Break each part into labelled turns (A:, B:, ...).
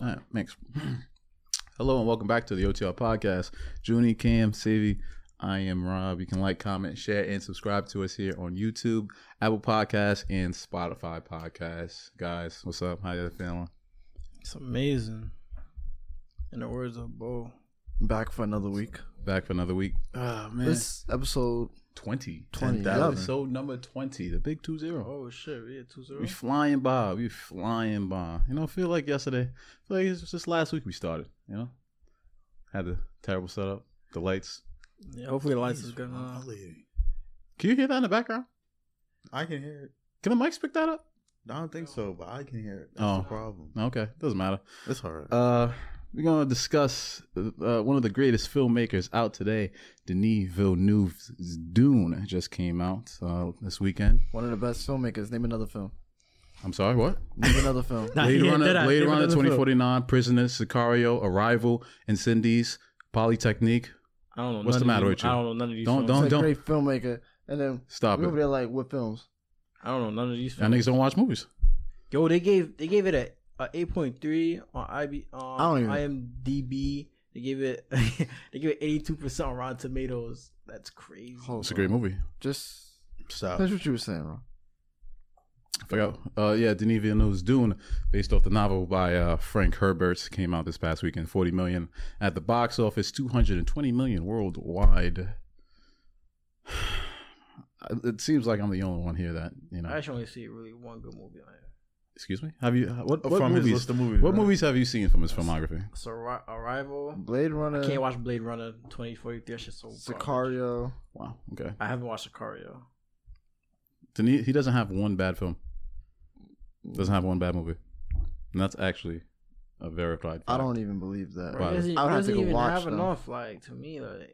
A: All right, thanks. Hello and welcome back to the OTR podcast. Junie, Cam, Savy, I am Rob. You can like, comment, share, and subscribe to us here on YouTube, Apple Podcasts, and Spotify Podcasts. Guys, what's up? How you feeling?
B: It's amazing. In the words of Bo.
C: Back for another week.
A: Back for another week.
C: Oh man, this episode
A: 20.
C: 20,
A: 10,000.
C: yeah.
A: Episode number 20, the big 2 0.
B: Oh shit, we had two zero.
A: We flying by. We flying by. You know, I feel like yesterday. I feel like it's just last week we started. You know, had the terrible setup, the lights.
B: Yeah, hopefully the lights is good now.
A: Can you hear that in the background?
C: I can hear it.
A: Can the mics pick that up?
C: I don't think so, but I can hear it.
A: Oh.
C: problem.
A: Okay, doesn't matter.
C: It's alright.
A: Uh, we're gonna discuss uh, one of the greatest filmmakers out today, Denis Villeneuve's Dune just came out uh, this weekend.
C: One of the best filmmakers. Name another film.
A: I'm sorry, what?
C: Name another film.
B: Nah,
A: Blade
B: yeah,
A: Runner,
B: dead eye,
A: Blade
B: give it
A: Runner
B: another film.
A: 2049, Prisoners, Sicario, Arrival, Incendies, Polytechnique.
B: I don't know.
A: What's the
B: none of
A: matter
B: these-
A: with you?
B: I don't know none of these.
A: Don't-
B: films.
A: don't-
C: It's a great filmmaker. And then
A: Stop
C: we
A: it.
C: over there like what films?
B: I don't know none of these.
A: Y'all
B: Films.
A: niggas don't watch movies.
B: Yo, they gave they gave it a, a eight point three on uh, IB on
C: I don't
B: IMDb. They gave it they gave it eighty two percent on Rotten Tomatoes. That's crazy.
C: Hold
A: It's a
C: on.
A: great movie.
C: Just
A: Stop.
C: that's what you were saying, bro.
A: forgot. Uh, yeah, Denis Villeneuve's Dune, based off the novel by uh, Frank Herbert, came out this past weekend. Forty million at the box office, two hundred and twenty million worldwide. It seems like I'm the only one here that you know.
B: I actually only see really one good movie on here.
A: Excuse me. Have you uh, what, what
D: Oh, from his
A: movies?
D: list of movies,
A: what
D: right?
A: movies have you seen from his filmography?
B: So Arri- Arrival.
C: Blade Runner,
B: Can't watch Blade Runner twenty forty three. That shit's so garbage.
C: Sicario.
A: Wow. Okay.
B: I haven't watched Sicario.
A: Denis, he doesn't have one bad film. Doesn't have one bad movie, and that's actually a verified.
C: I
A: fact.
C: don't even believe that.
B: Bro,
A: Right.
B: it doesn't,
C: I would
B: it
C: have
B: doesn't
C: to go
B: even
C: watch
B: have
C: them.
B: enough. Like to me, like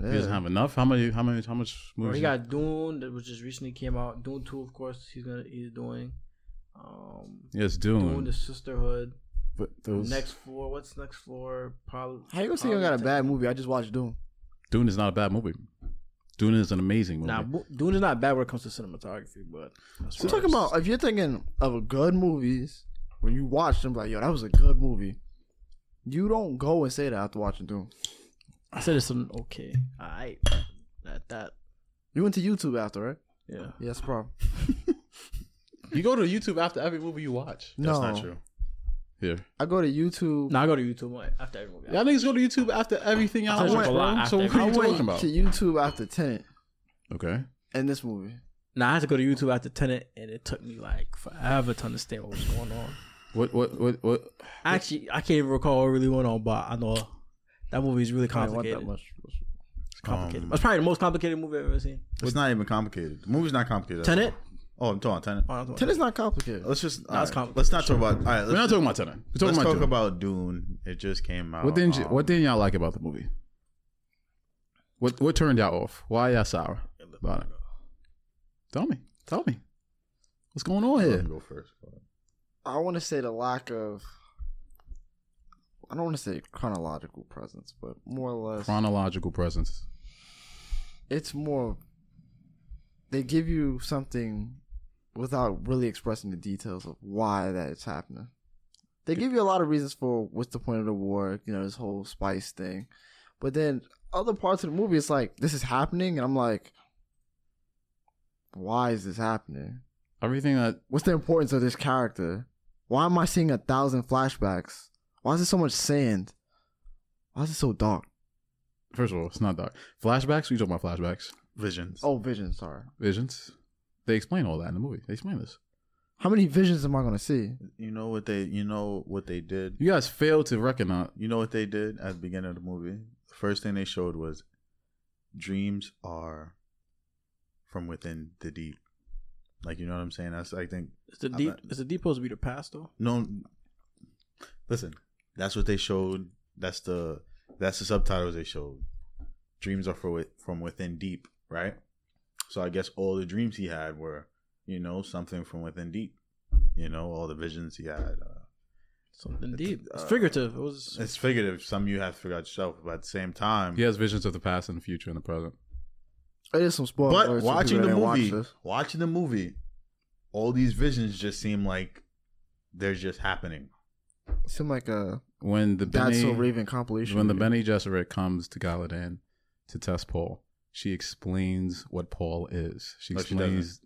C: Yeah.
A: He doesn't have enough. How many? How many? How much
B: bro,
A: movies?
B: he got Dune that was just recently came out. Dune two, of course, he's gonna he's doing. Um,
A: Yes,
B: Dune,
A: Dune.
B: the Sisterhood.
A: But those,
B: Next floor. What's next floor? Probably.
C: How you gonna say you got a bad movie? I just watched Doom.
A: Dune is not a bad movie. Dune is an amazing movie.
B: Nah, Bo- Dune is not bad when it comes to cinematography, but that's
C: I'm
B: what
C: talking
B: I was-
C: about if you're thinking of good movies, when you watch them, like yo, that was a good movie. You don't go and say that after watching Doom.
B: I said it's an okay. I that that
C: You went to YouTube after, right?
B: yeah.
C: Yes, that's a problem.
A: You go to YouTube after every movie you watch.
C: No.
A: That's not true. Here.
C: I go to YouTube.
B: Now I go to YouTube like, after every movie.
A: Y'all niggas go to YouTube after everything
B: I
A: y'all
B: went-
A: watch, bro.
B: after
A: So what
B: every-
A: are you
C: I
A: talking
C: went
A: about?
C: to YouTube after Tenet
A: Okay.
C: and this movie.
B: Now I had to go to YouTube after Tenet, and it took me like forever to understand what was going on.
A: What what what what
B: Actually, I can't even recall what really went on, but I know that movie is really
C: I didn't want
B: complicated.
C: that much.
B: It's complicated.
D: Um,
B: it's probably the most complicated movie I've ever seen.
D: It's not even complicated. The movie's not complicated.
B: Tenet.
D: Oh, I'm talking Tenet.
B: Oh, that's-
C: Tenet's not complicated.
D: Let's just
B: No, it's
D: all right,
B: complicated.
D: let's not talk about. All right, let's,
A: We're not talking about Tenet. We're talking
D: let's
A: about
D: talk
A: Dune.
D: about Dune. It just came out.
A: what didn't you,
D: um,
A: what didn't y'all like about the movie? What what turned y'all off? Why y'all sour about it? Tell me. Tell me. What's going on
D: Let
A: here?
D: him Go first.
C: I want to say the lack of. I don't want to say chronological presence, but more or less,
A: Chronological presence.
C: it's more. They give you something without really expressing the details of why that is happening. They give you a lot of reasons for what's the point of the war, you know, this whole spice thing. But then other parts of the movie, it's like, this is happening. And I'm like, why is this happening?
A: Everything that
C: what's the importance of this character? Why am I seeing a thousand flashbacks? Why is there so much sand? Why is it so dark?
A: first of all, it's not dark. Flashbacks, we talking about flashbacks.
D: Visions.
C: Oh, visions, sorry.
A: Visions. They explain all that in the movie. They explain this.
C: How many visions am I gonna see?
D: You know what they. You know what they did.
A: You guys failed to recognize.
D: You know what they did at the beginning of the movie. The first thing they showed was dreams are from within the deep. Like you know what I'm saying. That's I think
B: Is the
D: I
B: deep?
D: bet.
B: Is the deep supposed to be the past though?
D: No, listen. That's what they showed. That's the that's the subtitles they showed. Dreams are for wi- from within deep, right? So I guess all the dreams he had were, you know, something from within deep. You know, all the visions he had. Uh,
B: Something
D: It's-
B: deep. It's
D: uh,
B: figurative. It was.
D: it's figurative. Some you have to figure out yourself, but at the same time,
A: He has visions of the past and the future and the present.
C: It is some
D: But
C: spoilers.
D: watching the movie, watching the movie, all these visions just seem like they're just happening.
C: It seemed like a
A: When the
C: That's
A: Benny,
C: So Raven compilation.
A: when the Benny Gesserit comes to Galadan to test Paul, she explains what Paul is. She
D: No, she
A: explains.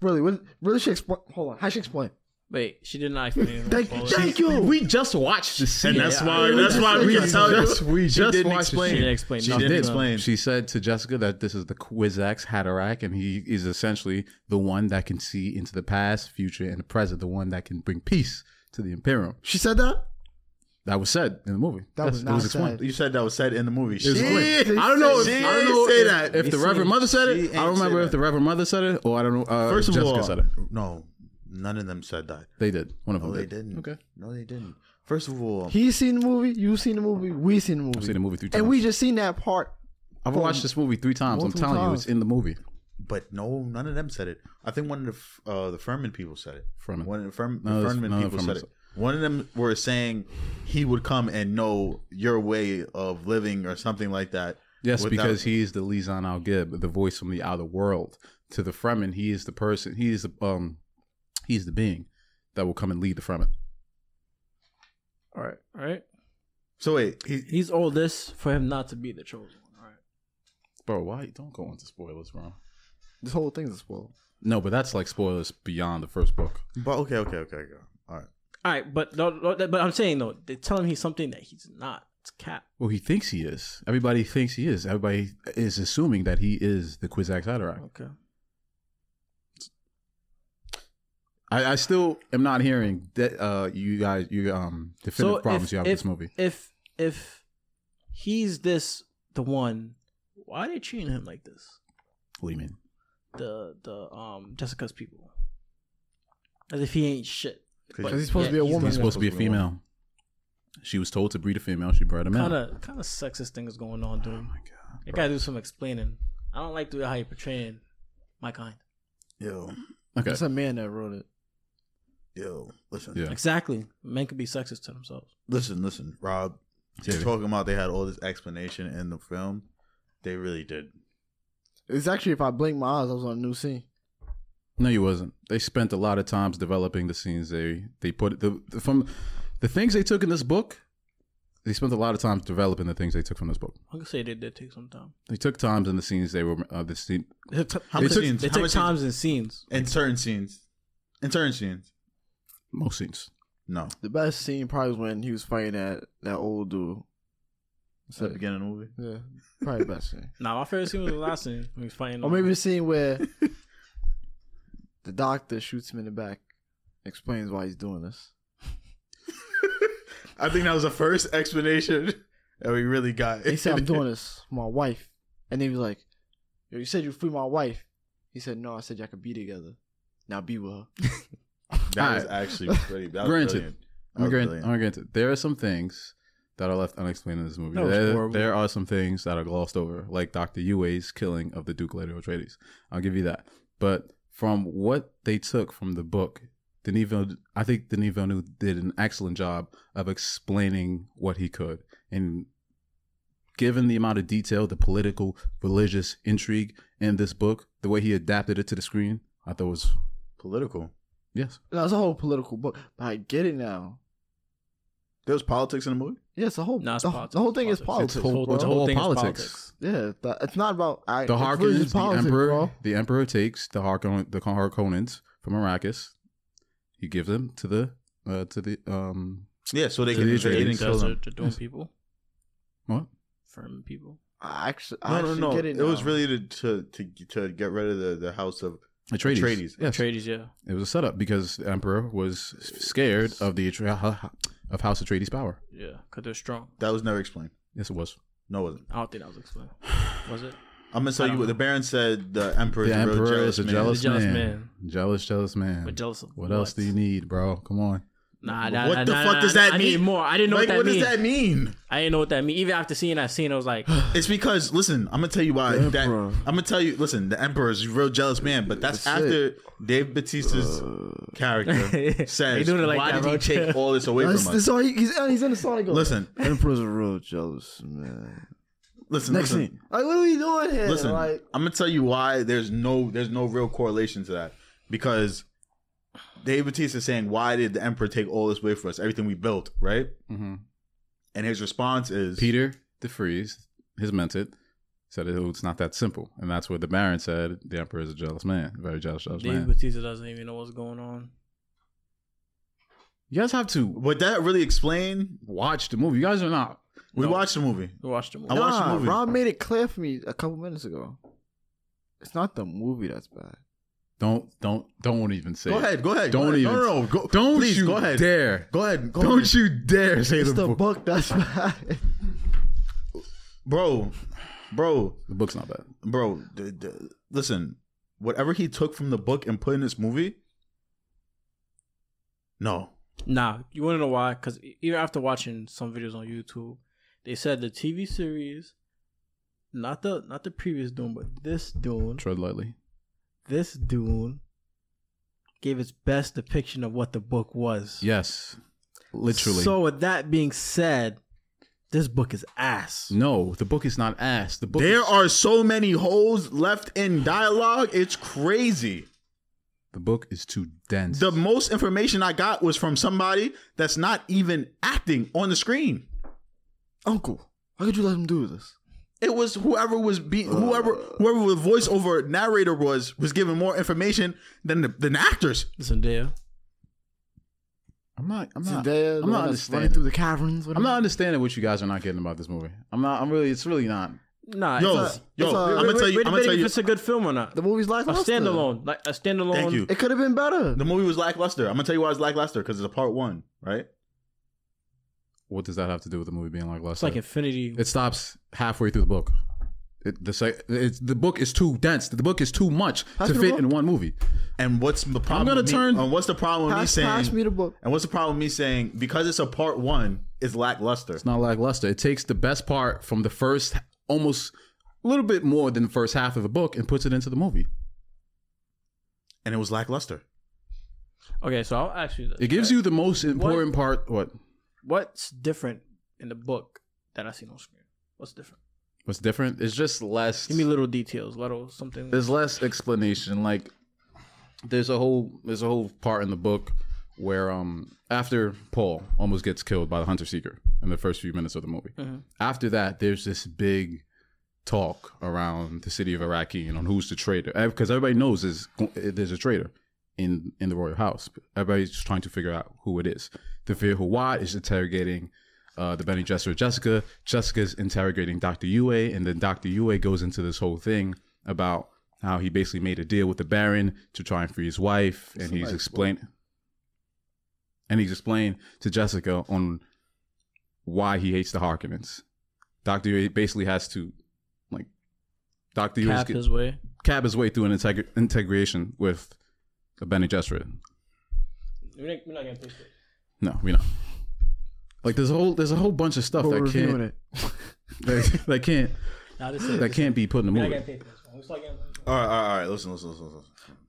C: really, what, really, she explain. Hold on, how she explain?
B: Wait, she did not explain it.
C: Thank,
B: Paula.
C: thank you.
A: we just watched the scene.
D: and that's
B: Yeah,
D: why
B: I-
D: that's why we can
A: just-
D: tell you.
A: just- we
D: She
A: just
D: didn't
A: watched the
D: explain.
A: shit.
B: She didn't explain.
D: She
B: nothing.
D: didn't explain.
A: She said to Jessica that this is the Quizax Hatterack, and he is essentially the one that can see into the past, future, and the present, the one that can bring peace to the Imperium.
C: She said that.
A: That was said in the movie.
C: That was
A: it
C: not
A: explained.
C: said.
D: You said that was said in the movie.
A: It was
D: She-
A: quick.
C: they
A: I don't know. If,
D: said-
A: I don't know
D: She
A: if,
D: said that.
A: if the
B: She-
A: Reverend Mother said
D: she
A: it. I
D: ain't
A: don't remember
D: said
A: if the Reverend Mother said it, or I don't know. Uh,
D: First of
A: Jessica
D: all,
A: said it.
D: no, none of them said that.
A: oh, They did. One of
D: No,
A: them.
D: they
A: did.
D: didn't.
A: Okay.
D: No, they didn't. First of all,
C: He's seen the movie. You seen the movie. We seen the movie.
A: I've seen the movie three times.
C: and we just seen that part.
A: I've watched this movie three times. I'm
C: multiple
A: telling you,
C: times.
A: it's in the movie.
D: but no, none of them said it. I think one of the F- uh, the Furman people said it.
A: Furman.
D: One of the, Furman,
A: No,
D: the
A: it's-
D: Furman
A: no,
D: people
A: Furman
D: said it. One of them were saying he would come and know your way of living or something like that.
A: Yes,
D: without-
A: because he is the Lisan Al Gib, the voice from the outer world. To the Fremen, he is the person. He is the um, he is the being that will come and lead the Fremen.
B: All right, all right.
D: So wait, he,
B: He's all this for him not to be the chosen one. All right.
A: Bro, why don't go into spoilers, bro?
C: This whole thing's a spoil.
A: No, but that's like spoilers beyond the first book.
D: but okay, okay, okay, okay. All right.
B: All right, but no, no, that- but I'm saying though, they tell him he's something that he's not. It's cap.
A: Well, he thinks he is. Everybody thinks he is. Everybody is assuming that he is the Quizax Haderach.
B: Okay.
A: I, I still am not hearing that uh, you guys you um definitive problems
B: if,
A: you have
B: if,
A: with this movie.
B: If if he's this the one, why they treating him like this?
A: What do you mean?
B: The the um Jessica's people, as if he ain't shit.
C: Because he's supposed to be a
B: he's
C: woman.
A: He's supposed to be a
D: supposed to be a
A: female. She was told to breed a female. She bred a male.
B: Kind of kind of sexist thing is going on, dude.
A: Oh my god.
B: You gotta do some explaining. I don't like the way how you portraying my kind.
D: Yo,
A: Okay.
C: It's a man that wrote it.
D: yo, listen,
A: Yeah.
B: Exactly. Men could be sexist to themselves.
D: listen, listen, Rob. You're
A: David.
D: talking about they had all this explanation in the film. They really did.
C: It's actually, if I blink my eyes, I was on a new scene.
A: No, you wasn't. They spent a lot of times developing the scenes. They they put the, the from the things they took in this book. They spent a lot of time developing the things they took from this book.
B: I could say they did take some time.
A: They took times in the scenes they were uh, the scene.
B: They took,
D: How
B: they
D: many
B: took-
D: scenes?
B: They
D: How
B: took
D: many
B: times and scenes.
D: In certain scenes, in certain scenes,
A: Most scenes.
D: no.
C: The best scene probably was when he was fighting that that old dude.
D: At the beginning of the movie.
C: Yeah, probably best scene.
B: Nah, my favorite scene was the last scene when he was fighting.
C: Or
B: um,
C: maybe the scene where the doctor shoots him in the back, explains why he's doing this.
D: I think that was the first explanation that we really got.
C: He said, "I'm doing this, for my wife," and he was like, "Yo, you said you free my wife." He said, "No, I said y'all could be together. Now be with her."
D: That was actually pretty. That was
A: Granted.
D: brilliant. That
A: I'm
D: was
A: granted,
D: brilliant.
A: I'm granted. There are some things that are left unexplained in this movie.
B: That was
A: There,
B: horrible.
A: there are some things that are glossed over, like Dr. Ue's killing of the Duke Lady Atreides. I'll give you that. But from what they took from the book, Denis Villeneuve, I think Denis Villeneuve did an excellent job of explaining what he could. And given the amount of detail, the political, religious intrigue in this book, the way he adapted it to the screen, I thought was,
D: Political.
A: yes.
C: Now it's a whole political book, but I get it now.
D: There was politics in the movie.
C: Yeah, it's a whole.
B: Nah, it's
C: the,
B: politics.
C: the whole thing is
B: Politics.
C: politics.
A: It's whole-
C: bro.
A: it's whole
B: thing is
A: politics.
C: yeah, the, it's not about I,
A: the
C: it's really
A: Harkonnens,
C: just
A: the
C: politics,
A: emperor,
C: bro.
A: the emperor takes the Harkon, the Harkonnens from Arrakis. He gives them to the uh, to the um
D: Yeah, so they
A: To
D: can
A: the
D: they didn't
A: Atreides.
D: kill
B: They're,
D: them.
B: doing people,
A: what?
B: firm people.
C: I actually, I
D: No, no,
C: actually
D: no.
C: get um, it.
D: It, was
C: now.
D: really to, to to to get rid of the, the house of
A: Atreides.
D: Atreides.
A: Yes.
B: Trades, yeah.
A: It was a setup because the emperor was scared of the Atre- of House Atreides' power.
B: Yeah, because they're strong.
D: that was never explained.
A: Yes, it was.
D: No, it wasn't.
B: I don't think that was explained. Was it?
D: I'm gonna
B: I
D: tell you
B: don't
D: what
B: know.
D: the Baron said. The emperor,
A: The
D: is, a real
A: emperor is
D: jealous
A: a
D: man.
A: jealous,
B: He's a jealous
A: man.
B: man.
A: Jealous, jealous man.
B: We're jealous of
A: what, else do you need, bro? Come on.
B: Nah, nah,
D: What
B: nah,
D: the
B: nah,
D: fuck
B: nah,
D: does
B: nah,
D: that
B: I
D: mean?
B: needed more. I didn't know
D: Like,
B: what that
D: what
B: mean.
D: does that mean?
B: I didn't know what that mean. Even after seeing that scene, I was like,
D: It's because listen, I'm gonna tell you why.
C: The
D: That,
C: emperor.
D: I'm gonna tell you. Listen, the emperor is a real jealous man, but that's
C: That's
D: after Dave
C: Uh,
D: Batista's character
B: They
D: says,
B: doing it like
D: "Why
B: that, bro.
D: did he take all this away from
C: That's, that's
D: us?"
C: all he, he's, oh, he's in the song. he goes,
D: Listen,
C: Emperor's a real jealous man.
D: listen,
C: Next
D: listen.
C: scene. Like, what are we doing here?
D: Listen,
C: like,
D: I'm gonna tell you why there's no there's no real correlation to that because Dave Batista saying, "Why did the Emperor take all this away from us? Everything we built, right?"
A: Mm-hmm.
D: And his response is,
A: Peter DeFries, his mentor, said "Oh, it's not that simple, and that's what the Baron said. The Emperor is a jealous man, a very jealous, jealous
B: David
A: man.
B: Batista doesn't even know what's going on.
A: You guys have to
D: "Would that really explain?"
A: watch the movie. You guys are not.
D: We
B: No.
D: watched the movie.
B: We watched the movie.
D: I watched the
C: Nah,
D: movie.
C: Ron made it clear for me a couple minutes ago. It's not the movie that's bad.
A: Don't don't don't even say.
D: Go
A: it.
D: ahead, go ahead.
A: Don't
D: go ahead.
A: even.
D: No, no, no. Go,
A: don't
D: please,
A: you
D: go ahead.
A: dare.
D: Go ahead. Go
A: Don't
D: ahead.
A: you dare say
C: It's
A: the,
C: the
A: book.
C: book that's bad.
D: bro, bro,
A: The book's not bad.
D: bro. D- d- listen, whatever he took from the book and put in this movie, no.
B: Nah, you want to know why? Because even after watching some videos on YouTube, they said the TV series, not the not the previous Dune, but this Dune,
A: Tread lightly.
B: this Dune, gave its best depiction of what the book was.
A: Yes, literally.
B: So with that being said, this book is ass.
A: no, the book is not ass. The book.
D: There
A: is,
D: are so many holes left in dialogue. It's crazy.
A: the book is too dense.
D: The most information I got was from somebody that's not even acting on the screen.
C: Uncle, how could you let him do this?
D: It was whoever was be whoever whoever the voiceover narrator was was given more information than the, than the actors.
B: Listen, there.
A: I'm not. I'm not.
C: Zendaya, the
A: I'm
C: one
A: not
C: that's
A: understanding.
C: running through the caverns.
A: I'm not understanding what you guys are not getting about this movie. I'm not. I'm really. It's really not.
B: Nah,
D: Yo,
B: it's a,
D: yo,
C: it's a-
D: I'm
C: wait,
D: gonna tell you.
B: We're
D: I'm gonna tell
B: debating if
D: you.
B: it's a good film or not.
C: The movie's like
B: A standalone, like a standalone.
D: Thank you.
C: It could have been better.
D: The movie was lackluster. I'm gonna tell you why it's lackluster because it's a part one, right?
A: What does that have to do with the movie being like less?
B: It's like Infinity.
A: It stops halfway through the book. It, the se- it's, the book is too dense. The book is too much to
C: me the
A: fit
C: book.
A: in one movie.
D: And what's the problem?
A: gonna
D: with
A: turn-
D: Me, and what's the problem with me
C: pass,
D: saying?
C: pass me the book.
D: and what's the problem with me saying because it's a part one, it's lackluster?
A: It's not lackluster. It takes the best part from the first, almost a little bit more than the first half of the book, and puts it into the movie.
D: and it was lackluster.
B: Okay, so I'll ask you this.
A: It gives you the most important part. What?
B: what's different in the book that I seen on screen? What's different?
A: What's different? It's just less.
B: Give me little details, little something.
A: there's less explanation like there's a whole there's a whole part in the book where um after paul almost gets killed by the hunter seeker in the first few minutes of the movie
B: Mhm.
A: after that there's this big talk around the city of iraqi and on who's the traitor because everybody knows there's, there's a traitor in in the royal house everybody's just trying to figure out who it is the fear Huwad is interrogating uh, the Benny Dresser Jessica. Jessica's interrogating Dr. Yue, and then Dr. Yue goes into this whole thing about how he basically made a deal with the Baron to try and free his wife, and he's explained and he's explained to Jessica on why he hates the Harkonnens. Dr. Yue basically has to like Dr. Yue is
B: Cap his way.
A: cab his way through an integ- integration with the Benny Gesserit.
B: We're not, we're not gonna post it.
A: No, we not. Like there's a whole there's a whole bunch of stuff
C: We're
A: that
C: reviewing
A: can't
C: it.
A: that, that can't
B: Nah, this
A: that can't be put in a
B: We're not
A: movie.
B: gonna take this one. We're still gonna-
D: All right, all right, all right. Listen, listen, listen, listen.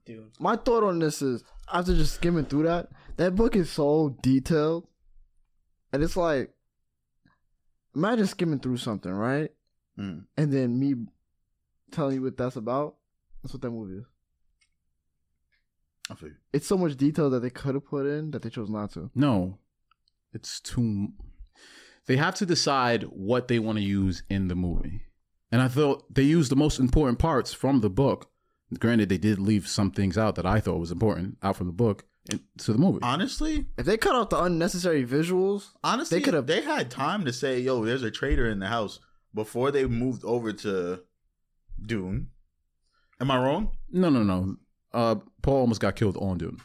B: Dude,
C: My thought on this is after just skimming through that, that book is so detailed, and it's like, imagine skimming through something, right?
D: Mm.
C: And then me telling you what that's about. That's what that movie is.
D: I feel you.
C: It's so much detail that they could have put in that they chose not to.
A: No, it's too. They have to decide what they want to use in the movie, and I thought they used the most important parts from the book. Granted, they did leave some things out that I thought was important out from the book and to the movie.
D: Honestly,
C: If they cut out the unnecessary visuals,
D: honestly,
C: They
D: they
C: could've-
D: could They had time to say, "Yo, there's a traitor in the house" before they moved over to Dune. Am I wrong?
A: No, no, no. Uh, Paul almost got killed on Dune.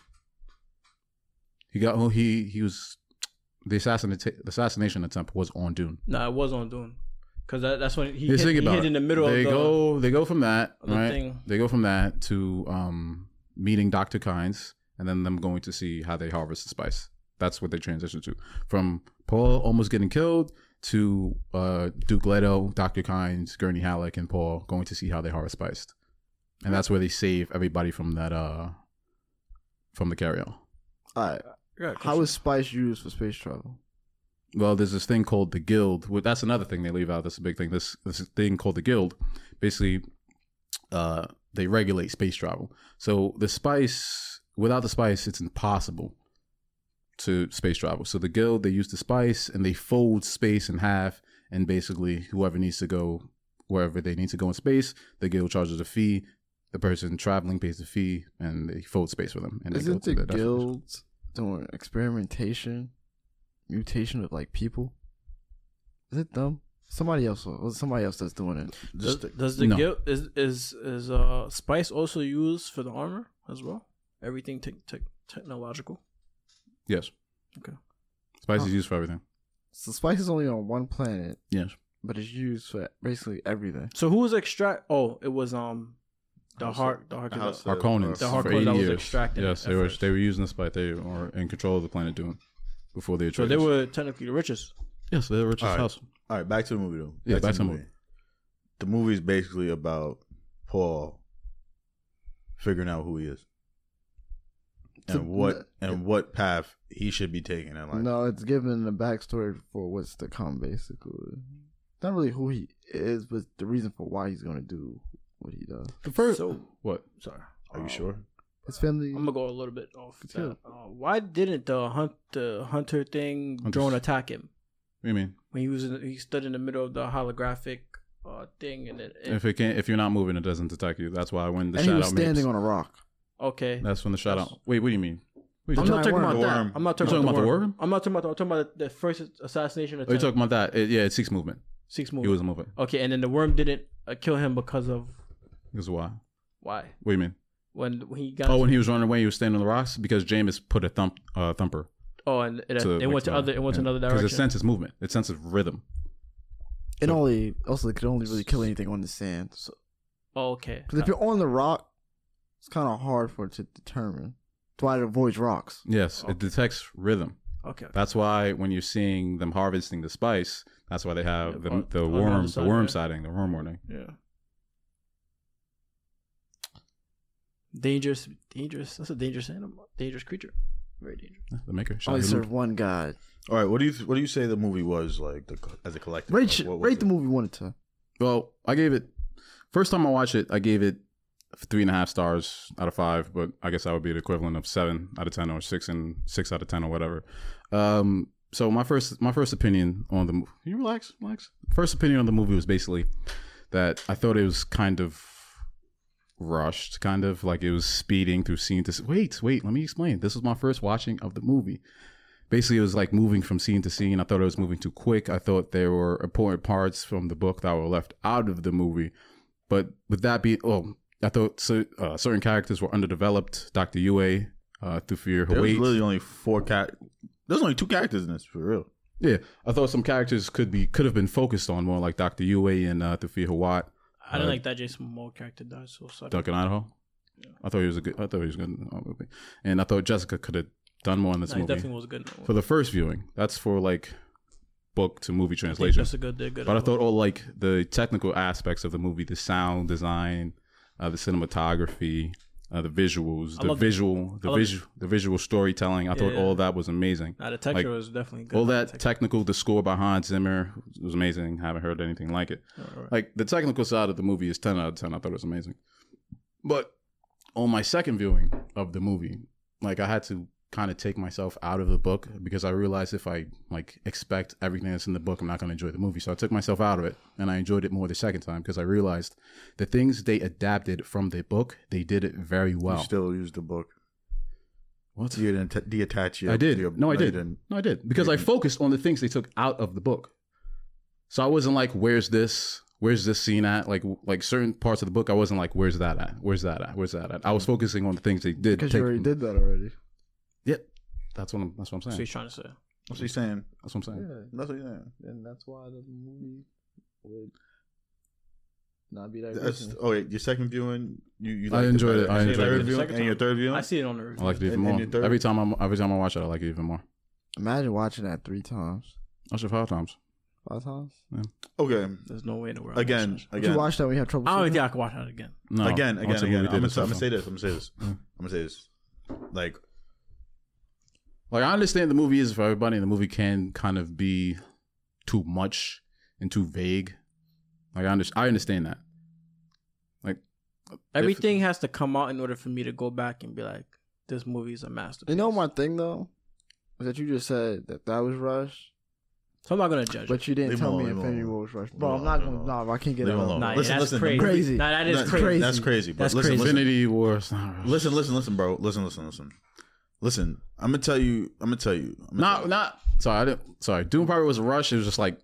A: He got oh, he he was the assassination the assassination attempt was on Dune.
B: nah, it was on Dune, cause that, that's when he
A: Just
B: hit,
A: think
B: he
A: about
B: hit
A: it.
B: in the middle
A: They
B: of the.
A: go they go from that
B: of the
A: right.
B: thing.
A: They go from that to um meeting Doctor Kynes and then them going to see how they harvest the spice. That's what they transition to from Paul almost getting killed to uh, Duke Leto, Doctor Kynes, Gurney Halleck, and Paul going to see how they harvest spice, and that's where they save everybody from that uh from the carry-on.
C: alright.
B: Yeah, 'cause
C: How is spice used for space travel?
A: well, there's this thing called the guild. Well, that's another thing they leave out. That's a big thing. This this thing called the guild, basically, uh, they regulate space travel. So the spice without the spice, it's impossible to space travel. So the guild they use the spice and they fold space in half, and basically whoever needs to go wherever they need to go in space, the guild charges a fee. The person traveling pays the fee, and they fold space for them. And they
C: Isn't
A: go
C: the
A: to their destination.
C: guilds doing experimentation, mutation of like people? Is it them? Somebody else. was Somebody else that's doing it.
B: Does,
D: Just the-
B: does the
A: No.
B: guild is is is uh spice also used for the armor as well? Everything tech tech technological.
A: Yes.
B: Okay.
A: Spice
C: Huh.
A: is used for everything.
C: So spice is only on one planet,
A: Yes.
C: but it's used for basically everything.
B: So who was extract? Oh, it was um the
D: House
B: heart
D: of-
B: the heart.
D: the House of-
A: Harkonnens
B: The
A: for
B: Harkonnens
A: 80
B: that was
A: years.
B: extracted
A: Yes,
B: at
A: they were
B: first.
A: they were using the spice. They were in control of the planet Doom before the
B: so
A: Atreides.
B: they were technically the richest.
A: yes, they were Richard's
D: Alright.
A: house.
D: All right, back to the movie though.
A: Yeah, back to the movie.
D: The movie is basically about Paul figuring out who he is
C: To-
D: and what and what path he should be taking in life.
C: No, it's given the backstory for what's to come, basically. Not really who he is, but the reason for why he's gonna do what he does.
A: The first
B: So
A: what?
B: sorry.
D: Are you
B: Um,
D: sure?
C: His family.
B: I'm gonna go a little bit off.
C: It's
B: That. Uh, why didn't the hunt the hunter thing
A: Hunters.
B: drone attack him
A: What do you mean?
B: when he was in, he stood in the middle of the holographic uh thing and it, it-
A: If it can't, if you're not moving, it doesn't attack you. That's why when the
C: and he
A: shout
C: was
A: out makes,
C: standing on a rock.
B: okay.
A: that's when the shout out.
B: That's-
A: Wait, what do you mean? What are
B: I'm
A: you
B: not
A: talking,
B: talking
C: worm.
B: about
D: The
B: that.
D: worm.
B: I'm not
A: You're
B: talking,
A: talking about the
B: worm.
A: worm?
B: I'm not talking about. that. I'm talking about the first assassination
A: are you
B: attempt.
A: Oh, talking about that? It- yeah, it's six movement.
B: Six
A: He
B: movies.
A: was moving.
B: okay, and then the worm didn't uh, kill him because of
A: That's why.
B: why
A: What do you mean?
B: when when he got
A: Oh, when he was running away, he was standing on the rocks because James put a thump uh, thumper.
B: oh and it,
A: to,
B: it
A: like,
B: went to
A: the-
B: other it went to
A: yeah.
B: another
A: Because it
B: direction.
A: senses movement. It senses rhythm.
C: It only also it could only really kill anything on the sand. So
B: Oh, okay,
C: Because if you're on the rock, it's kind of hard for it to determine. That's why it avoids rocks.
A: Yes, it detects rhythm.
B: okay. okay.
A: That's why when you're seeing them harvesting the spice, that's why they have
B: Yeah,
A: the,
B: on-
A: the
B: on the
A: worm,
B: other
A: the
B: side,
A: worm
B: yeah.
A: siding, the worm warning.
B: Yeah. Dangerous, dangerous. That's a dangerous animal, dangerous creature. Very dangerous.
A: The maker. Shai
C: Only
A: Hulud.
C: serve one god.
D: All right, what do you what do you say the movie was like the, as a collective? Like,
C: Rate,
D: what was
C: rate the
D: it?
C: movie one to.
A: Well, I gave it first time I watched it, I gave it three and a half stars out of five, but I guess that would be the equivalent of seven out of ten or six and six out of ten or whatever. Um, so my first my first opinion on the mo- Can you relax, relax. First opinion on the movie was basically that I thought it was kind of rushed, kind of like it was speeding through scene to s- wait, wait, let me explain. This was my first watching of the movie basically it was like moving from scene to scene. I thought it was moving too quick. I thought there were important parts from the book that were left out of the movie. But with that being, oh, I thought cer- uh, certain characters were underdeveloped. Dr. Yue, uh, Thufir,
D: There was
A: Hawait.
D: literally only four cat. There's only two characters in this for real.
A: yeah, I thought some characters could be could have been focused on more, like Dr. Yue and uh, Thufir Hawat,
B: I didn't
A: Uh,
B: like that Jason Momoa character died. So sorry.
A: Duncan Idaho. I thought he was a good. I thought he was good in the movie, and I thought Jessica could have done more in this
B: No, he
A: movie
B: definitely was good. in that
A: for
B: one.
A: the first viewing. That's for like book to movie
B: I think
A: translation.
B: That's a good. They're good.
A: But I
B: at
A: thought all like the technical aspects of the movie, the sound design, uh, the cinematography, uh, the visuals,
B: I
A: the
B: love the-
A: visual, the
B: love
A: visual, the visual storytelling. I thought
B: Yeah.
A: all that was amazing.
B: Nah, the texture was definitely good.
A: all
B: Like,
A: that technical, the score by Hans Zimmer was amazing. haven't heard anything like it.
B: All right.
A: Like the technical side of the movie is ten out of ten. I thought it was amazing. But on my second viewing of the movie, like I had to kind of take myself out of the book because I realized if I like expect everything that's in the book, I'm not going to enjoy the movie. So I took myself out of it, and I enjoyed it more the second time because I realized the things they adapted from the book, they did it very well.
D: You still use the book.
A: What?
D: You didn't t- detach your.
A: I did.
D: your-
A: no, I
D: you
A: did.
D: didn't.
A: No, I did because I focused on the things they took out of the book. So I wasn't like, "Where's this? Where's this scene at?" Like, like certain parts of the book, I wasn't like, "Where's that at? Where's that at? Where's that at?" I was
D: Mm.
A: focusing on the things they did.
C: Because
A: take
C: you already
A: from-
C: did that already.
A: Yep. That's what I'm. That's what I'm
B: so
A: saying.
B: he's trying to say.
D: That's what he's saying.
A: That's what I'm saying.
D: That's what he's saying.
C: And that's why the movie would not be that
D: That's, oh, wait, your second viewing, you, you
A: I
D: liked
A: enjoyed
D: better.
A: it, I
D: Your
A: enjoyed
D: third
A: it.
D: viewing
B: Second
D: and your
B: time.
D: third viewing.
B: I see it on the
A: I
B: review.
A: liked it even
D: And- and
A: more.
D: your third-
A: Every time I'm. Every time I watch it, I like it even more.
C: Imagine watching that three times,
A: I watched it five times.
C: five times.
D: Okay,
B: There's no way in the world. I'm
D: again,
A: uh,
B: watching
C: If you
D: again,
C: watch that, we have trouble.
B: that. I don't
C: sleeping?
B: think I could watch that again.
A: No,
D: again,
A: I
D: again,
A: watched the
D: again.
A: movie
D: I'm gonna,
A: theater
D: I'm gonna
A: stuff.
D: say this. I'm gonna say this.
A: Mm.
D: I'm gonna say this. Like,
A: Like I understand the movie is for everybody, and the movie can kind of be too much and too vague. Like I understand, I understand that. Like
B: Everything has to come out in order for me to go back and be like, this movie is a masterpiece.
C: You know my thing though, is that you just said that that was Rush,
B: so I'm not gonna judge. it.
C: but you didn't
D: Leave him
C: tell
D: alone,
C: me
D: leave him
C: Infinity
D: alone.
C: War was Rush. Bro,
D: Leave
C: I'm
D: him
C: not
D: alone,
C: gonna. No, I can't get
D: Leave
C: it.
D: him
C: out.
D: alone.
B: Nah,
D: listen,
B: that's
D: listen,
B: crazy.
C: crazy.
B: Nah, that is
D: That's-
B: crazy.
D: That's crazy. But
B: That's
D: listen,
B: crazy.
D: listen,
A: Infinity War. It's not Rush.
D: Listen, listen, listen, bro. Listen, listen, listen. Listen, I'm gonna tell you. I'm gonna tell you. I'm gonna
A: Not not sorry, I didn't sorry. Doom probably was a rush. It was just like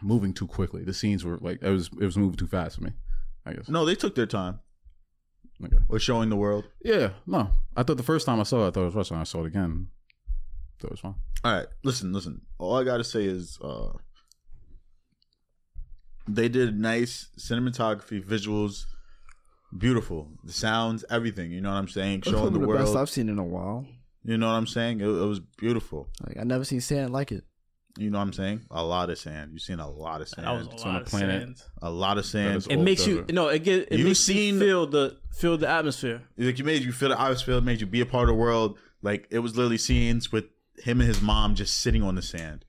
A: moving too quickly. The scenes were like it was it was moving too fast for me. I guess.
D: tell- no, they took their time
A: Okay.
D: with showing the world.
A: Yeah, no. I thought the first time I saw it, I thought it was rush, and I saw it again. Thought it was fine.
D: All right, listen, listen. All I gotta say is, uh they did nice cinematography, visuals, beautiful. The sounds, everything. You know what I'm saying?
C: That's
D: Showing
C: probably
D: the
C: the, best
D: world.
C: I've seen in a while.
D: You know what I'm saying? It, it was beautiful.
C: Like I never seen sand like it.
D: You know what I'm saying? A lot of sand. You've seen a lot of sand.
B: That was a
A: on
B: lot
A: the
B: of
A: planet.
B: sand.
D: a lot of
A: That
D: sand.
A: is
B: It makes you
A: Altogether.
B: no. It get it
D: You
B: makes
D: seen-
B: you feel the feel the atmosphere.
D: like you made you feel the atmosphere, made you be a part of the world. Like it was literally scenes with him and his mom just sitting on the sand.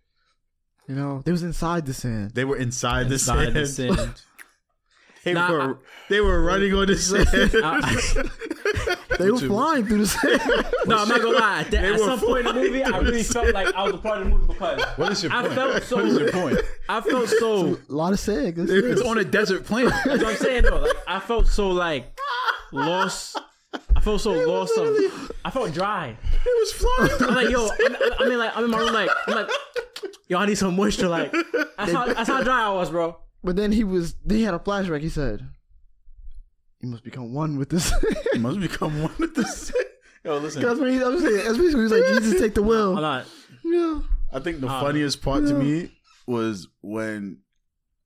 C: You know, they was inside the sand.
D: They were inside,
B: Inside
D: the
B: the
D: sand.
B: sand.
D: They
B: Nah,
D: were they were running on the sand.
B: I-
C: They were flying through the sand.
B: no, I'm not gonna lie. At, that- at
D: were
B: some point in the movie, I really felt like I was a part of the movie because
A: What is your
B: I
A: point?
B: felt so-
A: What is your point?
B: I felt so.
C: a lot of sand. Good
A: It's
C: shit.
A: on a desert planet.
B: That's what I'm saying though. Like I felt so like lost. I felt so lost. Of, I felt dry.
D: was flying.
B: I'm like yo. I'm, I mean like I'm in my room like I'm like yo. I need some moisture. Like that's how that's how dry I was, bro.
C: But then he was. Then he had a flashback. He said, "You must become one with this."
D: You must become one with the sand. Yo, listen.
C: that's what he. I'm saying. That's basically he was like, "Jesus, take the
B: I'm
C: will."
B: not.
C: Yeah.
D: I think the
B: Uh,
D: funniest part to
C: yeah.
D: me was when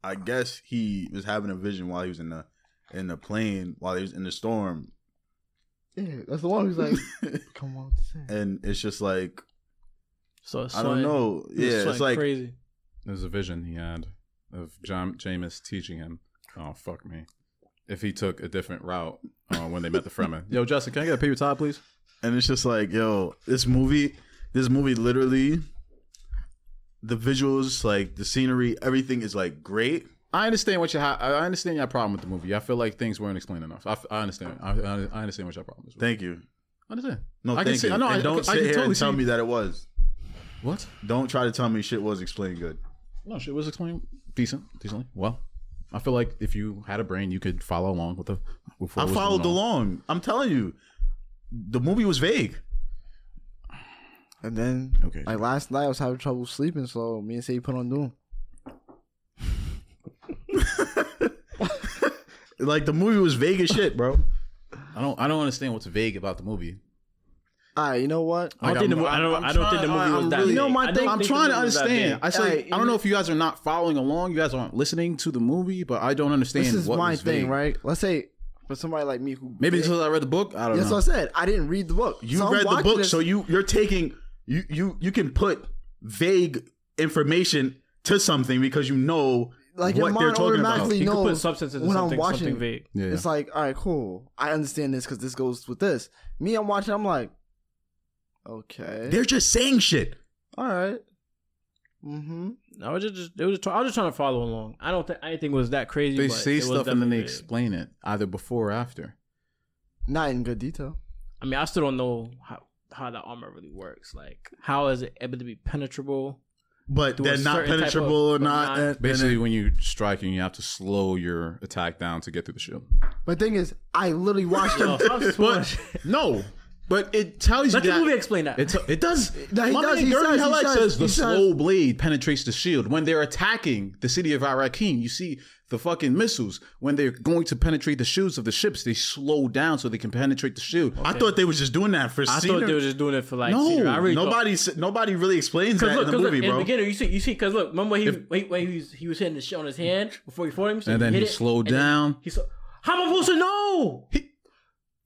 D: I guess he was having a vision while he was in the in the plane while he was in the storm,
C: Yeah, that's the one who's like, "Come on with the sand."
D: and it's just like
B: So it's
D: I don't
B: sweating.
D: know.
B: It was
D: Yeah, it's
B: sweating
D: like
B: crazy.
A: There's a vision he had of John Jameis teaching him. Oh fuck me. If he took a different route uh, when they met the Fremen. Yo, Justin, can I get a paper towel, please?
D: and it's just like yo this movie this movie literally the visuals like the scenery everything is like great
A: I understand what you. Ha- I understand your problem with the movie. I feel like things weren't explained enough. I, f- I understand. I, I, I understand what your problem is.
D: thank you
A: I understand.
D: no
A: I can
D: thank
A: see-
D: you
A: I know,
D: and
A: I- I
D: don't
A: can- I
D: sit
A: can
D: here
A: totally
D: and tell
A: see-
D: me that it was
A: What?
D: don't try to tell me shit was explained good
A: No, shit was explained decent, decently. Well, I feel like if you had a brain, you could follow along with the. With what
D: i
A: was
D: followed
A: going on.
D: along i'm telling you the movie was vague
C: And then,
A: Okay.
C: like last night, I was having trouble sleeping, so me and Sadie put on Doom.
D: like the movie was vague as shit bro
A: I don't. I don't understand what's vague about the movie.
C: All right, you know what?
B: I don't
A: Like,
B: think the
A: I'm-
B: mo- I
A: I'm-
B: don't.
A: I'm
B: I don't think the
A: trying-
B: movie
A: I'm
B: was that.
A: really-
B: big.
C: No, my
B: I don't
C: thing-
B: think
A: I'm
B: the
A: trying to
B: movie was that
A: understand.
B: big.
A: I say
C: Alright,
A: I don't
C: you-
A: know if you guys are not following along. You guys aren't listening to the movie, but I don't understand.
C: This is
A: what
C: my
A: was
C: thing,
A: vague.
C: right? Let's say for somebody like me who
A: Maybe because I read the book. I don't
C: That's
A: know.
C: what I said. I didn't read the book.
D: you
C: So I'm
D: read the
C: watching
D: book
C: this-
D: so you you're taking you you you can put vague information to something because you know
C: like
D: what
C: your
D: they're
C: mind
D: talking about
C: automatically
B: You could
C: knows
B: put substance into
C: when
B: something,
C: I'm watching.
B: something vague.
A: yeah.
C: It's like, all right, cool. I understand this because this goes with this. Me, I'm watching. I'm like, okay,
D: they're just saying shit
C: all right. Mm-hmm.
B: No, I was just, it was just, I was just trying to follow along. I don't think anything was that crazy.
A: they
B: but it
A: say
B: was
A: stuff and then they
B: definitely-
A: explain it either before or after.
C: Not in good detail.
B: I mean, I still don't know how how that armor really works. Like, how is it able to be penetrable?
D: but
B: Do a
D: they're not
B: certain type of-
D: penetrable or
B: but
D: not.
B: not-
D: and-
A: Basically,
D: and
A: when you strike and you have to slow your attack down to get through the shield.
C: But thing is, I literally watched
B: Oh,
C: him.
B: stop spoiling.
A: But no, but it tells you
B: Let the
A: that
B: movie explain that.
A: It, it does.
C: No, he
A: My
C: does,
A: man
C: he
A: Gurney
C: says, he
A: Halleck
C: says,
A: says
C: he
A: the
C: says-
A: slow blade penetrates the shield. When they're attacking the city of Iraqin, you see the fucking missiles. When they're going to penetrate the shields of the ships, they slow down so they can penetrate the shield.
D: I thought they were just doing that for.
B: I thought they were just doing it for like.
D: no.
B: scenery. I really thought-
D: nobody s nobody really explains
B: 'Cause
D: that
B: look,
D: in the
B: 'cause look,
D: movie,
B: in the
D: bro.
B: beginning, you see, you see, because look, remember he wait, wait, he was he was hitting the shit on his hand before he fought him, so
A: And then
B: hit
A: he
B: it,
A: slowed
B: and then
A: down.
B: He saw, how am I supposed to know?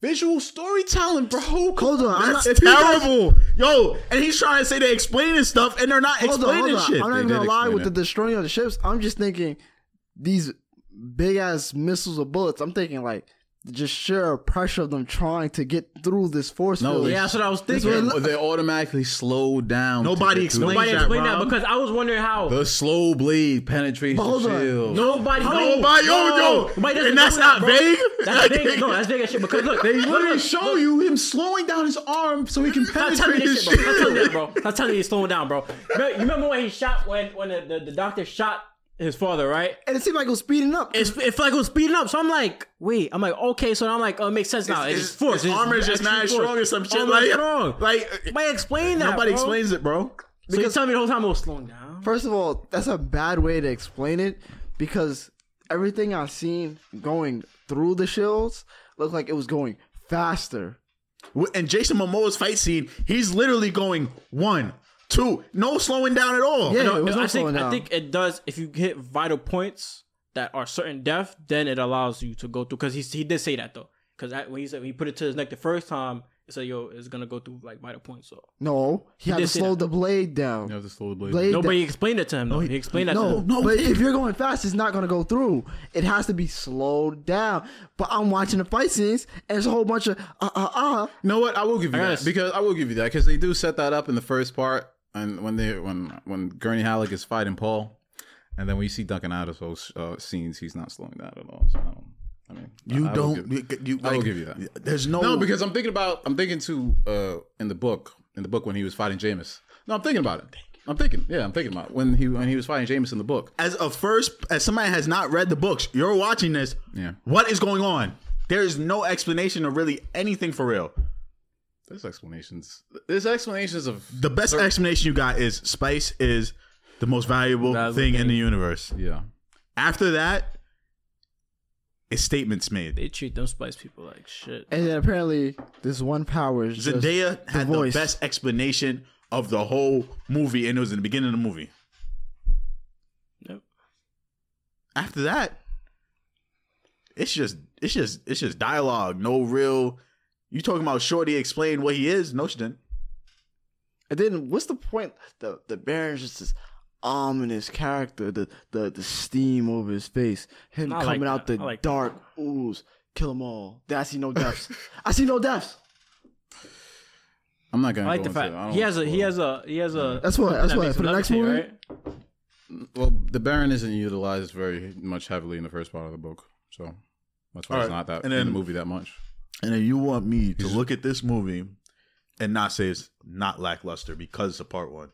A: Visual storytelling, bro.
C: Hold on, I'm not,
D: That's terrible, yo. And he's trying to say they're explaining stuff, and they're not
C: hold on,
D: explaining
C: hold on.
D: shit.
C: I'm not
A: They
C: even
A: did
C: gonna lie.
A: explain
C: With the
A: it.
C: destroying of the ships, I'm just thinking these big ass missiles or bullets. I'm thinking like just sheer pressure of them trying to get through this force
A: No,
C: field.
A: they-
B: Yeah, that's what I was
A: They,
B: thinking.
A: they automatically slow down. to
D: Nobody
A: get through
B: Nobody
D: that,
B: explained that
D: Rob.
B: because I was wondering how.
A: The slow blade penetrates
C: But hold
A: the
C: on.
A: shield.
B: Nobody.
D: How
B: no,
D: nobody- yo,
B: no,
D: yo.
B: nobody doesn't
D: And that's
B: know that,
D: not
B: bro.
D: vague?
B: That's vague. No, that's vague as shit. Because look,
A: They
B: look,
A: literally
B: look,
A: show
B: look.
A: you him slowing down his arm so he can
B: Stop
A: penetrate
B: telling me
A: his
B: this shit,
A: shield.
B: bro. Stop telling me that, bro. Stop telling me he's slowing down, bro. Remember- You remember when he shot when when the, the, the doctor shot his father, right?
C: and it seemed like it was speeding up.
B: It's, it felt like it was speeding up, so I'm like, wait. I'm like, okay, so I'm like, oh, it makes sense now. It's,
D: his-
B: just force.
D: his
B: It's
D: armor is just
B: extra
D: not as
B: force.
D: strong or some shit,
B: Armor
D: like-
B: is strong.
D: Like
B: Nobody explain that.
D: nobody
B: bro.
D: explains it, bro.
B: So you tell me the whole time it was slowing down.
C: First of all, that's a bad way to explain it because everything I've seen going through the shields looked like it was going faster.
D: W- And Jason Momoa's fight scene, he's literally going one, two, no slowing down at all.
C: Yeah,
D: And, uh,
C: it was
B: I
C: not slowing
B: think I
C: down.
B: think it does. If you hit vital points that are certain depth, then it allows you to go through. Because he he did say that though. Because when he said when he put it to his neck the first time, it said, "Yo, it's gonna go through like vital points." So
C: no, he, had
B: did
C: to
B: say
C: slow
B: that.
C: the blade down.
A: You have to slow the blade.
C: Blade
A: down.
B: nobody explained it to him. though. he explained that. to
C: No,
B: him.
C: no, but if you're going fast, it's not gonna go through. It has to be slowed down. But I'm watching the fight scenes, and it's a whole bunch of uh uh uh.
A: You know what? I will give you
B: guess-
A: that because I will give you that because they do set that up in the first part, and when they when when Gurney Halleck is fighting Paul, and then when you see Duncan out of those uh, scenes, he's not slowing down at all. So I don't. I mean, I-
D: You
A: I will
D: don't.
A: give-
D: you, you,
A: I will
D: like,
A: give you that.
D: There's no.
B: Oh.
A: No, because I'm thinking about I'm thinking too uh in the book in the book when he was fighting Jameis. No, I'm thinking about it. I'm thinking, yeah, I'm thinking about it. when he when he was fighting Jameis in the book.
D: as a first, as somebody has not read the books, you're watching this.
A: Yeah.
D: What is going on? There's no explanation of really anything for real.
A: There's explanations. There's explanations of
D: The best explanation you got is spice is the most valuable
B: Valuable
D: thing in
B: thing.
D: the universe.
A: yeah.
D: After that, it's statements made.
B: They treat them spice people like shit.
C: And then apparently, this one power is just
D: Zendaya had the
C: voice.
D: best explanation of the whole movie, and it was in the beginning of the movie.
B: Yep.
D: After that, it's just it's just it's just dialogue. No real. You talking about Shorty explain what he is? No, she didn't.
C: And then what's the point? The the Baron's just this ominous character. The the the steam over his face. Him
B: I like
C: coming out
B: that.
C: the
B: I like that.
C: dark ooze. Kill them all. Then I see no deaths. I see no deaths.
A: I'm not gonna.
B: I like
A: go
B: the
A: into it. I
B: fact
A: don't
B: he has a
A: wanna spoil it.
B: he has a he has a.
C: That's why- that's
B: that
C: why
B: makes
C: for the
B: him
C: next
B: levitate,
C: movie-
B: right?
A: Well, the Baron isn't utilized very much heavily in the first part of the book, so that's why
D: All
A: it's
D: right,
A: not that
D: and
A: in the
D: then-
A: movie that much.
D: And then you want me to look at this movie and not say it's not lackluster because it's a part one.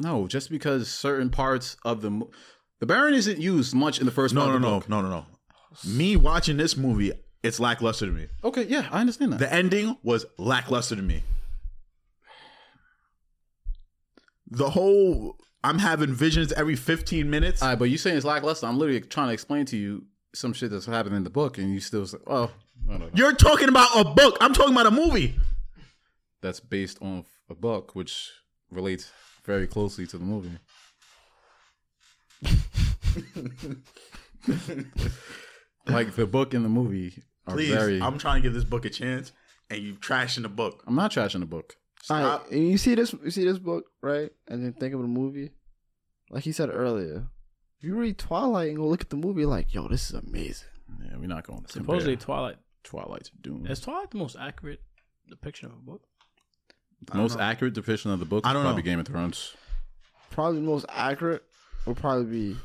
A: No, just because certain parts of the mo- the Baron isn't used much in the first
D: No,
A: part
D: no,
A: of the
D: no,
A: book.
D: no, no, no. Me watching this movie, it's lackluster to me.
A: Okay, yeah, I understand that.
D: The ending was lackluster to me. The whole I'm having visions every 15 minutes.
A: All right, but you saying it's lackluster. I'm literally trying to explain to you some shit that's happening in the book, and you still say, "Oh, no, no, no.
D: You're talking about a book. I'm talking about a movie.
A: that's based on a book which relates very closely to the movie." like the book and the movie are
D: Please,
A: very.
D: I'm trying to give this book a chance, and you trashing the book.
A: I'm not trashing the book.
C: All right, and you see this you see this book right, and then think of the movie. Like he said earlier, if you read Twilight and go look at the movie, like yo, this is amazing.
A: Yeah, we're not going to
B: Supposedly
A: compare
B: Twilight.
A: Twilight to Doom.
B: Is Twilight the most accurate depiction of a book?
A: the most accurate depiction of the book
D: I
A: is
D: don't
A: probably
D: know.
A: Game of Thrones.
C: Probably the most accurate would probably be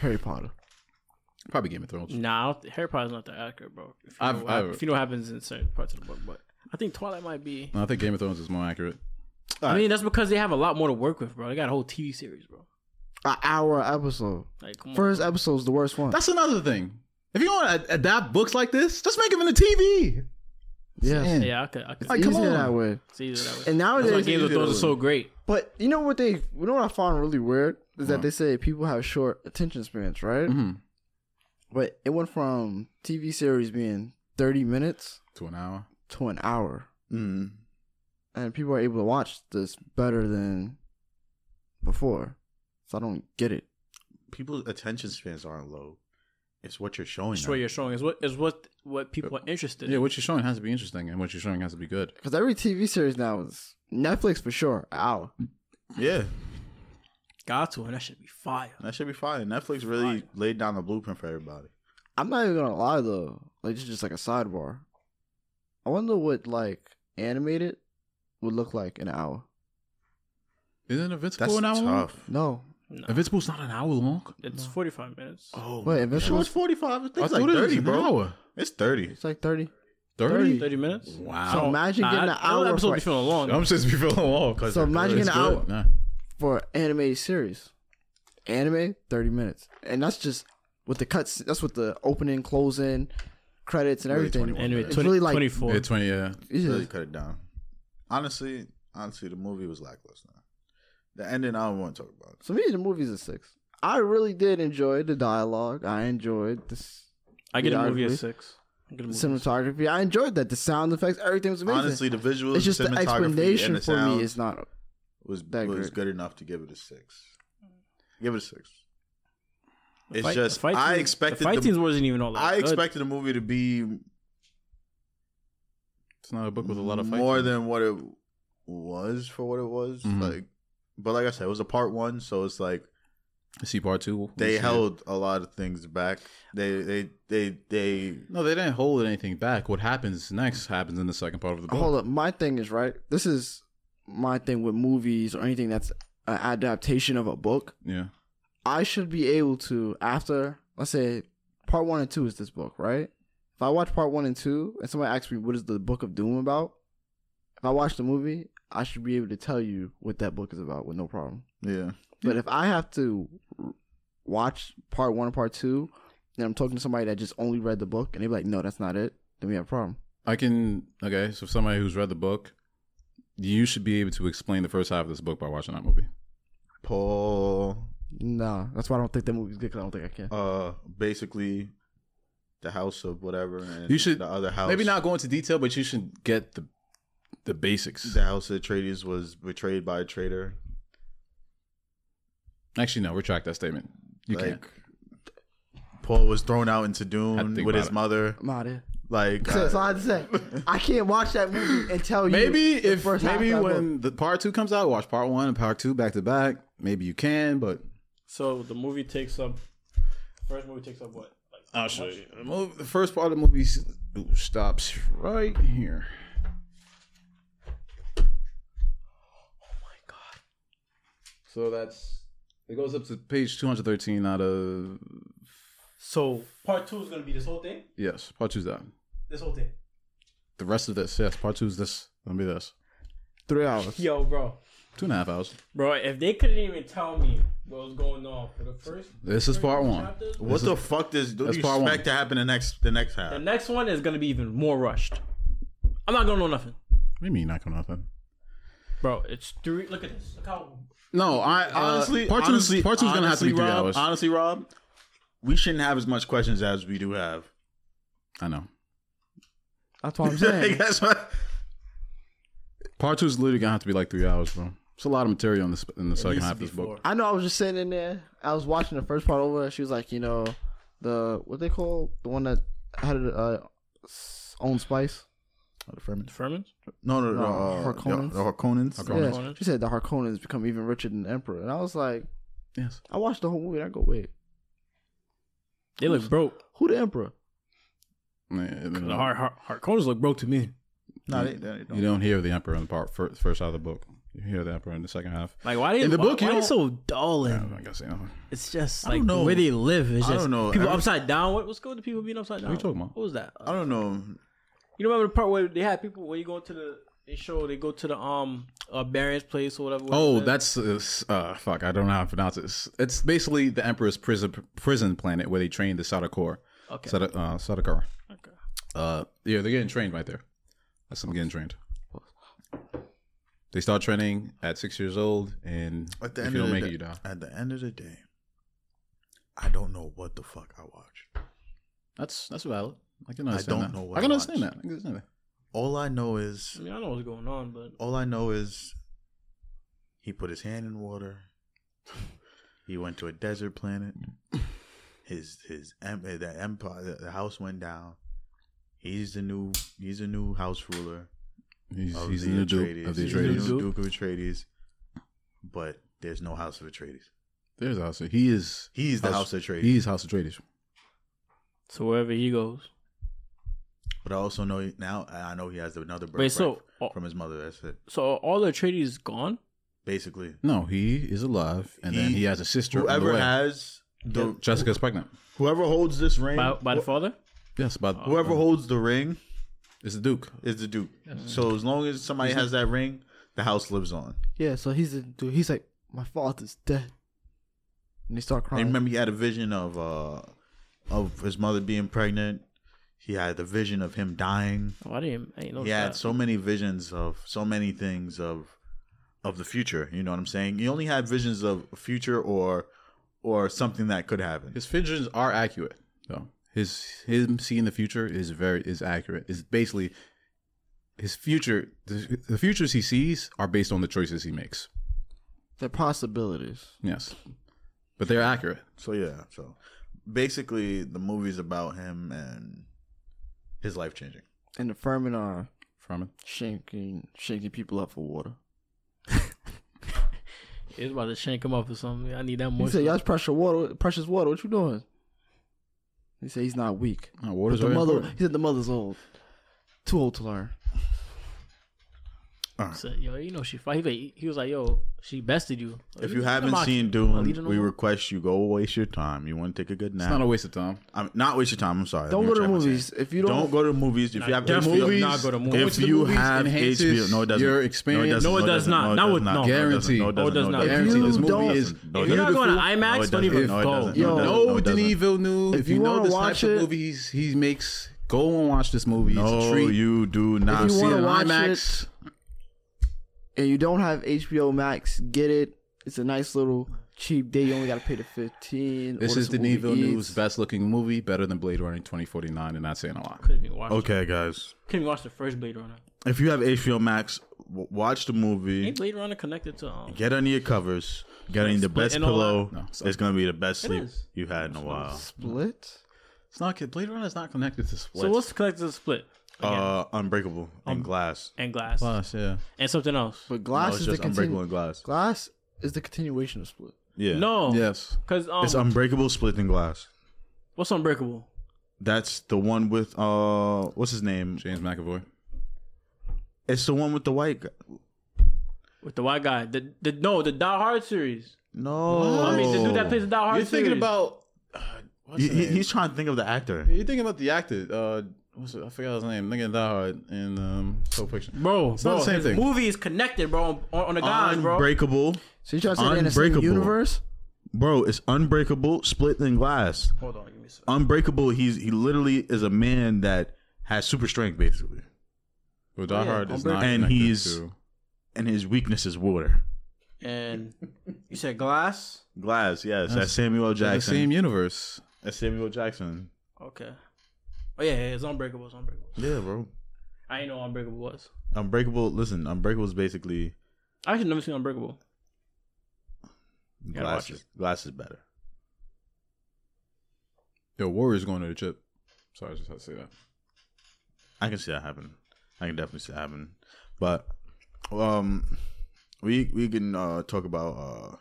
C: Harry Potter.
A: Probably Game of Thrones.
B: Nah, I don't thi- Harry Potter's not that accurate, bro. If you,
A: I've-
B: know, what hap-
A: I've-
B: if you know what happens in certain parts of the book, but I think Twilight might be.
A: No, I think Game of Thrones is more accurate.
D: All
B: I
D: right.
B: mean, that's because they have a lot more to work with, bro. They got a whole TV series, bro.
C: An hour episode.
B: Like, come on.
C: First episode's the worst one.
A: That's another thing. If you want to adapt books like this, just make them into TV.
C: yeah,
B: yeah, I could, I could
A: Like,
C: easier
A: come on.
C: that way.
B: see that way.
C: And
B: that's why
C: nowadays,
B: Game of Thrones is so great.
C: But you know what they, you know what I found really weird is
B: Uh-huh.
C: that they say people have short attention spans, right?
A: Mm-hmm.
C: But it went from TV series being thirty minutes
A: To an hour.
C: to an hour,
D: Mm.
C: and people are able to watch this better than before. So I don't get it.
D: People's attention spans aren't low. It's what you're showing.
B: It's what
D: them.
B: you're showing. Is what is what what people are interested
A: Yeah,
B: in.
A: what you're showing has to be interesting, and what you're showing has to be good.
C: Because every TV series now is Netflix for sure. An hour.
D: yeah,
B: Got to, and that should be fire.
D: that should be fine. Netflix really laid down the blueprint for everybody.
C: I'm not even gonna lie though. Like it's just like a sidebar. I wonder what like animated would look like in an hour.
A: Isn't Invincible
D: That's
A: an hour long?
D: tough.
C: No,
B: No,
A: Invincible's not an hour long.
B: it's
C: No.
B: 45 minutes.
D: Oh,
C: Wait,
D: man.
C: Invincible-
D: It was forty five. I think
A: I thought
D: it's like
A: it was
D: thirty,
A: an
D: bro.
A: hour.
D: It's thirty.
C: it's like thirty.
A: 30?
B: 30 minutes?
A: Wow.
C: So imagine getting an
B: that- that
C: hour
B: episode
C: for-
B: be feeling long.
A: I'm just be feeling long.
D: Because
C: So imagine
A: It's
C: an hour
A: good. Nah.
C: for an animated series. Anime thirty minutes, and that's just with the cuts. That's with the opening, closing, credits, and
D: Really
C: everything.
D: 21.
B: Anyway,
D: It's
B: 20,
C: really like-
B: 24.
A: Yeah, 20, yeah.
C: It's
D: really
C: just-
D: cut it down. Honestly, honestly, the movie was lackluster. The ending, I don't want to talk about. it.
C: So me, the movie's a six. I really did enjoy the dialogue. I enjoyed this.
B: I get
C: Yeah, I
B: a movie at
C: agree.
B: 6. I get a
C: The
B: movie.
C: cinematography. I enjoyed that. The sound effects, everything was amazing.
D: Honestly, the visuals,
C: it's just the
D: cinematography, and
C: explanation
D: the
C: for
D: sound
C: me is not.
D: was
C: that
D: was
C: great.
D: good enough to give it a six. Give it a six.
B: The
D: It's
B: fight-
D: just
B: the fight
D: I
B: scenes-
D: expected
B: the fight
D: the-
B: scenes wasn't even all that
D: I
B: good.
D: expected the movie to be
A: It's not a book with a lot of fights.
D: more
A: in it.
D: than what it was for what it was.
C: Mm-hmm.
A: Mhm.
D: Like, but like I said, it was a part one, so it's like
A: I see part two. We'll
D: they
A: see it.
D: held a lot of things back. They they they they
A: No, they didn't hold anything back. What happens next happens in the second part of the book.
C: Hold up, my thing is right. This is my thing with movies or anything that's an adaptation of a book.
A: Yeah.
C: I should be able to after let's say part one and two is this book, right? If I watch part one and two, and somebody asks me what is the book of Doom about, if I watch the movie, I should be able to tell you what that book is about with no problem.
D: yeah.
C: But if I have to watch part one and part two, and I'm talking to somebody that just only read the book, and they be like, "No, that's not it," then we have a problem.
A: I can okay. So somebody who's read the book, you should be able to explain the first half of this book by watching that movie.
D: Paul
C: No, that's why I don't think that movie's good. Cause I don't think I can.
D: uh basically the house of whatever and
A: You should-
D: the other house
A: Maybe not go into detail, but you should get the the basics.
D: the house of Atreides was betrayed by a traitor.
A: Actually, no. Retract that statement. You can't.
D: Paul was thrown out into
A: Had to
D: Dune
A: think
D: with
A: about
D: his
A: it.
D: mother.
C: I'm out of here.
D: Like uh,
C: So that's all I had to say. I can't watch that movie and tell you.
A: Maybe
C: the
A: if
C: first half of
A: maybe
C: that book.
A: when the part two comes out, watch part one and part two back to back. Maybe you can, but
B: So the movie takes up. First movie takes up what? Like,
A: I'll show you. The, mov- the first part of the movie s- ooh, stops right here. Oh my god! So that's it goes up to page two hundred thirteen out of
B: so part two is gonna be this whole thing.
A: yes, part two's that.
B: This whole thing.
A: The rest of this, yes, part two is this. Gonna be this
C: three hours.
B: Yo, bro,
A: two and a half hours.
B: bro, if they couldn't even tell me what was going on for the first.
A: This is part one.
B: chapters,
D: what the fuck does do you
A: that's
D: expect
A: part one.
D: to happen the next the next half?
B: The next one is gonna be even more rushed. I'm not gonna know nothing,
A: What do you mean not coming up?
B: bro. It's three. Look at this. Look how
A: No, I honestly part two. part two's gonna have to be
D: honestly,
A: three
D: Rob,
A: hours.
D: Honestly, Rob, we shouldn't have as much questions as we do have.
A: I know.
C: That's what I'm
D: Like,
C: saying.
D: that's what,
A: Part two is literally gonna have to be like three hours, bro. It's a lot of material in this in the second
B: needs to
A: half of
B: be
A: this book.
B: four.
C: I know. I was just sitting in there. I was watching the first part over. and She was like, you know, the what they call the one that had uh, s- own spice.
B: Furman.
D: no, no, no.
C: No,
D: uh,
C: Harkonnens.
D: the Harkonnens.
A: Harkonnens.
C: Yeah. She said the Harkonnens become even richer than the Emperor, and I was like,
A: Yes.
C: I watched the whole movie. and I go, wait,
B: They look broke.
C: who the Emperor?
A: Yeah, I mean,
B: The hard, hard, hard corners look broke to me.
D: No, they, they don't.
A: You don't hear the emperor in the part fir- first half of the book. You hear the emperor in the second half.
B: Like why they
A: In the
B: why-
A: book, you
B: why they
A: don't-
B: so dull
A: Yeah,
B: and
A: I'm not gonna say nothing.
B: It's just
D: I don't
B: like the
D: know.
B: way they live. It's
D: I
B: just
D: don't know.
B: people
D: Every-
B: upside down. What, what's good with people being upside down?
A: What are you talking about?
B: What was that?
D: I don't know.
B: you remember the part where they had people where you go to the they show they go to the um uh, Baron's place or whatever.
A: Oh,
B: whatever.
A: that's uh, s- uh, fuck. I don't know how to pronounce it. It's- It's basically the emperor's prison prison planet where they train the Sadakor.
B: okay.
A: Sada, uh, Sadakar.
B: okay.
A: Uh, yeah, they're getting trained right there. That's them getting trained. They start training at six years old, and
D: At the
A: if
D: end
A: you
D: of
A: don't
D: the
A: make
D: day,
A: it, you die.
D: At the end of the day, I don't know what the fuck I watched.
A: That's that's valid. I can understand
D: don't
A: that.
D: know what
A: I can
D: I
A: understand
D: watched.
A: that. I can understand that.
D: All I know is
B: I mean, I don't know what's going on, but
D: All I know is he put his hand in water. He went to a desert planet. His his em- eh, the empire the- the house went down. He's the new he's the new house ruler
A: He's,
D: of
A: he's
D: the
A: the new
D: Atreides.
A: Duke of the
D: He's the new
A: Atreides.
B: Duke.
D: Duke of Atreides. But there's no house of Atreides.
A: There's also he is
D: He's the
A: House-
D: house, of Atreides.
A: he is House Atreides.
B: so wherever he goes,
D: But I also know he- now I know he has another birthright
B: Wait, so oh,
D: from his mother. That's it.
B: so all the Atreides is gone?
D: Basically,
A: No, he is alive, and then
D: He-
A: he has a sister.
D: whoever
A: Whoever
D: has the
A: Jessica's pregnant.
D: whoever holds this ring,
B: By, by the father?
A: Yes, but
D: wh- whoever holds the ring
A: is the Duke.
D: is the duke. So as long as somebody has that ring, the house lives on.
C: Yeah, so he's a dude. He's like, my father's dead, and he start
D: I
C: crying.
D: remember he had a vision of uh of his mother being pregnant. He had the vision of him dying.
B: Oh, I didn't. I didn't know
D: he had
B: that.
D: so many visions of so many things of of the future. You know what I'm saying? He only had visions of future or or something that could happen.
A: His visions are accurate, though. His him seeing the future is very is accurate. Is basically his future. The, the futures he sees are based on the choices he makes.
C: They're possibilities.
A: Yes, but they're accurate.
D: So yeah, so basically the movie's about him and his life changing.
C: And the Furman are
A: From
C: shaking shaking people up for water.
B: It's about to shank him up or something. I need that
C: He said,
B: moisture.
C: "Y'all's precious water, precious water. What you doing?" He said, "He's not weak.
A: oh, water's
C: But the
A: very
C: mother.
A: important.
C: He said, the mother's old, too old to learn.
B: Said, yo, you know she fight. He, like- he was like, yo, she bested you. Like,
D: If you haven't
B: I'm out-
D: seen
B: I'll leave it
D: Dune, we
B: alone.
D: request you go waste your time. You want to take a good
A: It's not
D: nap.
A: a waste of time.
D: I'm not waste your time. I'm sorry.
C: Don't
D: Let me
C: go to the
D: retract what I'm
C: movies
D: saying.
C: if you
D: Don't
C: don't.
D: go to the movies if you have
B: definitely
D: HBO.
B: not go to movies.
D: If
A: Going to the
D: you
A: movies
D: have
A: enhances
D: HBO, no, it doesn't.
A: your
D: No, it
A: experience.
D: doesn't.
B: No, it does not. Now it- no.
A: Guaranteed.
D: No, it doesn't.
B: No, it does
D: it
B: not.
A: Guaranteed,
C: If
A: this
C: you
A: movie
C: don't-
A: is
D: No, it
B: If you're not
D: doesn't.
B: going to
D: No, it
B: IMAX, don't
D: doesn't.
B: even
D: No, it
B: go.
D: doesn't.
C: Yo.
D: it doesn't.
A: no,
D: it doesn't.
A: Denis Villeneuve. If,
C: you
A: you, know
C: wanna
A: this
C: watch
A: type
C: it-
A: of movies he makes, go and watch this movie. it's a
D: No,
A: treat.
D: you do not
C: you
D: see
A: See it
C: wanna
A: in
D: it.
C: watch
A: IMAX.
C: and you don't have HBO Max, get it. It's a nice little cheap day. You only got to pay the fifteen.
A: This
C: order
A: is
C: some
A: Denis
C: Uber Eats.
A: Villeneuve's best looking movie, better than Blade Runner 2049, and that's saying a lot.
B: Couldn't even watch.
D: Okay, guys.
B: Couldn't even watch the first Blade Runner.
D: If you have HBO Max, w- watch the movie.
B: Ain't Blade Runner connected to? Um,
D: Get under your covers. Getting the
B: Split
D: best
B: and all
D: pillow.
A: that? No, it's
D: it's gonna be the best sleep
B: is.
D: you've had in a while.
C: Split.
A: It's not Blade Runner is not connected to Split.
B: so what's connected to Split? Again.
D: Uh, Unbreakable and Glass.
B: and Glass
A: Plus, yeah.
B: and something else.
C: But
D: No,
C: glass
D: it's
C: is
D: just
C: the
D: Unbreakable
C: continu-
D: and Glass.
C: glass is the continuation of split.
D: Yeah.
B: No,
A: Yes.
B: because um,
D: it's Unbreakable, Split, and Glass.
B: what's Unbreakable?
D: That's the one with uh, what's his name?
A: James McAvoy.
D: It's the one with the white. Guy.
B: With the white guy, the, the no, the Die Hard series.
D: No,
B: I mean, the dude that plays the Die Hard.
A: You're thinking
B: series.
A: about. Uh, what's
D: He-
A: his
D: he-
A: name?
D: he's trying to think of the actor.
A: You're thinking about the actor. Uh, what's it? I forgot his name. Nigga in Die Hard and um, Pulp Fiction.
B: bro.
A: not
B: bro,
A: the same
B: his
A: thing.
B: Movie is connected, bro, on, on the guys, bro.
D: Unbreakable,
C: So you trying to say they're in the same
D: Unbreakable.
C: universe?
D: bro. It's Unbreakable, Split, and Glass.
B: Hold on, give me a second.
D: Unbreakable. He's he literally is a man that has super strength basically,
A: Well, Die Hard is not
D: And
A: connected
D: he's-
A: to.
D: and his weakness is water.
B: And you said Glass.
D: Glass, yes, that's,
A: That's-
D: Samuel
A: They're the
D: Jackson.
A: same universe.
D: that's Samuel Jackson.
B: Okay. Oh yeah, yeah, it's Unbreakable. It's Unbreakable.
D: Yeah, bro.
B: I didn't know Unbreakable was.
D: Unbreakable. Listen, Unbreakable is basically
B: I actually never seen Unbreakable. gotta watch
D: Glass. Is,
B: it.
D: glass is better.
A: Yo, Warriors going to the chip. Sorry, I just had to say that.
D: I can see that happen. I can definitely see that happen. But um, we we can uh, talk about uh,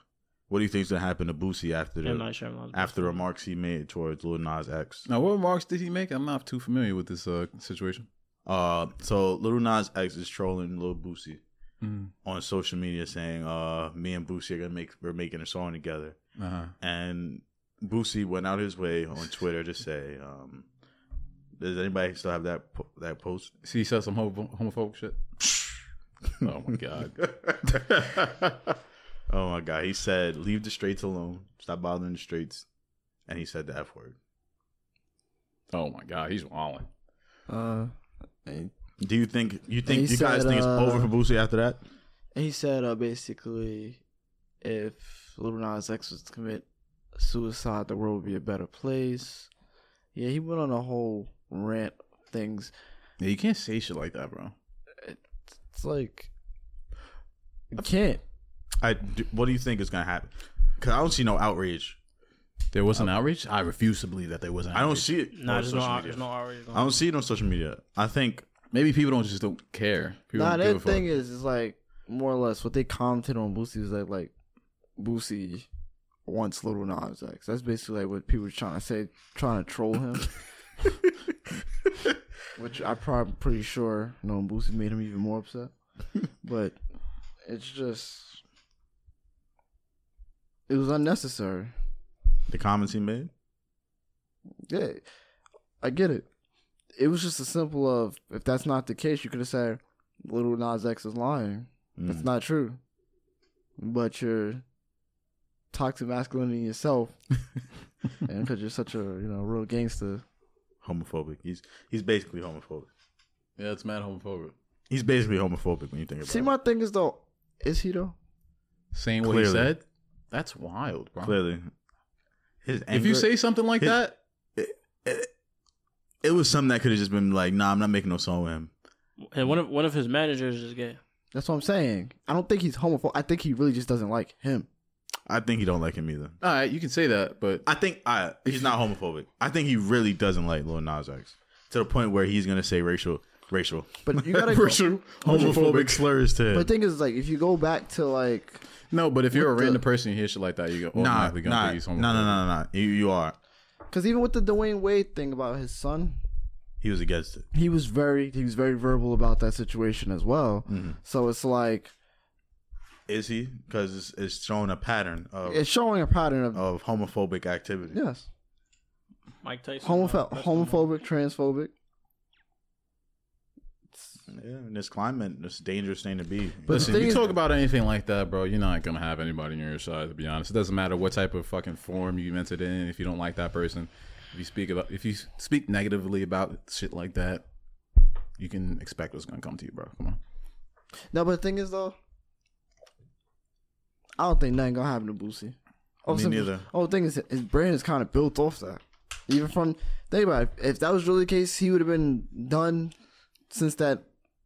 D: what do you think's gonna happen to Boosie after the
B: M Night Shyamalan.
D: after remarks he made towards Lil Nas X.
A: Now, what remarks did he make? I'm not too familiar with this uh, situation.
D: Uh, so Lil Nas X is trolling Lil Boosie
A: Mm-hmm.
D: on social media saying, "Uh, me and Boosie are gonna make we're making a song together."
A: Uh-huh.
D: And Boosie went out his way on Twitter to say, um, "Does anybody still have that po- that post?"
A: See, he said some homo- homophobic shit. oh my god.
D: oh my god. He said, leave the straights alone. Stop bothering the straights. And he said the F word.
A: Oh my god, he's wilding.
C: Uh, and
D: Do you think you think
C: He
D: you guys
C: said,
D: think it's
C: uh,
D: over for Boosie after that?
C: And he said uh, basically, if Lil Nas X was to commit suicide, the world would be a better place. Yeah, he went on a whole rant of things.
A: Yeah, you can't say shit like that, bro.
C: It's like, you can't.
D: I do, what do you think is gonna happen? Cause I don't see no outrage.
A: There was an outrage. I refuse to believe that there was an
D: I
A: outrage.
D: don't see it.
B: Nah,
D: on
B: there's no,
D: social
B: R-
D: media.
B: there's no already. going
D: I
A: Um,
D: don't see it on social media. I think
A: Maybe people don't just don't care. People
C: Nah,
A: don't give
C: that
A: a fuck.
C: thing is, is like more or less what they commented on Boosie was like, like Boosie wants Lil Nas X. That's basically like what people were trying to say, trying to troll him. which I probably pretty sure knowing Boosie made him even more upset. but it's just it was unnecessary.
D: The comments he made.
C: Yeah, I get it. It was just a simple of if that's not the case, you could have said Little Nas X is lying. That's
D: Mm.
C: not true. But your toxic masculinity yourself, and because you're such a you know real gangster,
D: homophobic. He's he's basically homophobic.
A: Yeah, it's mad homophobic.
D: He's basically homophobic when you think about
C: See,
D: it.
C: my thing is though, is he though?
A: Saying what he
D: Clearly.
A: said, that's wild, bro.
D: Clearly, his
A: If you
D: anger-
A: say something like
D: His-
A: that,
D: it was something that could have just been like, nah, I'm not making no song with him.
B: And one of one of his managers is gay.
C: That's what I'm saying. I don't think he's homophobic. I think he really just doesn't like him.
D: I think he don't like him either.
A: all right, you can say that, but
D: I think I he's not homophobic. I think he really doesn't like Lil Nas X to the point where he's gonna say racial, racial,
C: But you gotta.
D: racial homophobic
A: Homophobic.
D: slurs to him.
C: But the thing is, like, if you go back to like,
A: no. But if you're a
C: What the-
A: random person, you hear shit like that, you go, oh,
D: Nah,
A: we
D: nah,
A: gonna be
D: nah, nah, nah, nah. You, you are.
C: because even with the Dwayne Wade thing about his son,
D: He was against it.
C: he was very he was very verbal about that situation as well.
D: Mm-hmm.
C: So it's like
D: Is he? Because it's, it's showing a pattern of
C: it's showing a pattern of
D: of homophobic activity.
C: yes,
B: Mike Tyson. uh,
C: homopho-
B: that's the one.
C: homophobic, transphobic.
D: Yeah, in this climate, it's a dangerous thing to be.
C: But
A: Listen,
C: the
A: if you
C: thing is-
A: talk about anything like that, bro, you're not gonna have anybody on your side. To be honest, it doesn't matter what type of fucking form you meant it in. If you don't like that person, if you speak about, if you speak negatively about shit like that, you can expect what's gonna come to you, bro. Come on.
C: No, but the thing is though, I don't think nothing gonna happen to Boosie. Oh,
D: Me
C: simple-
D: neither.
C: Oh, the thing is, his brand is kind of built off that. Even from think about it, if that was really the case, he would have been done since that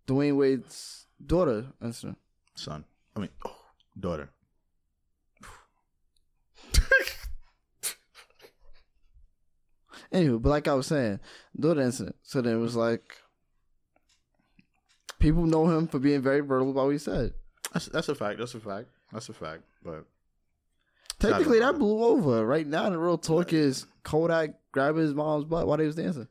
C: Dwayne Wade's daughter incident.
D: son. I mean, oh, daughter.
C: Anyway, but like I was saying, daughter incident. So then it was like people know him for being very verbal about what he said.
D: That's that's a fact. That's a fact. That's a fact. But
C: Technically, that blew over. Right now, the real talk is Kodak grabbing his mom's butt while they was dancing.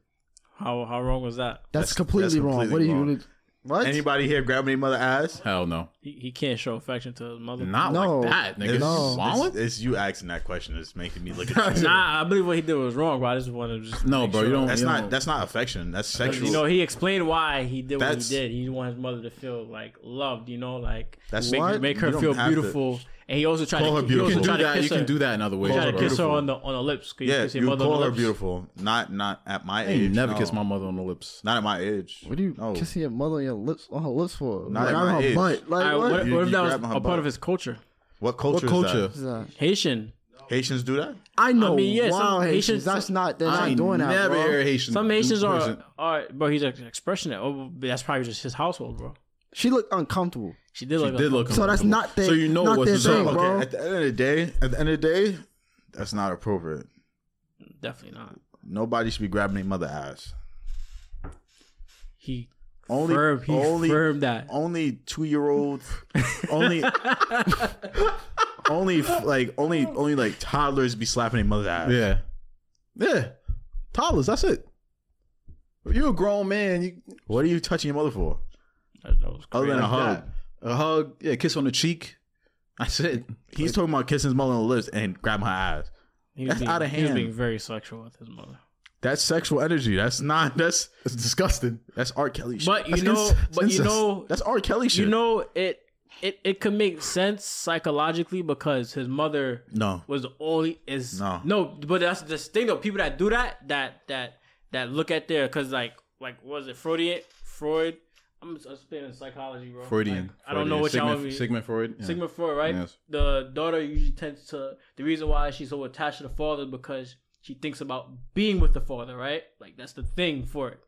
B: How how wrong was that?
D: That's-
C: That's, completely
D: that's
C: wrong.
D: completely
C: what are you
D: wrong.
C: gonna? What?
D: anybody here grabbing their mother ass?
A: Hell no,
B: He, he can't show affection to his mother.
A: not
C: No.
A: like that, nigga.
D: It's,
C: No.
A: Wrong
D: it's,
A: with-
D: it's you asking that question. It's making me look at you.
B: Nah, I believe what he did was wrong, but I just wanted to just
A: No,
B: make
A: bro, you
B: sure.
A: don't-
D: That's
A: You
D: not
A: know-
D: that's not affection. That's sexual.
B: You know, he explained why he did
D: That's-
B: what he did. He wanted his mother to feel like loved, you know, like
D: That's-
B: make,
D: What?
B: make
D: You
B: her
D: don't
B: feel
D: have to.
B: beautiful. And he also tried
D: Call her
B: to, he also
A: You can
D: beautiful.
A: do
B: tried to
A: that. You
B: kiss her.
A: can do that in other ways.
B: He tried to
A: bro.
B: kiss her
D: beautiful.
B: on the on the lips. 'cause
D: yeah,
B: kiss your
D: you
B: mother on
D: call
B: the
D: her
B: lips.
D: beautiful. Not not at my
A: I
D: age.
A: ain't never
D: no.
A: kissed my mother on the lips.
D: Not at my age.
C: What are you
D: No.
C: kissing your mother on your lips on her lips for?
D: Not
C: Like,
D: at
C: on
D: my
C: her
D: age.
C: butt. Like
B: Alright,
C: what?
B: what,
D: You-
B: what
D: you
B: if that
D: grabbing
B: was
D: her
B: a part
D: butt.
B: of his culture?
D: What culture?
A: what
D: Is
A: culture?
D: that?
C: Is that-
B: Haitian.
D: Haitians do that.
C: I know.
B: mean, yeah,
C: wow,
B: some
C: Haitians.
B: Haitians-
C: that's not. They're
A: I
C: not doing that,
A: never
C: bro.
A: hear Haitians.
B: Some
A: do
B: Haitians are,
A: person-
B: are, bro. He's ex- expressing it. Oh, but that's probably just his household, bro.
C: She looked uncomfortable.
B: She did look.
A: did look.
C: So that's not their.
A: So you know
C: not
A: what's
C: their
A: up.
C: thing,
A: Okay,
C: bro.
D: At the end of the day, at the end of the day, that's not appropriate.
B: definitely not.
D: Nobody should be grabbing their mother ass.
B: He
D: Only
B: firm. He
D: only
B: firm that.
D: only two year olds, only only like only only like toddlers be slapping their mother's ass.
A: Yeah. Yeah. Toddlers, that's it. If you're a grown man, you
D: What are you touching your mother for?
B: That- that was
D: Other
B: crazy.
D: than a
A: like
D: hug.
A: a Uh, hug, yeah, kiss on the cheek. That's it.
D: He's talking about kissing his mother on the lips and grabbing her ass.
B: He was
D: That's
B: being-
D: outta
B: He was
D: hand.
B: being very sexual with his mother.
D: That's sexual energy. That's not that's
A: It's disgusting.
D: that's R. Kelly shit.
B: But you
D: That's
B: know,
D: incest.
B: but you
D: Incest.
B: know,
D: that's R. Kelly shit.
B: you know, it it it could make sense psychologically because his mother
D: no.
B: was the only is
D: No.
B: But that's the thing though. People that do that, that that that look at their because like like what was it Freudian Freud? I'm just I'm spinning psychology, bro.
A: Freudian.
B: Like, I don't know what y'all
A: Sigmund,
B: mean.
A: Sigmund Freud. Yeah.
B: Sigmund Freud, right?
A: Yes.
B: The daughter usually tends to the reason why she's so attached to the father because she thinks about being with the father, right? Like that's the thing for it.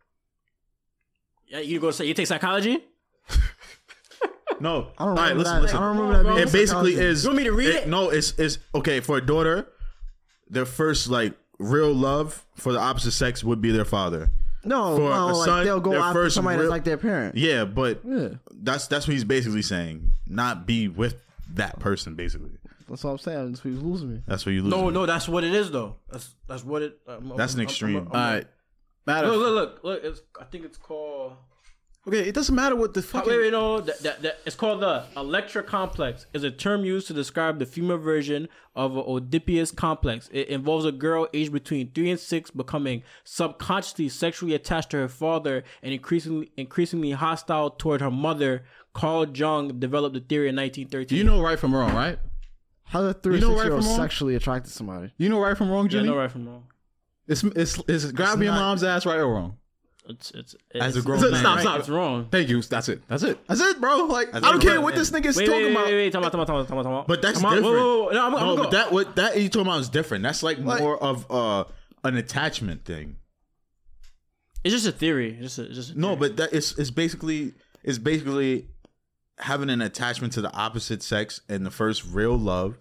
B: Yeah, you go say you take psychology?
D: No.
C: I don't
D: All right,
C: remember
D: listen,
C: that.
D: listen.
C: I don't remember that.
B: Bro,
C: being
D: it basically
C: psychology.
D: is.
B: You want me to read it?
D: No, it's it's okay for a daughter. Their first like real love for the opposite sex would be their father.
C: No,
D: for
C: no,
D: a
C: like
D: son,
C: they'll go
D: their
C: after
D: first
C: somebody
D: real-
C: that's like their parent.
D: Yeah, but
C: Yeah,
D: that's that's what he's basically saying. Not be with that person. Basically,
C: that's what I'm saying. This was losing me.
B: Oh,
D: that's what you lose.
B: No, no, that's what it is though. That's that's what it. I'm-
D: That's an
B: I'm-
D: extreme.
B: I'm-
A: All
B: I'm-
A: right. matter.
B: Look, look, look, look. It's, I think it's called.
A: Okay, it doesn't matter what the
B: Wait,
A: fucking.
B: wait, no. That, that, that, it's called the Electra complex. Is a term used to describe the female version of an Oedipus complex. It involves a girl aged between three and six becoming subconsciously sexually attached to her father and increasingly increasingly hostile toward her mother. Carl Jung developed the theory in 1913.
A: You know right from wrong, right?
C: How the three
A: You know
C: six year
A: right
C: old
A: from wrong?
C: sexually attracted to somebody?
A: You know right from wrong,
B: yeah, I
A: Jimmy.
B: know right from wrong.
A: It's it's it's grab your
D: not-
A: mom's ass right or wrong.
B: It's it's
D: As
B: it's,
D: a grown
B: it's,
D: man,
B: stop,
D: right?
B: stop. It's wrong.
A: Thank you. That's it. That's it. That's it, bro. Like I
D: As a
A: don't care
D: grown
A: what this nigga's
B: Wait,
A: talking
B: wait,
A: about.
B: wait, wait, Time out, time out, time out, time out, time out.
D: But that's
B: Time out.
D: different.
B: Whoa, whoa, whoa. No, I'm,
D: no,
B: I'm
D: but
B: going.
D: that what that you talking about is different. That's like
A: Like-
D: more of uh an attachment thing.
B: It's just a theory. It's just a, it's just a
D: No,
B: theory.
D: but that is it's basically it's basically having an attachment to the opposite sex and the first real love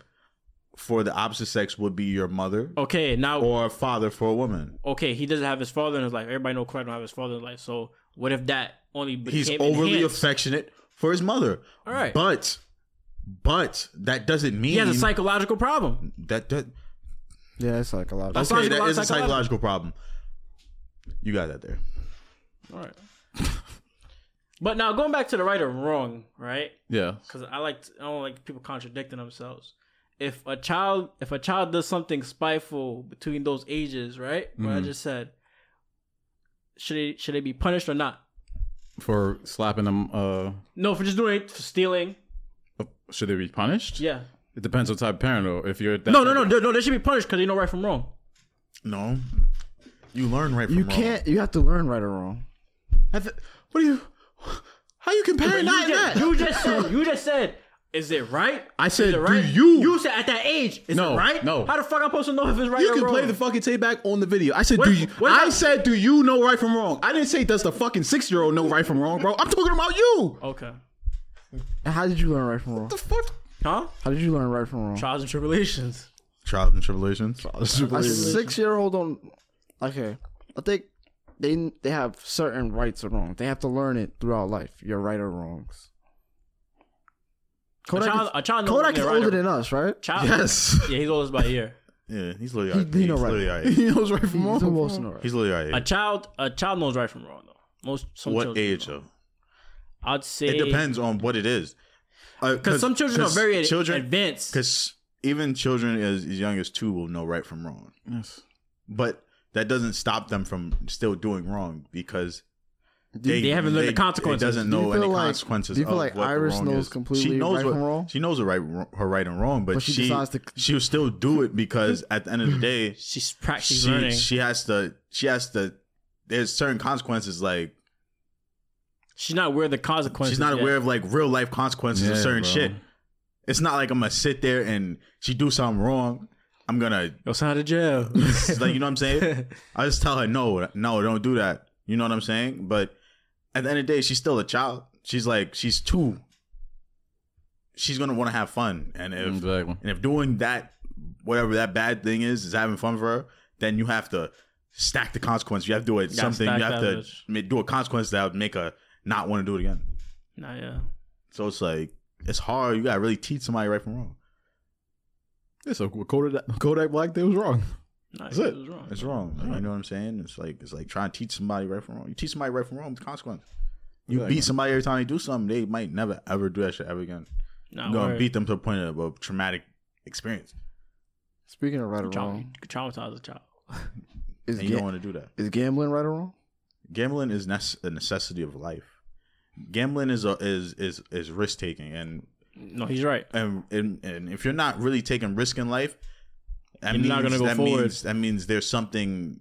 D: for the opposite sex would be your mother
B: okay. Now
D: or father for a woman.
B: okay, he doesn't have his father in his life. Everybody know Clyde don't have his father in his life. So what if that only became
D: He's overly
B: enhanced?
D: affectionate for his mother.
B: All right.
D: But but that doesn't mean
B: He has a psychological problem.
D: that that
C: Yeah, it's like a lot of
B: That's-
D: okay,
B: Psychological-
D: that is a
B: psychological-
D: psychological problem. You got that there.
B: All right. but now going back to the right or wrong, right?
A: Yeah.
B: Because I like to, I don't like people contradicting themselves. If a child if a child does something spiteful between those ages, right? What I
D: Mm-hmm.
A: Mhm.
B: just said, should they should they be punished or not?
A: For slapping them, uh,
B: No, for just doing it for stealing.
A: should they be punished?
B: Yeah.
A: It depends on type of parent. Or if you're that
B: No, no, no, no, no. They should be punished because they know right from wrong.
D: No. You learn right from
C: You
D: wrong.
C: can't. You have to learn right or wrong.
A: I th- what are you? How you comparing
B: you,
A: that and
B: just,
A: that?
B: you just said. You just said. Is it right?
A: I said,
B: Is it
A: do
B: right?
A: you-
B: You said at that age. Is
A: No,
B: it right?
A: no.
B: How the fuck I'm supposed to know if it's right
A: You
B: or
A: can
B: wrong?
A: play the fucking tape back on the video. I said,
B: What-
A: do you?
B: what-
A: I said, do you know right from wrong? I didn't say does the fucking six year old know right from wrong, bro. I'm talking about you.
B: okay.
C: And how did you learn right from wrong?
A: the fuck?
B: Huh?
C: How did you learn right from wrong?
B: Trials and tribulations.
D: Trials and tribulations.
A: Oh,
C: A six year old on. Okay, I think they they have certain rights or wrongs. They have to learn it throughout life. Your right or wrongs.
B: A
C: Kodak,
B: child,
C: is,
B: a child knows
C: Kodak
B: when
C: is
B: they're right
C: older
B: or-
C: than us, right?
B: child.
A: Yes.
B: Yeah, he's oldest by a year.
D: Yeah, he's literally
C: He- he
D: he's
C: know right.
D: literally alright.
A: he knows right from
C: He's
A: wrong.
C: almost in the right.
D: He's literally
B: A
D: alright.
B: child, a child knows right from wrong though. Most some
D: What
B: children
D: age
B: know.
D: though?
B: I'd say
D: It depends on what it is. Uh,
B: because some children are very ad- advanced.
D: Because even children as, as young as two will know right from wrong,
A: Yes.
D: but that doesn't stop them from still doing wrong because
B: they haven't learned the
D: it
B: consequences.
D: doesn't
C: Do you
D: know
C: feel
D: any
C: like-
D: consequences.
C: do you feel
D: of
C: like
D: what the
C: Iris
D: wrong
C: knows
D: is.
C: completely
D: she knows
C: right
D: what,
C: from wrong?
D: She knows her right her right and wrong, but,
C: But she
D: she
C: decides to-
D: she'll still do it because at the end of the day,
B: she's practicing
D: she
B: learning.
D: she has to she has to. There's certain consequences like
B: she's not aware of the consequences.
D: She's not
B: yet.
D: aware of like real life consequences of
A: Yeah,
D: certain
A: bro.
D: shit. It's not like I'm gonna sit there and she do something wrong. I'm gonna
B: Yo, sign to jail.
D: it's like you know what I'm saying. I just tell her no, no, don't do that. You know what I'm saying. But at the end of the day, she's still a child. She's like she's two. She's gonna want to have fun, and if
B: Mm.
A: Exactly.
D: and if doing that, whatever that bad thing is, is having fun for her, then you have to stack the consequence. You have to do it
B: gotta
D: something.
B: stack
D: You have
B: that
D: to
B: bitch.
D: ma- do a consequence that would make her not want to do it again.
B: nah, yeah.
D: So it's like it's hard. You gotta really teach somebody right from wrong.
A: Yeah, so Kodak, Kodak Black did was wrong.
B: Nah,
D: That's
B: it
D: it.
B: was wrong.
D: It's wrong. Like, You know what I'm saying? It's like it's like trying to teach somebody right from wrong. You teach somebody right from wrong, it's consequence. You
A: Exactly.
D: beat somebody every time they do something, they might never ever do that shit ever again.
B: Nah,
D: You're gonna
B: Oh, word.
D: beat them to the point of a traumatic experience.
C: Speaking of right or
B: Trauma-
C: wrong,
B: traumatize a child.
C: is,
D: And you don't
C: ga-
D: want to do that.
C: is gambling right or wrong?
D: Gambling is nece- a necessity of life. Gambling is a, is is is risk taking and
B: No, he's right.
D: and, and and if you're not really taking risk in life, that
B: You're
D: means,
B: not gonna go
D: that
B: forward.
D: means that means there's something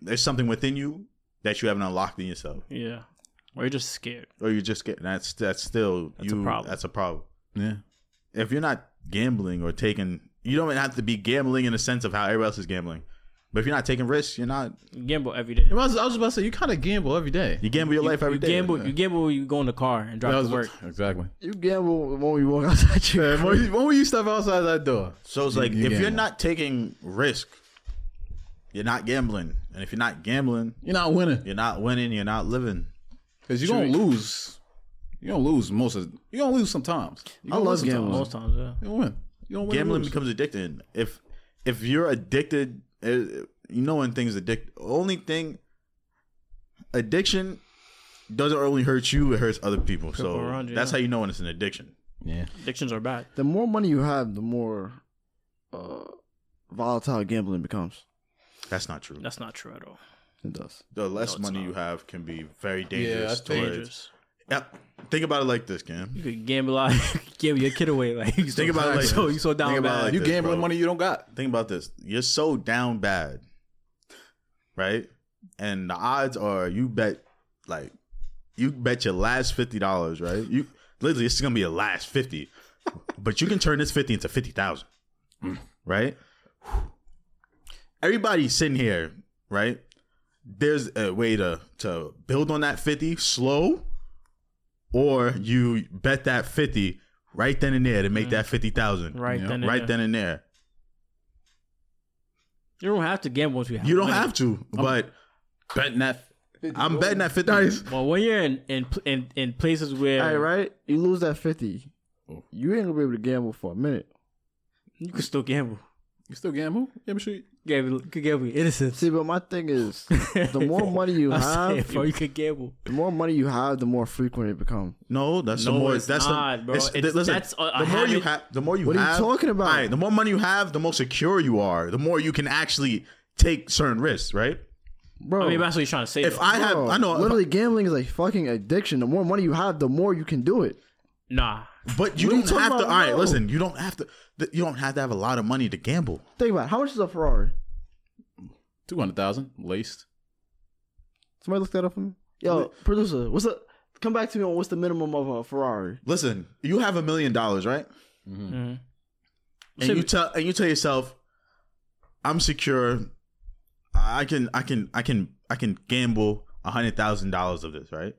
D: there's something within you that you haven't unlocked in yourself,
B: Yeah, or you're just scared.
D: or you're just getting that's that's still
B: That's a
D: you-
B: problem.
D: That's a problem.
A: Yeah.
D: If you're not gambling or taking, you don't have to be gambling in the sense of how everybody else is gambling. But if you're not taking risks, you're not
B: You gamble every day.
A: I was, I was about to say you kind of gamble every day.
D: you gamble your life
B: you
D: every day.
B: gamble. You gamble. when You go in the car and
A: That
B: drive
A: was
B: to work.
A: exactly.
C: You gamble when you walk outside your
A: Yeah, when, you, when you step outside that door,
D: So it's
A: You-
D: like
A: you
D: if you're
A: gamble.
D: not taking risk, you're not gambling, and if you're not gambling,
A: you're not winning.
D: you're not winning. You're not living.
A: Cause you're gonna lose. You're gonna lose most of. You're gonna lose sometimes. You're
C: I
A: gonna
C: love
A: lose sometimes.
C: gambling.
B: Most times, yeah.
A: You don't win. You don't win.
D: gambling
A: you lose.
D: becomes addicting. If if you're addicted, eh, you know when things addict. Only thing addiction doesn't only hurt you; it hurts other people. so
B: around you,
D: that's
B: yeah.
D: how you know when it's an addiction.
A: Yeah.
B: Addictions are bad.
C: The more money you have, the more uh, volatile gambling becomes.
D: That's not true.
B: That's not true at all.
C: It does.
D: the less
B: No, it's
D: money
B: not.
D: you have can be very dangerous.
A: that's
D: towards,
B: Dangerous.
D: Yeah, think about it like this, Cam.
B: You could gamble out, gamble your kid away. Like you so,
D: Think about it like
B: so
D: this.
B: you so down
D: Think about
B: bad.
D: it like
A: you
D: this,
A: gambling
D: bro.
A: money you don't got.
D: Think about this: you're so down bad, right? And the odds are you bet like you bet your last fifty dollars, right? You literally this is gonna be your last fifty, but you can turn this fifty into fifty thousand, right? Everybody sitting here, right? There's a way to to build on that fifty slow, or you bet that fifty right then and there to make that fifty thousand
B: Mm. right
A: Yeah.
B: then. And
D: right
B: there.
D: then and there.
B: you don't have to gamble if you have.
D: You don't
B: money.
D: have to, but
A: Betting that.
D: I'm betting that fifty.
B: Well, when you're in in pl- in, in places where
C: All right, right? You lose that 50. You ain't going to be able to gamble for a minute.
B: you can still gamble.
A: You still gamble? Yeah, but sure.
B: Gamble, you could gamble your innocence.
C: See, but my thing is, the more money you
B: I'm saying,
C: have,
B: bro, you could gamble.
C: the more money you have, the more frequent it becomes.
D: No, that's the
B: No,
D: more.
B: it's
D: that's
B: not,
D: the,
B: bro.
D: It's,
B: It's-
D: listen,
B: that's a-
D: the
B: a
D: more you
B: habit.
D: have, the more you
C: What are you
D: have-
C: talking about?
D: Alright, the more money you have, the more secure you are. The more you can actually take certain risks, right?
C: Bro,
B: I mean, that's what you're trying to say.
D: If
B: though.
D: I have,
C: bro,
D: I know, if I-
C: Literally, gambling is like fucking addiction. The more money you have, the more you can do it.
B: nah,
D: but you
C: What are you
D: don't
C: talking
D: have to.
C: about?
D: All right,
C: No.
D: listen, you don't have to. th- You don't have to have a lot of money to gamble.
C: Think about it. How much is a Ferrari?
A: 200,000 laced.
C: Somebody look that up for me. Yo, producer, what's up? Come back to me on what's the minimum of a Ferrari.
D: Listen, you have a million dollars, right?
B: Mhm.
D: and you tell and you tell yourself, "I'm secure. I can I can I can I can gamble a hundred thousand dollars of this." Right?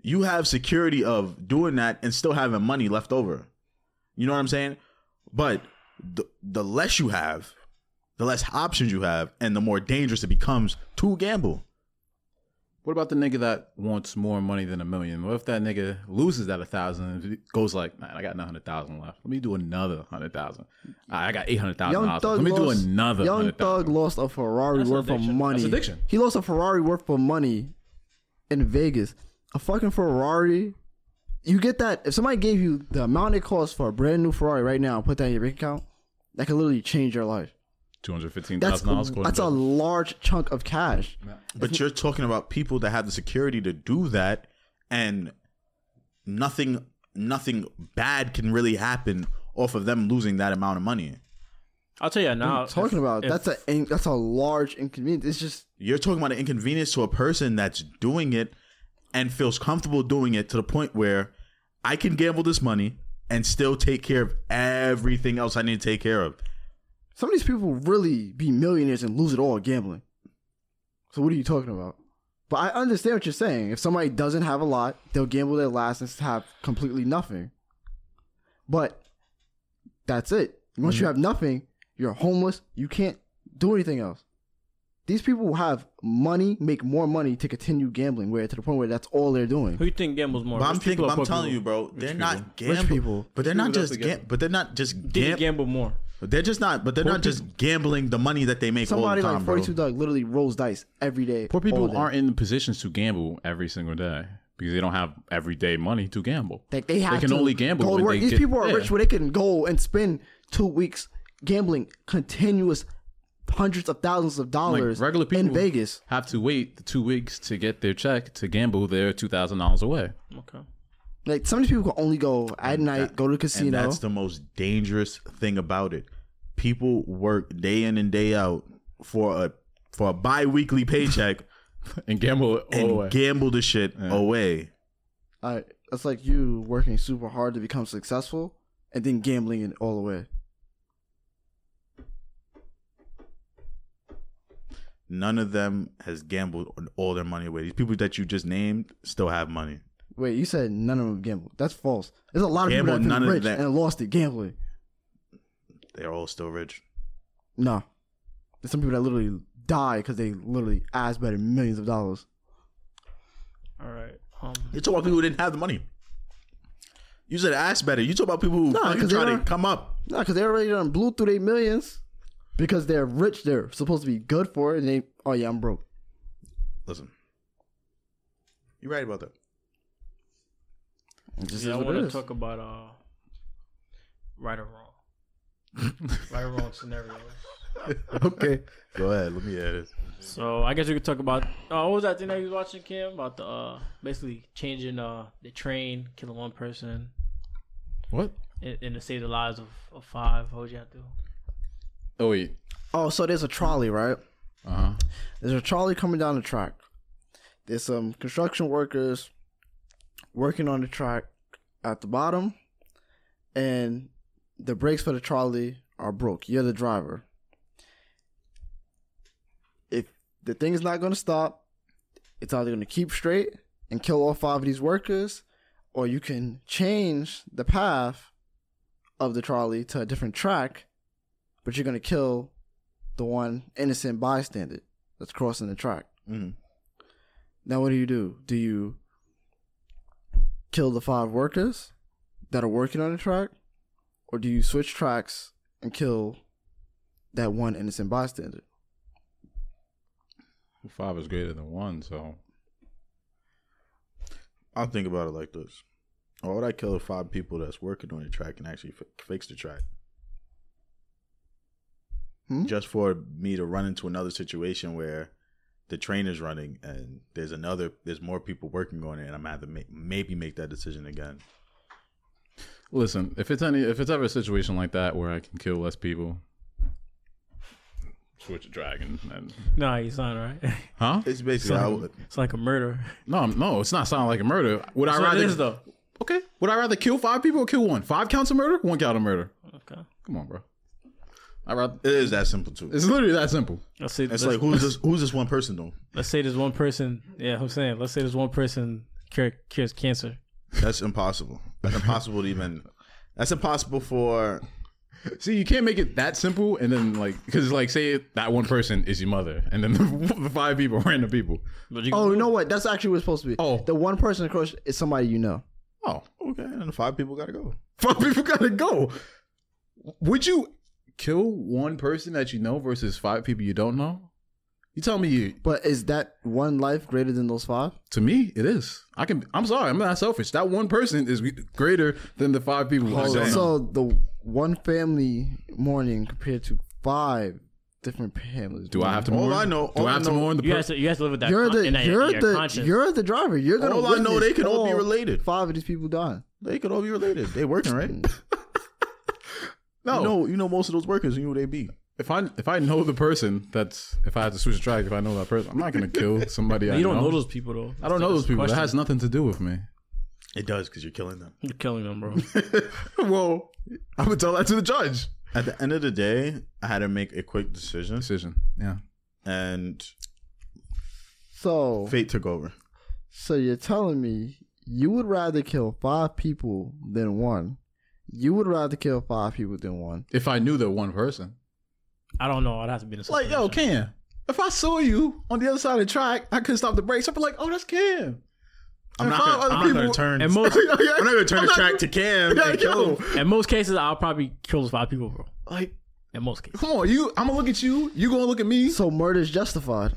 D: You have security of doing that and still having money left over. You know what I'm saying? But the the less you have, the less options you have, and the more dangerous it becomes to gamble.
A: What about the nigga that wants more money than a million? What if that nigga loses that a thousand and he goes like, man, I got nine hundred thousand left. Let me do another hundred thousand. I got eight hundred thousand dollars. Let me
C: lost-
A: do another.
C: Young Thug
A: 100,000."
C: lost a Ferrari
B: That's
C: worth of
B: addiction.
C: money.
A: That's addiction.
C: He lost a Ferrari worth of money in Vegas. A fucking Ferrari. You get that if somebody gave you the amount it costs for a brand new Ferrari right now and put that in your bank account, that could literally change your life.
A: Two hundred fifteen
C: That's
A: thousand dollars.
C: that's a large chunk of cash.
D: But you're talking about people that have the security to do that, and nothing nothing bad can really happen off of them losing that amount of money.
B: I'll tell you now.
C: Talking
B: if-
C: about
B: if-
C: that's a in- that's a large inconvenience. It's just
D: You're talking about an inconvenience to a person that's doing it and feels comfortable doing it to the point where I can gamble this money and still take care of everything else I need to take care of.
C: some of these people really be millionaires and lose it all gambling. So what are you talking about? But I understand what you're saying. If somebody doesn't have a lot, they'll gamble their last and have completely nothing. But that's it. Once you have nothing, you're homeless. You can't do anything else. These people will have money, make more money to continue gambling, where to the point where that's all they're doing.
B: who you think gambles more?
D: But I'm
B: Rich people
D: thinking,
B: or
D: I'm
B: poor
D: telling
B: people?
D: you, bro, they're not gambling.
C: people.
D: But they're not
A: People
D: just
A: definitely
D: gam- but they're not just
B: Think they
D: gam-
B: gamble more.
D: They're just not, but they're not just gambling the money that they make
C: Somebody
D: all the time,
C: like 42
D: bro.
C: Doug literally rolls dice every day.
A: Poor
C: all
A: people
C: day.
A: aren't in positions to gamble every single day because they don't have everyday money to gamble.
C: Like they have
A: can
C: to
A: only gamble
C: Go to
A: when
C: work.
A: they
C: These
A: get-
C: people are
A: yeah.
C: rich where they can go and spend two weeks gambling continuous hundreds of thousands of dollars
A: Like regular people
C: in Vegas.
A: have to wait the two weeks to get their check to gamble their two thousand dollars away.
B: Okay.
C: Like some of these people can only go at night, go to the
D: And
C: casino.
D: that's the most dangerous thing about it. People work day in and day out for a for a bi-weekly paycheck
A: And gamble it all
D: and
A: away.
D: gamble the shit away.
C: Alright, that's like you working super hard to become successful and then gambling it all away.
D: None of them has gambled on all their money away. These people that you just named still have money.
C: Wait, you said none of them gambled. That's false. There's a lot of
D: Gamble,
C: people that
D: none of
C: have been rich
D: that.
C: and lost it gambling.
D: They're all still rich.
C: No, there's some people that literally die because they literally ass betted millions of dollars.
B: All right. Um,
D: You talk about people who didn't have the money. You said ass better. You talk about people who
C: Nah,
D: fucking
C: 'cause they
D: try to
C: don't-
D: come up.
C: No, because they already done blew through their millions because they're rich. They're supposed to be good for it. And they, oh yeah, I'm broke.
D: Listen, You're right about that.
C: It just
B: Yeah, I
C: is what
B: want
C: it
B: to
C: is.
B: talk about uh, right or wrong, right or wrong scenarios.
D: okay. Go ahead. Let me add this.
B: So I guess we could talk about uh, what was that thing that you was watching, Kim? About the uh, basically changing uh, the train, killing one person,
D: What?
B: and, and to save the lives of, of five. What would you have to do?
A: Oh wait.
C: Oh, so there's a trolley, right?
A: Uh huh.
C: There's a trolley coming down the track. There's some construction workers working on the track at the bottom, and the brakes for the trolley are broke. You're the driver. If the thing is not going to stop, it's either going to keep straight and kill all five of these workers, or you can change the path of the trolley to a different track, but you're going to kill the one innocent bystander that's crossing the track.
D: Mm.
C: Now, what do you do? Do you kill the five workers that are working on the track, or do you switch tracks and kill that one innocent bystander?
A: Five is greater than one, so
D: I'll think about it like this. Why would I kill the five people that's working on the track and actually fi- fix the track?
C: Hmm?
D: Just for me to run into another situation where the train is running and there's another, there's more people working on it, and I'm gonna have to make, maybe make that decision again.
A: listen. If it's any, if it's ever a situation like that where I can kill less people, switch a dragon. And,
B: Nah, he's not right.
A: huh?
D: It's basically I would-
B: it's like a murder.
A: No, I'm- no. It's not sounding like a murder. Would I
B: That's what
A: rather?
B: it is though.
A: Okay. Would I rather kill five people or kill one? Five counts of murder. One count of murder.
B: Okay,
A: Come on, bro. I rather.
D: it is that simple too. It's,
A: It's literally that simple.
B: let's say let's,
D: like who's this? Who's this one person though?
B: let's say there's one person. Yeah, I'm saying let's say there's one person cure, cures cancer.
D: That's impossible. That's impossible to even. That's impossible for
A: See, you can't make it that simple, and then like, because like, say that one person is your mother, and then the, five people, are random people.
B: But you
C: Oh, you know what? That's actually what's supposed to be.
A: Oh.
C: The one person across is somebody you know.
A: Oh,
D: okay, and the five people gotta go.
A: five people gotta go. Would you kill one person that you know versus five people you don't know? You tell me. You,
C: But is that one life greater than those five?
A: to me, it is. I can. I'm sorry. I'm not selfish. That one person is greater than the five people. I don't know.
C: so the one family mourning compared to five different families.
A: Do I have to
D: All
A: mourn?
D: I know-
A: Do
D: all
A: I
D: I
A: have to
D: know-
A: mourn the
B: you
A: person?
B: guys you guys live with that.
C: You're
B: con-
C: the
B: in that- in
C: you're
B: your
C: the
B: conscience.
C: you're the driver. You're gonna.
D: All I know,
C: witness
D: they can all be
C: all
D: related.
C: Five of these people dying.
D: They could all be related. They working right.
C: Mm.
A: No.
D: you know, you know most of those workers. You know who they be.
A: If I if I know the person that's if I had to switch a track, if I know that person, I'm not gonna kill somebody. I
B: You don't know those people though.
A: I don't know those people. That
B: Question.
A: has nothing to do with me.
D: It does because you're killing them.
B: You're killing them, bro.
A: well, I would tell that to the judge.
D: At the end of the day, I had to make a quick decision,
A: Decision. Yeah.
D: and
C: So
D: fate took over.
C: So you're telling me you would rather kill five people than one? You would rather kill five people than one?
A: If I knew the one person,
B: I don't know. I'd have to be in a
A: like yo,
B: situation.
A: Cam. If I saw you on the other side of the track, I couldn't stop the brakes. I'd be like, oh, that's Cam.
D: I'm
A: And
D: not.
A: five
D: Gonna,
A: other
D: I'm not gonna
A: people-
D: turn.
B: And most
D: I'm not gonna turn the track to Cam.
A: Yeah,
D: and
A: yo.
D: kill him.
B: in most cases, I'll probably kill those five people, bro.
A: Like,
B: In most cases,
A: come on, you. I'm gonna look at you. You gonna look at me.
C: So murder's justified.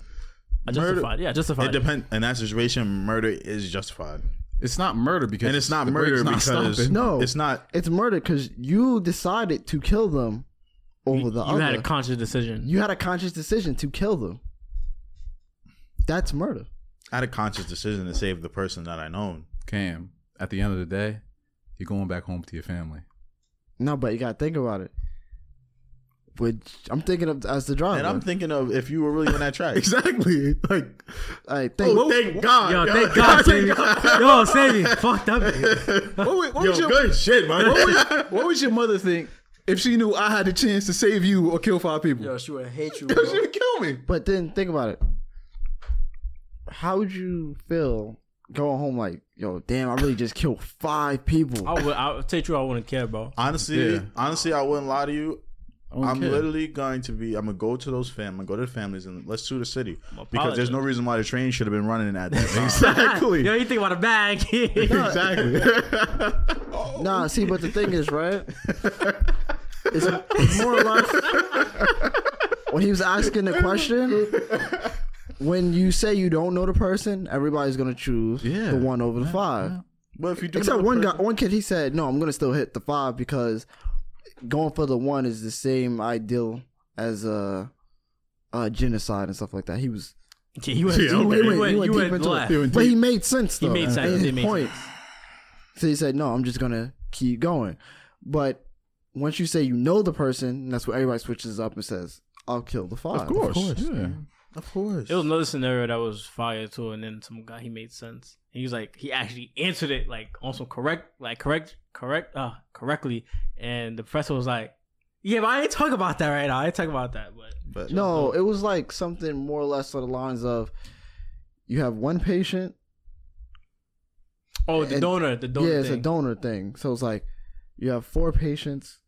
B: I
D: Murder-
B: justified. Yeah, justified.
D: It depends. In that situation, murder is justified,
A: It's not murder because
D: and it's not
A: the
D: murder
A: brakes not
D: because
A: stopping.
C: No.
D: it's not.
C: It's murder because you decided to kill them over
B: you,
C: the
B: you
C: other.
B: had a conscious decision.
C: you had a conscious decision to kill them. That's murder.
D: I had a conscious decision to save the person that I known.
A: Cam. At the end of the day, you're going back home to your family.
C: No, but you gotta think about it. Which I'm thinking of as the driver.
D: And I'm thinking of if you were really on that track.
A: Exactly. Like,
C: All right, think.
D: thank God.
B: Yo, thank God, Sammy. Yo, Sammy, fucked up.
A: what would, what
D: Yo,
A: would your,
D: good shit, man.
A: what would, what would your mother think if she knew I had the chance to save you or kill five people?
B: she would hate you.
A: she would kill me.
C: But then think about it. How would you feel going home like, yo, damn, I really just killed five people?
B: I would. I would tell you, I wouldn't care, bro.
D: Honestly,
A: Yeah.
D: honestly, I wouldn't lie to you.
A: I wouldn't
D: I'm
A: care.
D: literally going to be. I'm gonna go to those fam. I'm gonna go to the families and let's sue the city because
B: apologize.
D: there's no reason why the train should have been running at that time.
A: exactly.
B: Yo, you think about a bag?
A: exactly. Oh.
C: Nah, see, but the thing is, right? It's, it's more or less when he was asking the question. when you say you don't know the person, everybody's gonna choose
A: Yeah.
C: the one over the five.
D: But if you do
C: Except
D: know
C: one
D: the
C: guy, one kid, he said, "No, I'm gonna still hit the five because going for the one is the same ideal as uh, uh genocide and stuff like that." He was,
B: Yeah, you went,
D: Yeah,
B: you
D: okay.
B: went,
D: You
B: you
C: went-
B: went,
C: you
B: you
C: went deep
B: went
C: into it.
B: left.
A: You went
C: but he
A: deep.
C: made sense
B: He
C: though.
B: made
C: and
B: sense.
C: his
B: It made
C: point.
B: sense.
C: So he said, "No, I'm just gonna keep going." But once you say you know the person, that's what everybody switches up and says, "I'll kill the five.
A: Of course. yeah.
D: Of course.
B: It was another scenario that was fire too, and then some guy he made sense. He was like he actually answered it like on some correct like correct correct uh correctly, and the professor was like, "Yeah, but I ain't talking about that right now. I ain't talking about that." But uh-huh.
D: But
C: No, it was like something more or less on the lines of, "You have one patient."
B: oh, the
C: And-
B: donor, the donor.
C: yeah, it's a
B: thing.
C: donor thing. So it's like you have four patients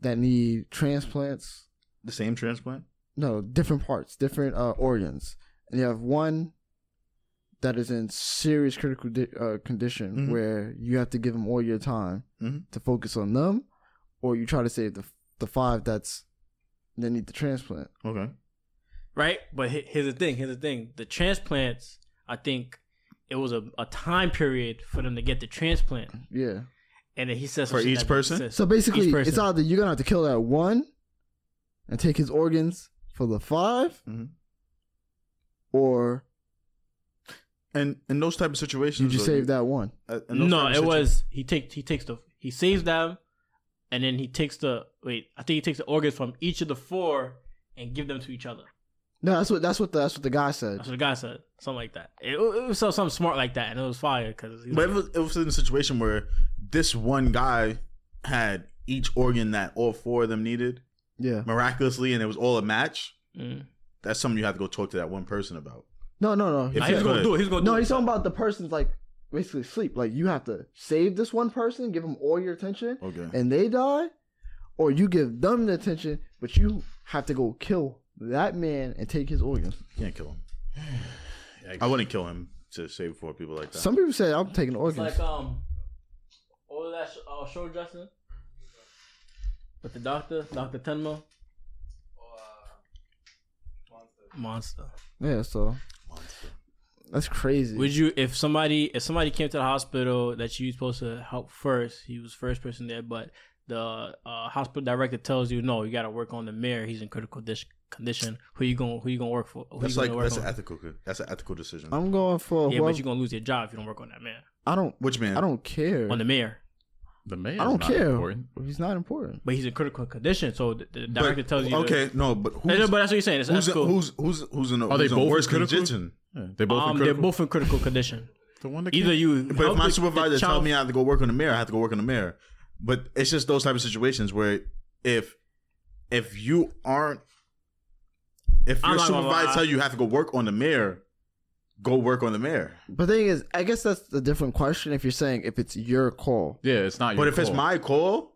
C: that need transplants.
D: the same transplant.
C: No, different parts, different uh, organs, and you have one that is in serious critical di- uh, condition
D: Mhm.
B: Mm-hmm.
C: where you have to give them all your time
D: Mhm.
C: to focus on them, or you try to save the the five that's that need the transplant.
D: Okay.
B: right? But he- here's the thing. Here's the thing. The transplants. I think it was a, a time period for them to get the transplant,
C: Yeah.
B: and then he says
D: For
B: some shit
D: each
B: that-
D: person?
B: says-
C: So basically,
B: Each person.
C: it's either you're gonna have to kill that one and take his organs for the 5
D: Mhm.
C: or
D: And in those type of situations,
C: you just
D: though,
C: save that one.
D: uh, in those
B: No,
D: type of
B: it
D: situ-
B: was he takes he takes the he saves them, and then he takes the wait. I think he takes the organs from each of the four and give them to each other.
C: No, that's what that's what the, that's what the guy said.
B: That's what the guy said. Something like that. It, it was so- something smart like that, and it was fire because
D: But it was, it was in a situation where this one guy had each organ that all four of them needed
C: Yeah.
D: miraculously, and it was all a match.
B: mm.
D: That's something you have to go talk to that one person about.
C: No, no, no.
D: If
B: he's
D: you
B: gonna
D: could-
B: do it. He's gonna
C: no,
B: do
C: he's
B: it.
C: talking about the person's like basically sleep. Like you have to save this one person, give them all your attention,
D: Okay.
C: and they die, or you give them the attention, but you have to go kill that man and take his organs.
D: Can't kill him. I wouldn't kill him to save four people like that.
C: Some people say I'm taking
B: It's
C: organs.
B: like um, all of that sh- uh, show Justin, but the doctor, Doctor Tenma, Uh, monster.
C: yeah, so that's crazy.
B: Would you if somebody if somebody came to the hospital that you supposed to help first, he was first person there, but the uh, hospital director tells you no, you got to work on the mayor. He's in critical dis- condition. Who you going to who you going to work for? Who
D: that's
B: you gonna
D: like
B: work
D: that's
B: on?
D: an ethical that's an ethical decision.
C: I'm going for
B: yeah,
C: whoever-
B: but you're going to lose your job if you don't work on that man.
C: I don't.
D: Which man?
C: I don't care.
B: On the mayor.
A: The mayor.
C: I don't
A: not
C: care.
A: Important.
C: He's not important.
B: But he's in critical condition, so the, the
D: But-
B: director tells you to-
D: Okay, no, but
B: No,
D: who's,
B: no, but that's what you're saying. It's
D: who's,
B: ethical.
D: who's who's who's in a,
A: Are they
D: who's in
A: both in
D: worst
A: critical?
D: condition?
A: Yeah, they both.
B: um,
A: in
B: they're
A: critical-
B: both in critical condition.
A: The one that
B: Either
A: came-
B: you,
D: But if
B: help
D: my
B: the- the
D: supervisor tells
B: child-
D: me I have to go work on the mayor, I have to go work on the mayor. But it's just those type of situations where if if you aren't if
B: I'm
D: your
B: not gonna
D: supervisor
B: lie.
D: tells you you have to go work on the mayor, go work on the mayor.
C: But the thing is, I guess that's a different question. If you're saying if it's your call,
A: Yeah, it's not.
D: but
A: your
D: if it's
A: call.
D: my call,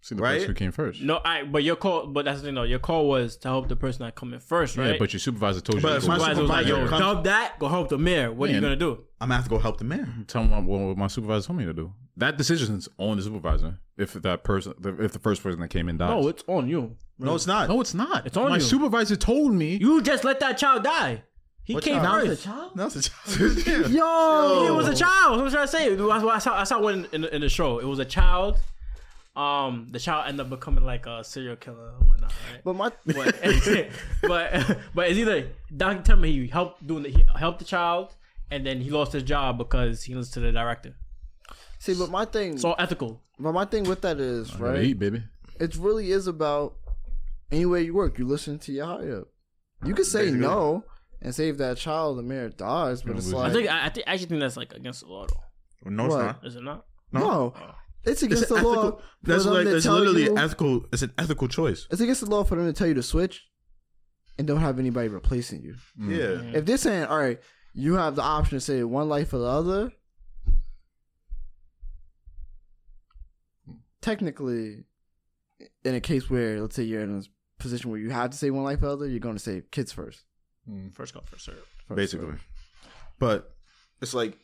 A: See the
D: right?
A: person who came first.
B: no, I. But your call, but that's the thing though. Your call was to help the person that come in first, right?
A: Yeah, but your supervisor told you.
D: But
A: to
D: if
A: go
D: my
A: work
B: supervisor was like,
A: there.
B: "Yo,
D: Come-
B: dub that, go help the mayor. What are
A: Yeah.
B: you gonna do?"
D: I'm gonna have to go help the mayor.
A: tell them what my supervisor told me to do. That decision's on the supervisor. If that person, if the first person that came in dies.
B: No, it's on you.
D: No, it's not.
A: no, it's not.
B: It's on
A: my
B: you.
A: supervisor told me.
B: You just let that child die. He
D: What
B: came
D: child?
B: first.
D: No, it's a child. Yeah.
C: yo,
B: It was a child. What was I saying? That's what I saw. I saw one in, in the show. It was a child. Um, the child ended up becoming like a serial killer and whatnot. Right?
C: But my
B: but but but it's either Doctor Timmer he helped doing the, he helped the child and then he lost his job because he listened to the director.
C: see, but my thing,
B: It's all ethical.
C: but my thing with that is
A: Gotta
C: right.
A: eat, baby.
C: It really is about any way you work. You listen to your higher up. You could say
D: Basically.
C: no and save that child. The mayor dies, but
A: Yeah,
C: it's
A: we-
C: like
B: I think I, I think I actually think that's like against the law. Though.
D: No, it's
C: What?
D: not.
B: Is it not?
C: no, it's
D: It's
C: against
D: an
C: the law.
D: ethical-
C: for
D: That's
C: them
D: like
C: to
D: it's
C: tell
D: literally
C: you-
D: ethical. It's an ethical choice.
C: It's against the law for them to tell you to switch and don't have anybody replacing you.
D: Yeah.
C: If they're saying, all right, you have the option to save one life or the other, technically, in a case where, let's say, you're in a position where you have to save one life or the other, you're going to save kids first.
B: First come, first serve.
C: first,
D: basically. But it's like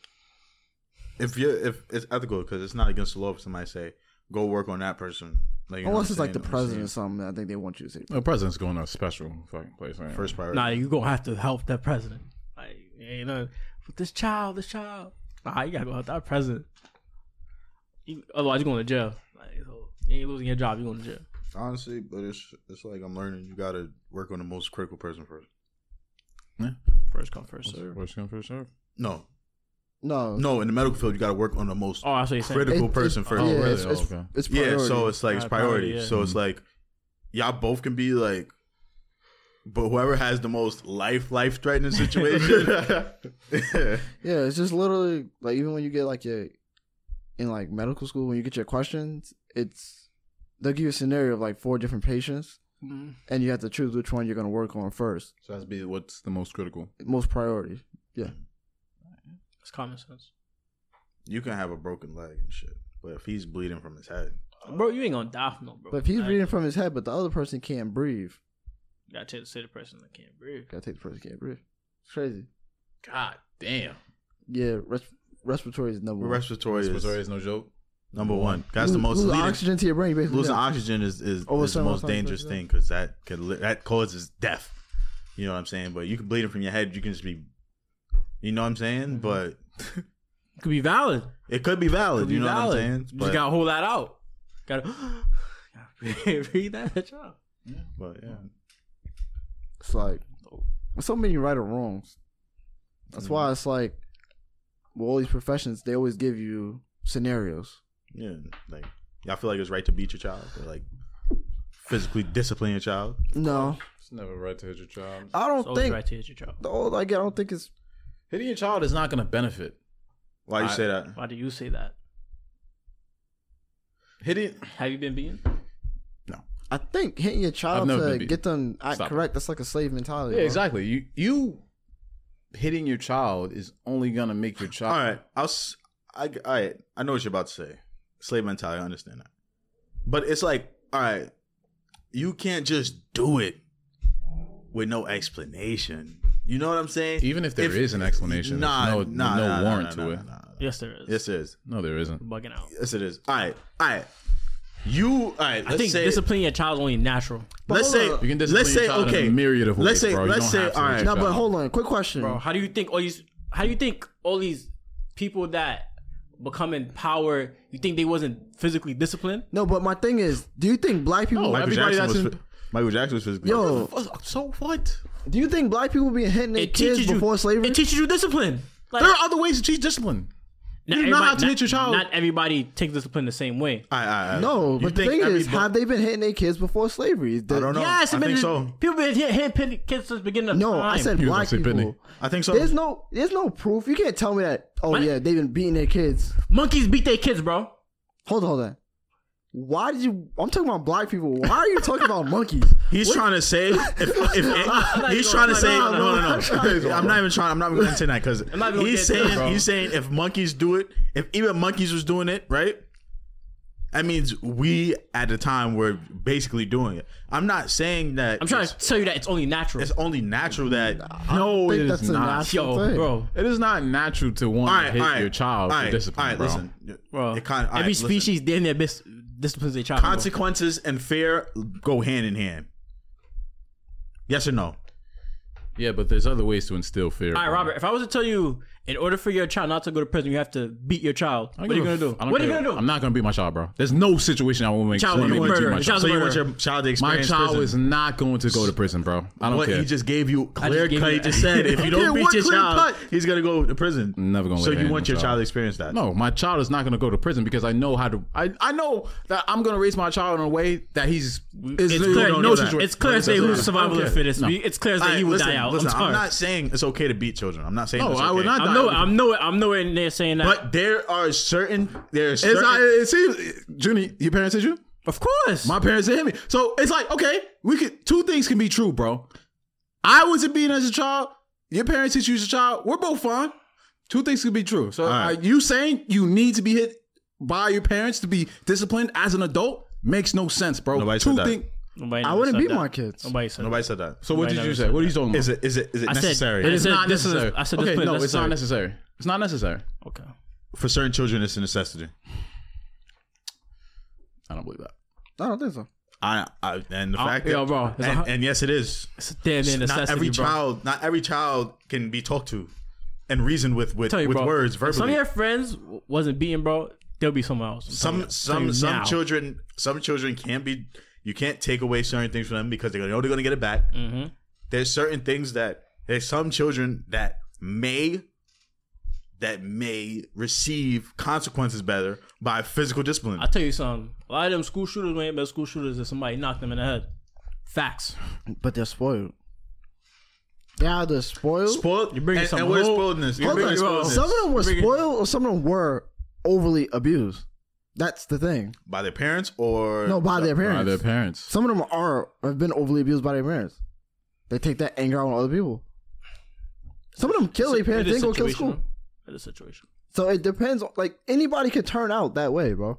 D: if you are if it's ethical because it's not against the law if somebody say go work on that person Like, you know
C: Unless
D: what
C: it's
D: I'm
C: like the
D: saying? I'm saying
C: president or something, I think they want you to say.
A: The president's going to a special fucking place. Right?
D: First priority.
B: Nah, you gonna have to help that president. Like, you know, with this child, this child. Nah, you gotta go help that president. You, otherwise, you're going to jail. Like, so you ain't losing your job. You're going to jail.
D: Honestly, but it's it's like I'm learning. You gotta work on the most critical person first.
B: First come, first
A: First-
B: serve.
A: first come, first serve.
D: No,
C: No,
D: no. In the medical field, you gotta work on the most
B: Oh, I see what you're saying.
D: critical
C: It- it-
D: person first.
C: Yeah,
A: Oh, really?
C: it's, it's,
A: Oh, okay.
C: it's
D: Yeah,
C: priority.
D: so it's like it's
B: Uh, priority,
D: priority.
B: yeah.
D: So it's like y'all both can be like, but whoever has the most life life threatening situation.
C: yeah, it's just literally like even when you get like your in like medical school when you get your questions, it's they'll give you a scenario of like four different patients,
B: Mhm.
C: and you have to choose which one you're gonna work on first,
A: So that's be what's the most critical.
C: most priority.
B: It's common sense.
D: you can have a broken leg and shit, but if he's bleeding from his head,
B: Bro, you ain't going to die from no, bro.
C: But if he's
B: Like,
C: reading from his head, but the other person can't breathe,
B: you gotta take the city person that can't breathe.
C: gotta take the person who can't breathe. It's crazy.
B: God damn.
C: Yeah, res- respiratory is number one.
D: respiratory,
A: Respiratory
D: is
A: is no joke.
D: number one. That's the
C: Lose-
D: most
C: lose
D: leading,
C: oxygen to your brain. Basically,
D: losing
C: yeah.
D: oxygen is is,
C: Oh,
D: is the
C: someone
D: most
C: sounds like
D: dangerous
C: that.
D: thing because that could li- that causes death. You know what I'm saying? But you can bleed it from your head. You can just be, you know what I'm saying?
C: Mm-hmm.
D: But
B: Could be valid.
D: it could be valid.
B: Could be
D: you know
B: valid.
D: what I'm saying?
B: You
D: But,
B: just gotta hold that out. Gotta, gotta breathe that out.
D: but yeah,
C: It's like there's so many right or wrongs. That's why it's like, well, all these professions they always give you scenarios.
D: yeah, like y'all feel like it's right to beat your child or like physically discipline your child.
C: No,
A: It's never right to hit your child.
C: I don't
B: It's always
C: think.
B: right to hit your child.
C: the old- like, I don't think it's.
A: Hitting your child is not going to benefit.
D: Why you
A: I-
D: say that?
B: Why do you say that?
A: Hitting.
B: Have you been beaten?
C: I think hitting your
A: I've
C: child
A: never been
C: to
A: beat.
C: get them act
A: Stop.
C: correct. That's like a slave mentality.
A: Yeah,
C: bro.
A: exactly. You you hitting your child is only going to make your
D: All
A: child.
D: right, I'll. s- I all right. I know what you're about to say. Slave mentality. I understand that, but it's like, all right, you can't just do it with no explanation. You know what I'm saying?
A: Even if there is an explanation, there's no, no warrant to it.
D: nah, nah.
B: Yes, there is.
D: Yes, it is.
A: No, there isn't.
B: Bugging out.
D: Yes, it is. All right, all right. You all right? Let's
B: I think
D: say,
B: disciplining your child is only natural.
D: Let's say
A: You can discipline
D: let's
A: your
D: say
A: child in
D: okay.
A: a myriad of ways,
D: let's say
A: bro. You
D: let's
A: don't
D: say
A: have to
D: all
A: hit
D: right.
A: your
C: No, but
A: child.
C: hold on. Quick question.
B: Bro, how do you think all these? How do you think all these people that become in power? You think they wasn't physically disciplined?
C: No, but my thing is, do you think black people?
A: No,
D: Michael
A: Everybody
D: Jackson,
A: that's
D: was,
A: in-
D: Michael Jackson was physically.
C: Yo,
A: So what?
C: do you think black people being hitting their
B: It
C: kids
B: teaches you
C: before slavery?
B: It teaches you discipline. Like,
A: There are other ways to teach discipline.
B: not
A: you know
B: everybody-
A: how to hit your child.
B: Not everybody takes discipline the same way.
D: All right, all right, all right.
C: no,
D: You
C: but the
D: think
C: thing is,
D: everybody-
C: have they been hitting their kids before slavery?
D: I don't know.
B: yes,
D: I
B: I mean,
D: think so.
B: people been hit- hitting pit- kids since the beginning of
C: No,
B: time.
C: I said
A: He was
C: black
A: gonna say
C: people.
A: Benny.
D: I think so.
C: There's no, there's no proof. You can't tell me that. Oh
B: What?
C: yeah, they've been beating their kids.
B: monkeys beat their kids, bro.
C: Hold on, hold on. Why did you? I'm talking about black people. Why are you talking about monkeys?
D: He's trying to say if, if
B: not
D: he's
B: even
D: trying to
B: gonna-
D: say
B: no,
D: no
B: no,
D: no
B: no,
D: no. I'm not even trying. I'm not even going to say that because
B: not even gonna
D: he's
B: get into it, bro.
D: saying he's saying if monkeys do it, if even monkeys was doing it, right? That means we at the time were basically doing it. I'm not saying that.
B: I'm trying
D: It's,
B: to tell you that it's only natural.
D: it's only natural that
A: No,
C: I
A: it
C: think
A: is
C: that's a
A: not.
C: natural
B: Yo,
C: thing.
B: bro.
A: It is not natural to want
D: All
A: to
D: right,
A: hit
D: all right,
A: your child
D: all
A: for
D: right,
A: discipline,
D: all right,
A: bro.
D: Listen,
B: Bro,
D: It kind- all right,
B: every
D: listen.
B: species damn near bis- disciplines their child. bro.
D: consequences and fear go hand in hand. Yes or no?
A: Yeah, but there's other ways to instill fear.
B: All right,
A: bro.
B: Robert. If I was to tell you, in order for your child not to go to prison, you have to beat your child.
A: I
B: What are you gonna
A: give a
B: do?
A: f- I don't
B: What are you
A: care.
B: gonna do?
A: I'm not gonna beat my child, bro. There's no situation I will make.
B: Child
A: will make
B: will be
A: me beat
B: murdered.
A: my
B: The
A: child.
B: child's
D: So you
B: murder.
D: want your child to
A: My
D: experience
A: child
D: prison?
A: is not going to go to prison, bro. I don't
D: what
A: care.
D: he just gave you clear
B: gave
D: cut.
B: you
D: He
B: that.
D: just said if you
A: Okay,
D: don't beat
A: what
D: your
A: clear
D: child,
A: cut?
D: he's gonna go to prison.
A: Never gonna
D: So
A: let
D: you
A: him
D: want
A: in
D: your
A: jail.
D: child to experience that?
A: No, my child is not going to go to prison because I know how to. I, I know that I'm going to raise my child in a way that he's. Is,
B: It's
A: no-
B: clear.
A: no
B: no,
A: situation.
B: it's clear as day
A: No,
B: who's survival of the fittest.
A: No.
B: We- It's clear as
D: All
B: day
D: right,
B: he would
D: listen,
B: die out.
D: listen,
B: I'm
D: I'm,
B: sorry.
D: not saying it's okay to beat children. I'm not saying.
A: No,
D: it's
A: I would
D: okay.
A: not
B: I'm
A: die.
B: no, I'm nowhere. I'm nowhere near saying that.
D: But there are certain there are
A: It's
D: certain.
A: not, it seems, Junie, your parents hit you?
B: of course,
A: My parents didn't hit me. So it's like, okay, we could two things can be true, bro. I wasn't beaten as a child. Your parents hit you as a child. We're both fine. Two things could be true. So
D: right.
A: are you saying you need to be hit by your parents to be disciplined as an adult makes no sense, bro.
D: Nobody
A: two
D: said that.
A: thing-
B: Nobody
C: I
B: never
C: wouldn't
B: said
C: beat
B: that.
C: my kids.
B: Nobody said.
D: Nobody said that.
A: So what did
B: Nobody
A: you
B: never
A: say?
B: said
A: What are you
B: that.
A: talking about?
D: Is it is it is it
B: said-
D: necessary?
B: it
A: It's
B: said
A: not
B: this is a-
A: necessary.
B: I said this
A: okay,
B: put it
A: no, it's not
B: necessary.
A: necessary. It's not necessary.
B: that. Okay.
D: For certain children, it's a necessity.
A: I don't believe that.
C: I don't think so.
D: I, I and the
B: I-
D: fact
B: yo,
D: that,
B: bro, it's a
D: and,
B: hun-
D: and yes, it is.
B: It's a damn near necessity,
D: not every
B: bro.
D: child, not every child can be talked to and reasoned with with,
B: Tell you,
D: with
B: bro,
D: words
B: if Some of
D: verbally.
B: your friends w- wasn't beaten, bro. They'll be somewhere else. I'm telling you-
D: Some
B: I'm telling
D: some
B: you
D: some
B: now.
D: children some children can be. You can't take away certain things from them because they know they're going to get it back.
B: Mhm.
D: There's certain things that there's some children that may that may receive consequences better by physical discipline.
B: I tell you something. A lot of them school shooters when ain't been school shooters if somebody knocked them in the head. Facts.
C: But they're spoiled. They're either spoiled.
D: spoiled.
B: You bringing
D: and,
B: some
D: and where's
B: hope.
D: spoiledness?
B: You
D: You're
C: Hold
B: bringing
D: bringing
C: on.
B: spoiled.
D: spoiledness
C: Some of them were
B: Bring it-
C: spoiled, or some of them were overly abused. That's the thing.
D: by their parents or
C: No, by their parents.
A: by their parents.
C: Some of them are have been overly abused by their parents. They take that anger out on other people. Some of them kill their parents.
B: It is
C: They go kill
B: situational.
C: school.
B: It is situation.
C: So it depends. on- Like anybody could turn out that way, bro.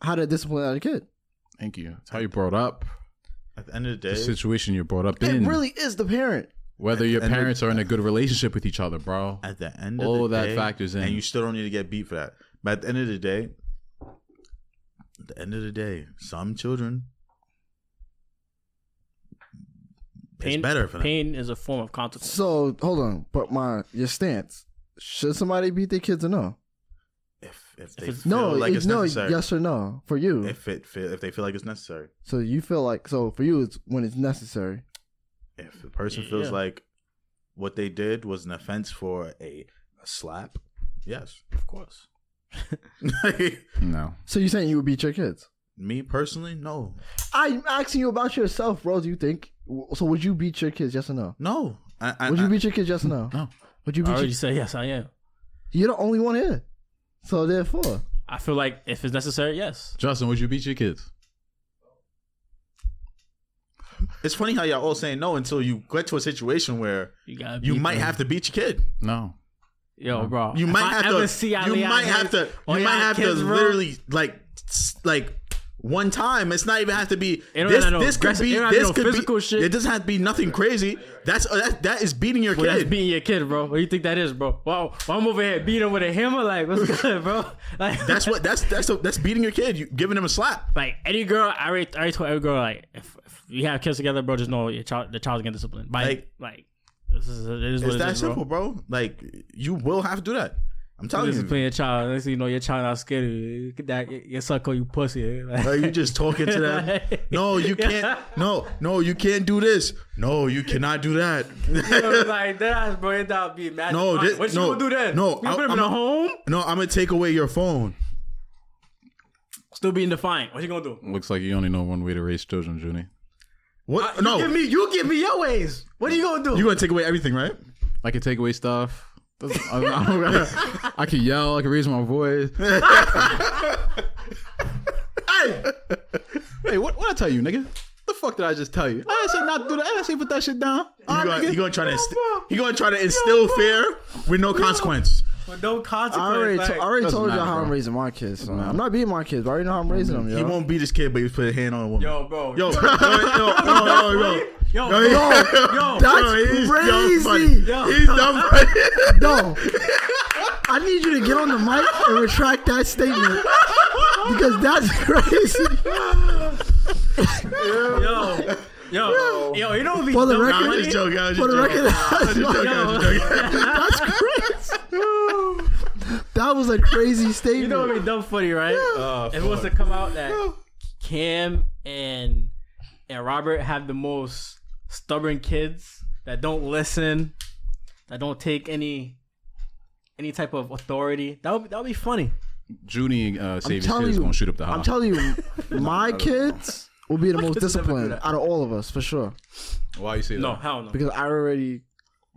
C: How to discipline out a kid?
A: Thank you. It's how you brought up
D: At the end of the
A: the
D: day,
A: situation you're brought up in.
C: It really is the parent.
A: Whether your
D: and-
A: parents are in a good relationship with each other, bro.
D: at the end
A: All
D: of the
A: that
D: day,
A: factors in.
D: and you still don't need to get beat for that. But at the end of the day, at the end of the day, some children
B: Pain,
D: it's better for them.
B: pain is a form of consequence.
C: So hold on, but my your stance. Should somebody beat their kids or no?
D: if if they
B: it's-
D: feel
C: No,
D: like
C: it's,
D: it's
C: no,
D: necessary.
C: yes or no for you.
D: If it feel, if they feel like it's necessary,
C: so you feel like so for you it's when it's necessary.
D: if the person feels
B: Yeah.
D: like what they did was an offense for a, a slap, yes,
B: Of course.
A: No.
C: So you're saying you would beat your kids?
D: me personally, no,
C: I'm asking you about yourself, bro. Do you think so? Would you beat your kids? Yes or no?
D: no. I, I,
C: Would you
D: I-
C: beat your kids? Yes or Uh, no?
A: No.
C: Would you
B: I
C: beat?
B: already
C: Your,
B: said yes, I am.
C: you're the only one here, so therefore,
B: I feel like if it's necessary, yes.
A: Justin, would you beat your kids?
D: It's funny how y'all all saying no until you get to a situation where
B: You gotta.
D: you
B: beat
D: might
B: them.
D: have to beat your kid.
A: No.
B: Yo, bro.
D: You
B: if
D: might
B: I
D: have
B: ever
D: to.
B: See
D: you
B: Ali
D: might
B: out
D: have
B: here
D: to. You
B: on
D: might
B: y'all
D: have to
B: kids, bro,
D: literally like s- like one time. It's not even have to be.
B: It don't
D: This,
B: have no
D: this could
B: aggressive-
D: be.
B: it don't have
D: This
B: no
D: could be.
B: physical shit.
D: It doesn't have to be nothing crazy. That's uh, that, that is beating your
B: Well, that's
D: kid.
B: beating your kid, bro. What do you think that is, bro? Wow, I'm over here beating him with a hammer. Like, what's good, bro? Like,
D: that's what. That's that's a, that's beating your kid. You giving him a slap.
B: like any girl, I already, I already told every girl, like, if, if you have kids together, bro, just know your child, the child's getting disciplined. By, like,
D: Like-
B: like, this is, it is what
D: It's
B: it
D: that
B: is,
D: simple,
B: Bro.
D: bro. Like you will have to do that. I'm
B: You
D: telling you.
B: Discipline your child. Next thing you know, your child not scared of you. Get that, your son call you pussy. eh? Like,
D: Like you just talking to them. No, you can't. No, no, you can't do this. No, you cannot do that.
B: like that ass, bro. It not be mad.
D: No,
B: All right,
D: this-
B: what
D: no,
B: you gonna do then?
D: no,
B: you gonna
D: I-
B: put him
D: I'm
B: in a
D: not-
B: home,
D: No, I'm gonna take away your phone.
B: still being defiant. What you gonna do?
A: Looks like you only know one way to raise children, Junie.
D: What?
B: Uh, You
D: no,
B: give me, you give me your ways. What are you gonna do?
D: you're gonna take away everything, right?
A: I can take away stuff. Doesn't- I, don't- I don't gotta- I can yell. I can raise my voice.
D: Hey,
A: Hey, what what I tell you, nigga? The fuck did I just tell you? I didn't say not to do that. I didn't say put that shit down.
D: you
A: All right,
D: gonna,
A: nigga.
D: you gonna try to inst-
B: bro.
D: you gonna try to instill fear with no consequence.
B: With no
C: I
B: consequence.
C: already,
B: like,
C: to- I already
A: Doesn't
C: told you
A: matter,
C: how I'm
A: bro.
C: raising my kids. son. I'm not beating my kids. But I already know how I'm raising them. Yo.
D: He won't beat his kid, but he put a hand on a woman.
B: yo, bro.
D: yo, yo, yo, yo, yo.
B: yo,
D: Yo,
B: yo,
D: yo,
B: yo,
D: yo, he's dumb funny.
C: crazy.
B: Yo.
D: He's dumb funny.
C: No. I need you to get on the mic and retract that statement because that's crazy.
B: yo, yo, yo. You know what be
C: For the
B: dumb
C: record,
D: I was
B: funny?
D: just joking. I was
C: For
D: just
C: the
D: joking.
C: record,
D: I was just joking. I was just joking.
C: That's crazy. That was a crazy statement.
B: You know what be dumb funny, right?
D: Oh,
B: it was to
D: fuck.
B: come out that Cam and and Robert have the most stubborn kids that don't listen, that don't take any any type of authority. That would that would be funny.
A: Junie uh,
C: I'm
A: Savy's
C: telling
A: kid is
C: you.
A: gonna shoot up the house.
C: I'm telling you, my kids will be the most
B: kids never do
C: disciplined
B: that.
C: out of all of us for sure.
A: Why you say that?
B: No, hell no.
C: Because I already,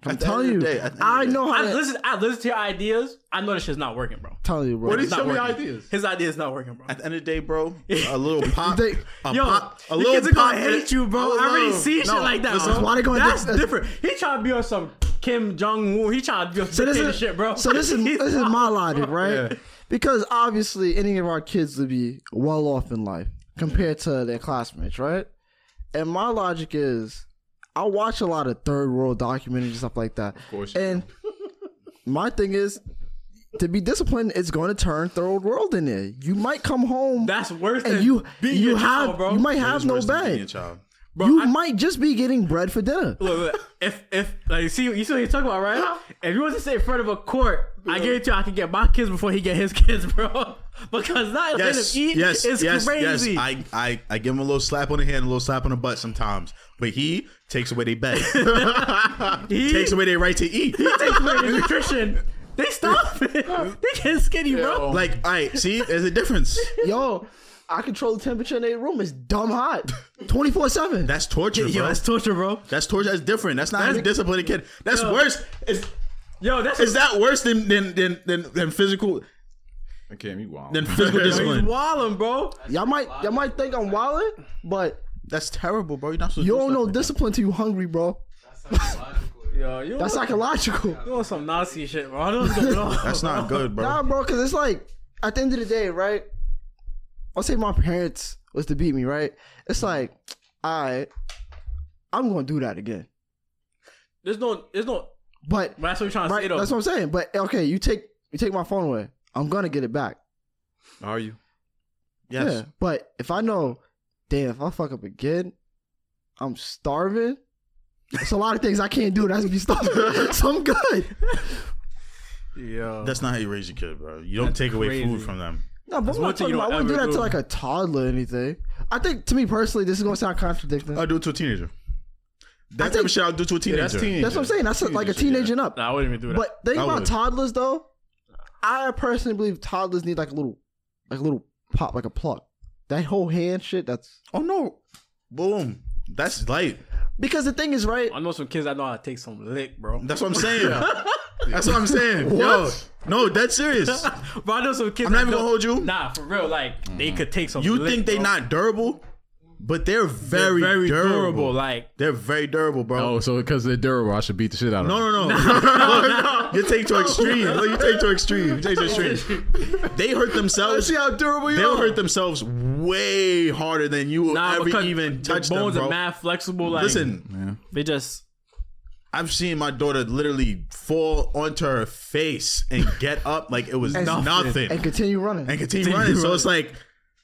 C: I'm
D: At the
C: telling
D: end
C: you,
D: of the day, at the end
C: I
D: of the
C: know how.
B: I
C: To, I'm
B: listen. I listen to your ideas. I know this shit's not working, bro.
C: telling you, bro.
D: What do you
B: It's not
D: show me
B: working.
D: ideas?
B: His idea is not working, bro.
D: At the end of the day, bro, a little pop,
C: They-
D: a
B: Yo,
D: pop, a
B: you
D: little
B: kids are gonna
D: pop- eh,
B: hate you, bro. I already
D: No,
B: see shit
D: no,
B: like that.
D: listen,
B: bro.
C: why they gonna
B: That's
C: dis-
B: different. He trying to be on some Kim Jong Un. He trying to be on
C: so
B: some
C: this
B: dictator
C: is
B: shit, bro.
C: So this is
B: He's
C: this is
B: not-
C: my logic, right?
D: Yeah.
C: Because obviously, any of our kids would be well off in life compared to their classmates, right? And my logic is, I watch a lot of third world documentaries and stuff like that. Of
A: course you
C: And my thing is, to be disciplined is going to turn third world in there. You might come home
B: That's worse
C: and
B: than
C: you
B: being
C: you
B: your
C: have
B: child, bro.
C: you might
D: It
C: have
D: is
C: no
D: worse than being a
C: bed.
D: child.
B: Bro,
C: you
B: I-
C: might just be getting bread for dinner.
B: Look, look, if if like you see you see what you're talking about, right? If you was to sit in front of a court, I guarantee you I could get my kids before he get his kids, bro. Because that
D: Yes,
B: eat
D: yes,
B: is
D: yes,
B: crazy.
D: yes. I, I, I give him a little slap on the hand, a little slap on the butt sometimes, but he takes away their bed,
B: he
D: takes away their right to eat.
B: takes away the nutrition. They stop it. They get skinny, bro.
D: Like, all right, see, there's a difference.
C: Yo, I control the temperature in their room. It's dumb hot. 24 7.
D: That's torture, bro.
B: Yo, that's
D: that's,
B: torture, bro.
D: torture. That's different. That's not a disciplined kid. That's
B: Yo.
D: worse. Is,
B: Yo, that's
D: is that worse than than than than, than physical
A: Okay, you wild.
D: than physical
B: he's
D: discipline?
B: wildin', bro.
C: Y'all might y'all might think I'm wildin', but
D: That's terrible, bro. You're not supposed
C: you
D: to
C: don't
D: do
C: know
D: stuff
C: discipline till you hungry, bro.
B: Yo, you
C: That's
B: want-
C: psychological.
B: you want some Nazi shit, bro. I know what's going on.
D: like that. That's not good, bro.
C: Nah, bro, because it's like, at the end of the day, right? I'll say my parents was to beat me, right? It's like, all right, I'm going to do that again.
B: There's no, there's no.
C: But
B: That's what you're trying to say,
C: right,
B: though.
C: that's what I'm saying. But okay, you take you take my phone away. I'm going to get it back.
A: Are you?
D: yes.
C: Yeah, but if I know, damn, if I fuck up again, I'm starving. It's a lot of things I can't do. That's be starving. so I'm good.
B: Yo,
D: That's not how you raise your kid, bro. You don't take away
B: crazy.
D: food from them.
C: No, but I'm
B: one
C: not
B: thing
C: talking
B: you
C: about, I
B: don't
C: wouldn't do
B: ever
C: that to
B: do.
C: like a toddler or anything. I think to me personally, this is gonna sound contradicting.
B: Oh,
D: I'll do it to a teenager. That type
C: think-
D: of shit I'll do to a teenager.
A: that's teenager.
C: That's what I'm saying. That's like a
A: Teenagers,
C: teenager and up.
B: nah, I wouldn't even do that.
C: But think
D: I
C: about
D: would.
C: toddlers though. I personally believe toddlers need like a little, like a little pop, like a pluck. That whole hand shit. That's
D: Oh no. Boom. That's light.
C: because the thing is right.
B: I know some kids that know how to take some lick, bro.
D: That's what I'm saying. That's what I'm saying. Yo. No, that's serious.
B: Bro, I know some kids.
D: I'm not
B: that
D: even gonna
B: know-
D: hold you.
B: Nah, for real. Like they could take some.
D: You
B: lick,
D: think they
B: bro.
D: not durable, but they're
B: They're
D: very, durable.
B: Like
D: They're very durable, bro.
A: Oh, so because they're durable, I should beat the shit out of
D: No,
A: them.
D: no, no. You take to extreme. Look, you take to extreme. You take to extreme. They hurt themselves.
A: See how durable you
D: They'll
A: are.
D: hurt themselves way harder than you will
B: nah,
D: ever
B: because
D: even touch
B: their bones
D: them,
B: are
D: bro.
B: mad flexible. Like
D: Listen,
B: they just
D: I've seen my daughter literally fall onto her face and get up like it was nothing,
C: And continue running.
D: and continue running. So it's like,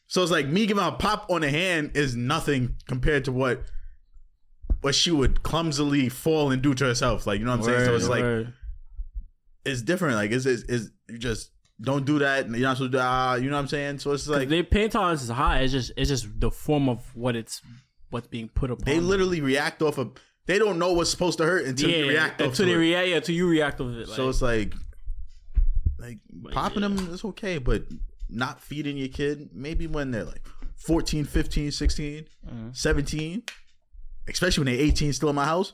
D: so it's like me giving a pop on the hand is nothing compared to what what she would clumsily fall and do to herself. Like you know what I'm saying? So it's like
B: Word.
D: it's different. Like it's is is you just don't do that. and You're not supposed to. Uh, you know what I'm saying? So it's like they,
B: their pain tolerance is high. It's just it's just the form of what it's what's being put upon. them.
D: literally react off of. They don't know what's supposed to hurt until
B: yeah,
D: you react off
B: until
D: to
B: they
D: it.
B: react. Yeah, until you react with it. Like,
D: So it's like, like popping them is okay, but not feeding your kid, maybe when they're like 14, 15, 16,
B: Mm-hmm.
D: 17, especially when they're 18 still in my house.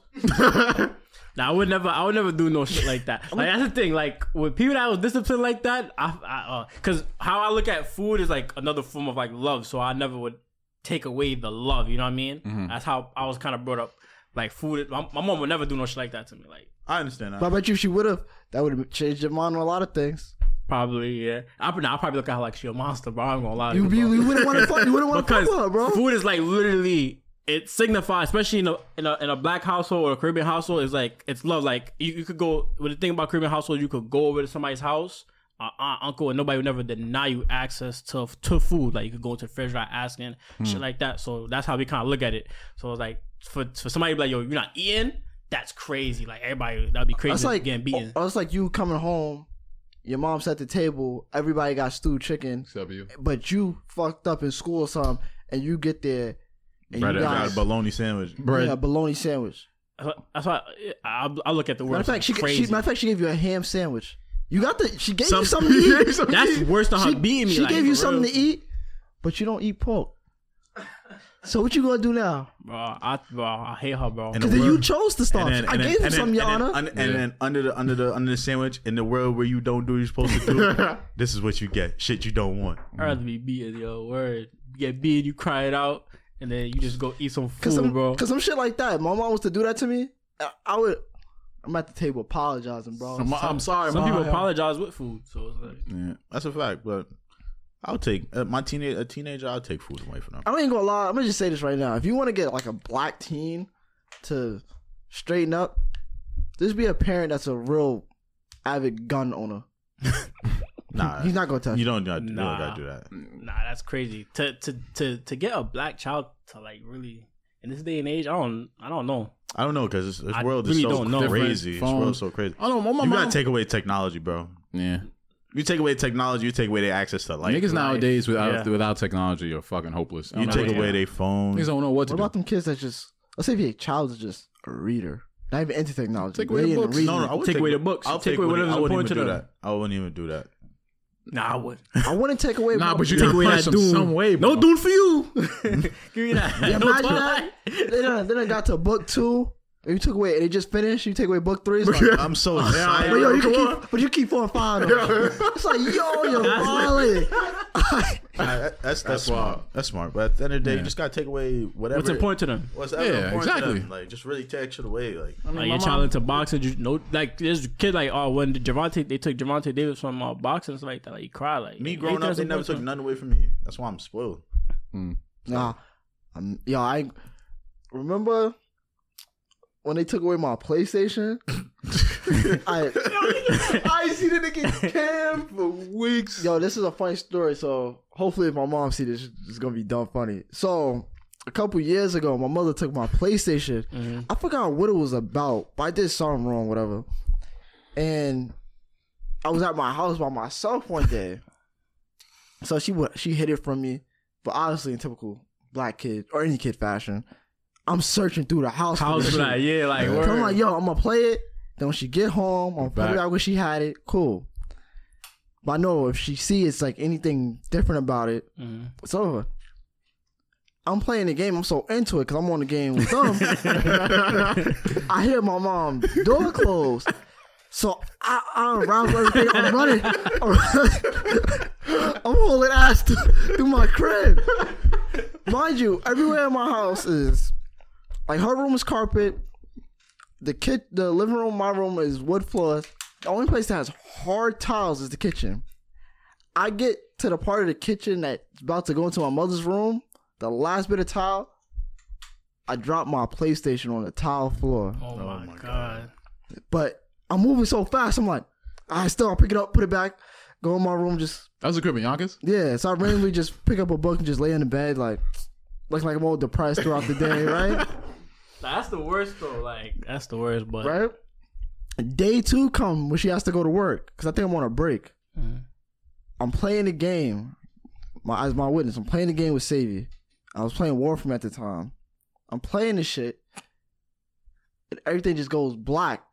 B: Nah, I would never, I would never do no shit like that. Like that's the thing. Like with people that was disciplined like that, I, I uh, cause how I look at food is like another form of like love. So I never would take away the love. You know what I mean? That's how I was kind of brought up. Like food, my, my mom would never do no shit like that to me. Like
D: I understand
C: But I
D: that.
C: bet you if she would have, that would have changed your mind on a lot of things.
B: probably, yeah. I, nah, I probably look at her like she a monster, bro. I'm gonna lie. to
C: You,
B: bro.
C: you, you wouldn't want to fuck. You wouldn't want to fuck
B: because
C: with her, bro.
B: food is like literally it signifies, especially in a, in a in a black household or a Caribbean household, is like it's love. Like you, you could go with the thing about Caribbean household, you could go over to somebody's house, uh, aunt, uncle, and nobody would never deny you access to to food. Like you could go to the fridge without asking
C: Hmm.
B: shit like that. So that's how we kind of look at it. So it's like for for somebody to be like yo, you're not eating. That's crazy. Like everybody, that'd be crazy.
C: That's like
B: getting beaten.
C: oh, That's like you coming home. Your mom set the table. Everybody got stewed chicken,
A: Except you.
C: but you fucked up in school or something, and you get there and
D: Right,
C: you
D: got a
C: got,
D: bologna sandwich.
C: you got a bologna sandwich.
B: that's why I, I, I look at the
C: Matter
B: word
C: of fact, she,
B: crazy.
C: she matter of fact she gave you a ham sandwich. You got the she gave
D: Some-
C: you something to eat.
B: that's worse than her
C: she
B: beating me.
C: she
B: like,
C: gave you
B: for
C: something
B: real.
C: to eat, but you don't eat pork. So what you gonna do now?
B: Bro, I, bro, I hate her, bro.
D: And
C: Because then
D: Well,
C: you chose the starch. I gave you
D: and
C: some, Your
D: and
C: Honor.
D: Then, un- And then under the under the under the sandwich in the world where you don't do what you're supposed to do, this is what you get. Shit you don't want.
B: I'd rather be beaten, yo. Word. You get beat, you cry it out, and then you just go eat some food,
C: Cause some,
B: bro.
C: cause some shit like that. My mom was to do that to me. I, I would. I'm at the table apologizing, bro.
A: I'm, I'm sorry,
B: Some
A: Ma.
B: people apologize with food, so it's like,
D: Yeah, that's a fact. But I'll take uh, my teenage a teenager. I'll take food away from them.
C: I ain't gonna lie. I'm gonna just say this right now. If you want to get like a black teen to straighten up, just be a parent that's a real avid gun owner.
D: Nah,
C: He's not gonna touch.
D: You don't, not,
B: Nah.
D: really gotta do that.
B: Nah, that's crazy. To to to to get a black child to like really in this day and age, I don't I don't know.
D: I don't know because this, this
B: I
D: world
B: really
D: is so
B: don't know.
D: crazy. This
A: Different
D: world's so crazy.
A: I don't know. My
D: you
A: mom.
D: gotta take away technology, bro.
A: yeah.
D: You take away technology, you take away their access to life.
A: Niggas nowadays without
B: Yeah.
A: without technology are fucking hopeless. I
D: you
A: don't know
D: take
A: what-
D: away their phone.
A: Niggas don't know what
C: What
A: to
C: about
A: do.
C: them kids that just let's say if your child is just a reader, not even into technology.
A: Take away the
C: they in
A: books.
C: reading.
D: No, no, I would
B: Take away the books.
D: I'll
B: Take away
D: whatever-
B: whatever's
D: I wouldn't
B: important
D: even
B: to
D: do
B: them.
D: that. I wouldn't even do that.
B: Nah, I would.
C: I wouldn't take away.
A: Nah,
C: my-
A: but you
B: Take
A: gotta
B: away
A: find
B: that
A: some,
B: dude.
A: some way, bro.
B: No dude for you. Give me that.
C: Yeah,
B: no
C: imagine that. Then I, then I got to book two. And you took away. And it just finished. You take away book three. It's like,
D: I'm so excited.
C: but yo, you can keep. But you keep on finding. It's like yo, you're violent.
D: Nah, that- that's that's, smart. That's smart. But at the end of the day, you just gotta take away whatever.
B: What's important to them?
D: What's ever
A: Yeah,
D: important to
A: exactly.
D: them. Like just really take shit away. Like
B: Like your child into boxing, you no like this kid like oh when Javante they took Javante Davis from uh, boxing it's like that like he cried like
D: me
B: like,
D: growing
B: anything
D: up,
B: that's
D: they never
B: important to
D: took
B: him.
D: nothing away from me. That's why I'm spoiled.
C: Nah, I'm, yo, I remember when they took away my PlayStation. I I see the nigga cam for weeks. Yo, this is a funny story. So hopefully, if my mom see this, it's gonna be dumb funny. So a couple years ago, my mother took my PlayStation. I forgot what it was about, but I did something wrong, whatever. And I was at my house by myself one day. So she wa- she hid it from me, but obviously in typical black kid or any kid fashion, I'm searching through the house. for
B: House
C: this
B: for
C: shit.
B: that, yeah, like
C: So I'm
B: word.
C: like, yo, I'm gonna play it. Then when she get home, I'm gonna
A: Back.
C: figure out where she had it. Cool. But I know if she see it's like anything different about it,
B: Mhm.
C: it's over. I'm playing the game. I'm so into it because I'm on the game with them. I hear my mom door close. So I, I unravel everything. I'm running. I'm, running. I'm hauling ass through, through my crib. Mind you, everywhere in my house is like her room is carpet. The kit, the living room, my room is wood floors. The only place that has hard tiles is the kitchen. I get to the part of the kitchen that's about to go into my mother's room. The last bit of tile, I drop my PlayStation on the tile floor.
B: oh, my,
D: my
B: god.
C: But I'm moving so fast. I'm like, I still I'll pick it up, put it back, go in my room, just
A: That was a crib in Yonkers.
C: yeah. So I randomly just pick up a book and just lay in the bed, like looking like I'm all depressed throughout the day, right?
B: Nah, that's the worst though like that's the worst but
C: right? Day two come when she has to go to work because I think I'm on a break.
B: Mhm.
C: I'm playing the game. My as my witness, I'm playing the game with Savy. I was playing Warframe at the time. I'm playing this shit, and everything just goes black.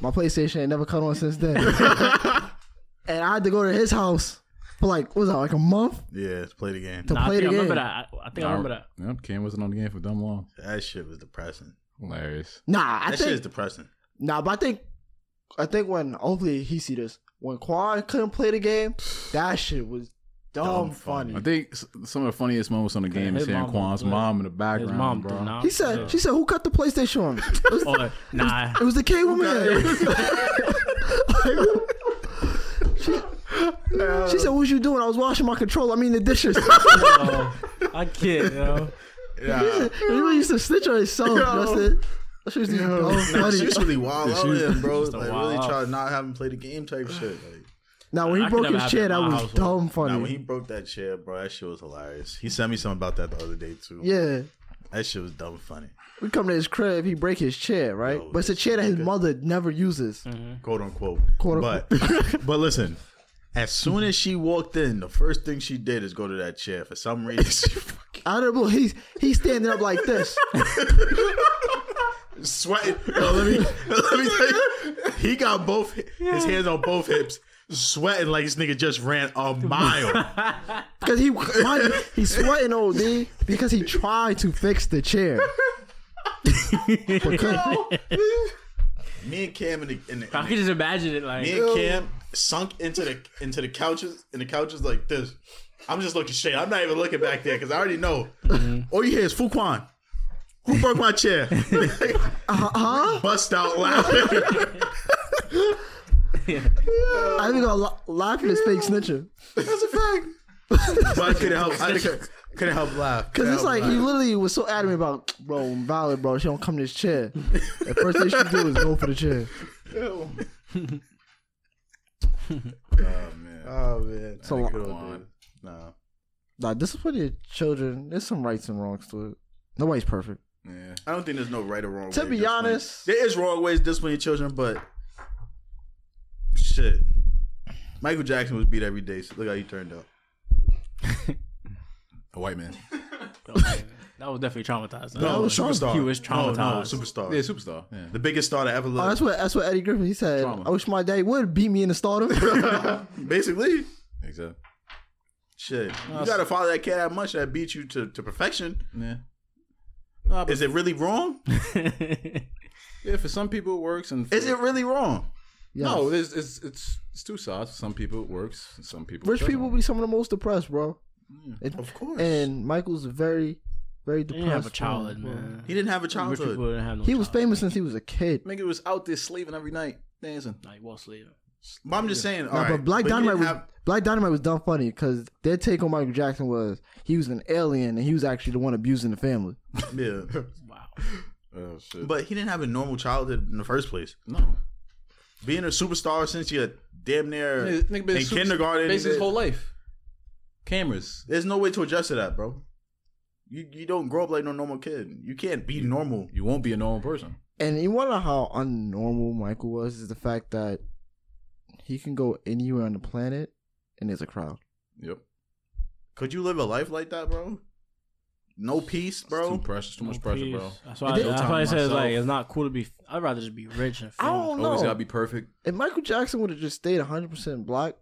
C: my PlayStation ain't never cut on since then, and I had to go to his house for like what was that like a month
D: Yeah, let's play the game.
C: to
B: Nah, I
C: play
B: think I
C: the game.
B: remember that I, I think I remember that
A: Yep, Cam wasn't on the game for dumb long.
D: That shit was depressing.
A: Hilarious.
C: Nah, I
D: that
C: think
D: shit is depressing.
C: Nah, but I think I think when hopefully he see this when Quan couldn't play the game, that shit was dumb,
D: Dumb funny.
C: funny.
A: I think s- some of the funniest moments on the game is
B: his
A: hearing
B: mom
A: Quan's
B: was-
A: mom in the background.
B: his mom
A: bro.
B: did not
C: He said,
B: Yeah. Oh,
C: she said, who cut the PlayStation on? It was,
B: or, nah
C: it was the K woman. she said, what you doing? I was washing my controller. I mean the dishes.
B: yo, I can't yo
D: Yeah,
C: he really used to snitch on himself. That's it. That shit was dumb
D: she
C: Oh, funny.
D: was really wild out in,
B: a
D: bro. Like
B: wild
D: really
B: out.
D: try to not have him play the game type shit. Like,
C: Now when he
B: I could
C: broke
B: never
C: his
B: have
C: chair,
B: that
C: that
B: in my
C: was
B: household.
C: dumb
D: Nah,
C: funny.
D: when he broke that chair, bro, that shit was hilarious. He sent me something about that the other day too.
C: yeah.
D: that shit was dumb funny.
C: We come to his crib, he break his chair, right?
D: Yo,
C: but it's a chair that his mother never uses.
D: quote unquote.
C: Quote,
D: But but listen, as soon as she walked in, the first thing she did is go to that chair. For some reason, she fucking
C: I don't know. He's he's standing up like this.
D: sweating. Yo, let me let me tell you, he got both his hands on both hips, sweating like this nigga just ran a mile.
C: Because he mind you, he's sweating OD because he tried to fix the chair. Because-
D: me and Cam in the, in the,
B: I could just imagine it like
D: me and Cam sunk into the into the couches and the couches like this. I'm just looking straight. I'm not even looking back there because I already know. All you hear is Fuquan. Who broke my chair? Uh-huh. Bust out loud.
C: I think I'll la- laugh at his fake snitching.
D: That's a fact. but I couldn't help. I couldn't, couldn't help laugh.
C: Because it's
D: Couldn't
C: like
D: help
C: he
D: laugh.
C: literally was so adamant about, bro, I'm valid, bro. She don't come to this chair. The first thing she do is go for the chair.
D: Oh man.
C: Oh man.
D: I
C: So
D: could
A: go
D: have
A: on.
D: did. Nah.
C: nah, this is for the children. There's some rights and wrongs to it. Nobody's perfect.
A: Yeah.
D: I don't think there's no right or wrong.
C: To
D: way
C: be
D: discipline-
C: honest-
D: there is wrong ways to discipline your children, but shit. Michael Jackson was beat every day. So look how he turned out.
A: A white man.
B: That was definitely traumatized.
D: No,
C: was
D: superstar.
B: He was
D: No, no,
B: traumatized.
D: superstar.
A: Yeah, superstar. Yeah.
D: the biggest star to ever
C: Oh,
D: live.
C: that's what that's what Eddie Griffin he said.
A: Trauma.
C: I wish my dad would beat me in the stardom.
D: Basically,
A: Exactly.
D: shit. You gotta follow that kid that much that beat you to, to perfection.
A: Yeah.
D: Is it really wrong?
A: Yeah, for some people it works, and for,
D: Is it really wrong?
C: Yes.
A: No, it's, it's it's it's two sides. For some people it works. for Some people. it
C: Rich
A: doesn't
C: people
A: work.
C: be some of the most depressed, bro. And,
D: Of course.
C: and Michael's very, very
B: He
C: depressed.
B: didn't have a
C: bro.
B: childhood, man.
D: he didn't have a
B: Rich people
D: childhood.
B: didn't have no
C: He was
B: childhood.
C: famous since he was a kid.
A: Nigga was out there slaving every night, dancing.
B: Nah, he was sleeping.
D: But I'm just saying. all
C: Nah,
D: right,
C: but Black
D: he didn't
C: Dynamite was
D: have-
C: Black Dynamite was dumb funny because their take on Michael Jackson was he was an alien and he was actually the one abusing the family.
D: yeah.
B: Wow.
A: Oh shit.
D: But he didn't have a normal childhood in the first place.
A: no,
D: Being a superstar since you're damn near
A: Nigga- nigga been
D: in
A: super-
D: kindergarten.
A: based his whole life. Cameras.
D: There's no way to adjust to that, bro. You you don't grow up like no normal kid. You can't be normal.
A: You won't be a normal person.
C: And you wanna know how unnormal Michael was is the fact that he can go anywhere on the planet and there's a crowd.
A: Yep.
D: Could you live a life like that, bro? No peace,
A: It's
D: bro.
A: too pressure. Too much pressure,
B: Oh, Please.
A: bro.
B: That's why,
A: No
B: that's
A: time
B: why I
A: to
B: said like
A: myself.
B: it's not cool to be. I'd rather just be rich and famous.
C: I don't know.
D: Oh,
A: Always gotta be perfect.
C: If Michael Jackson would have just stayed 100% black,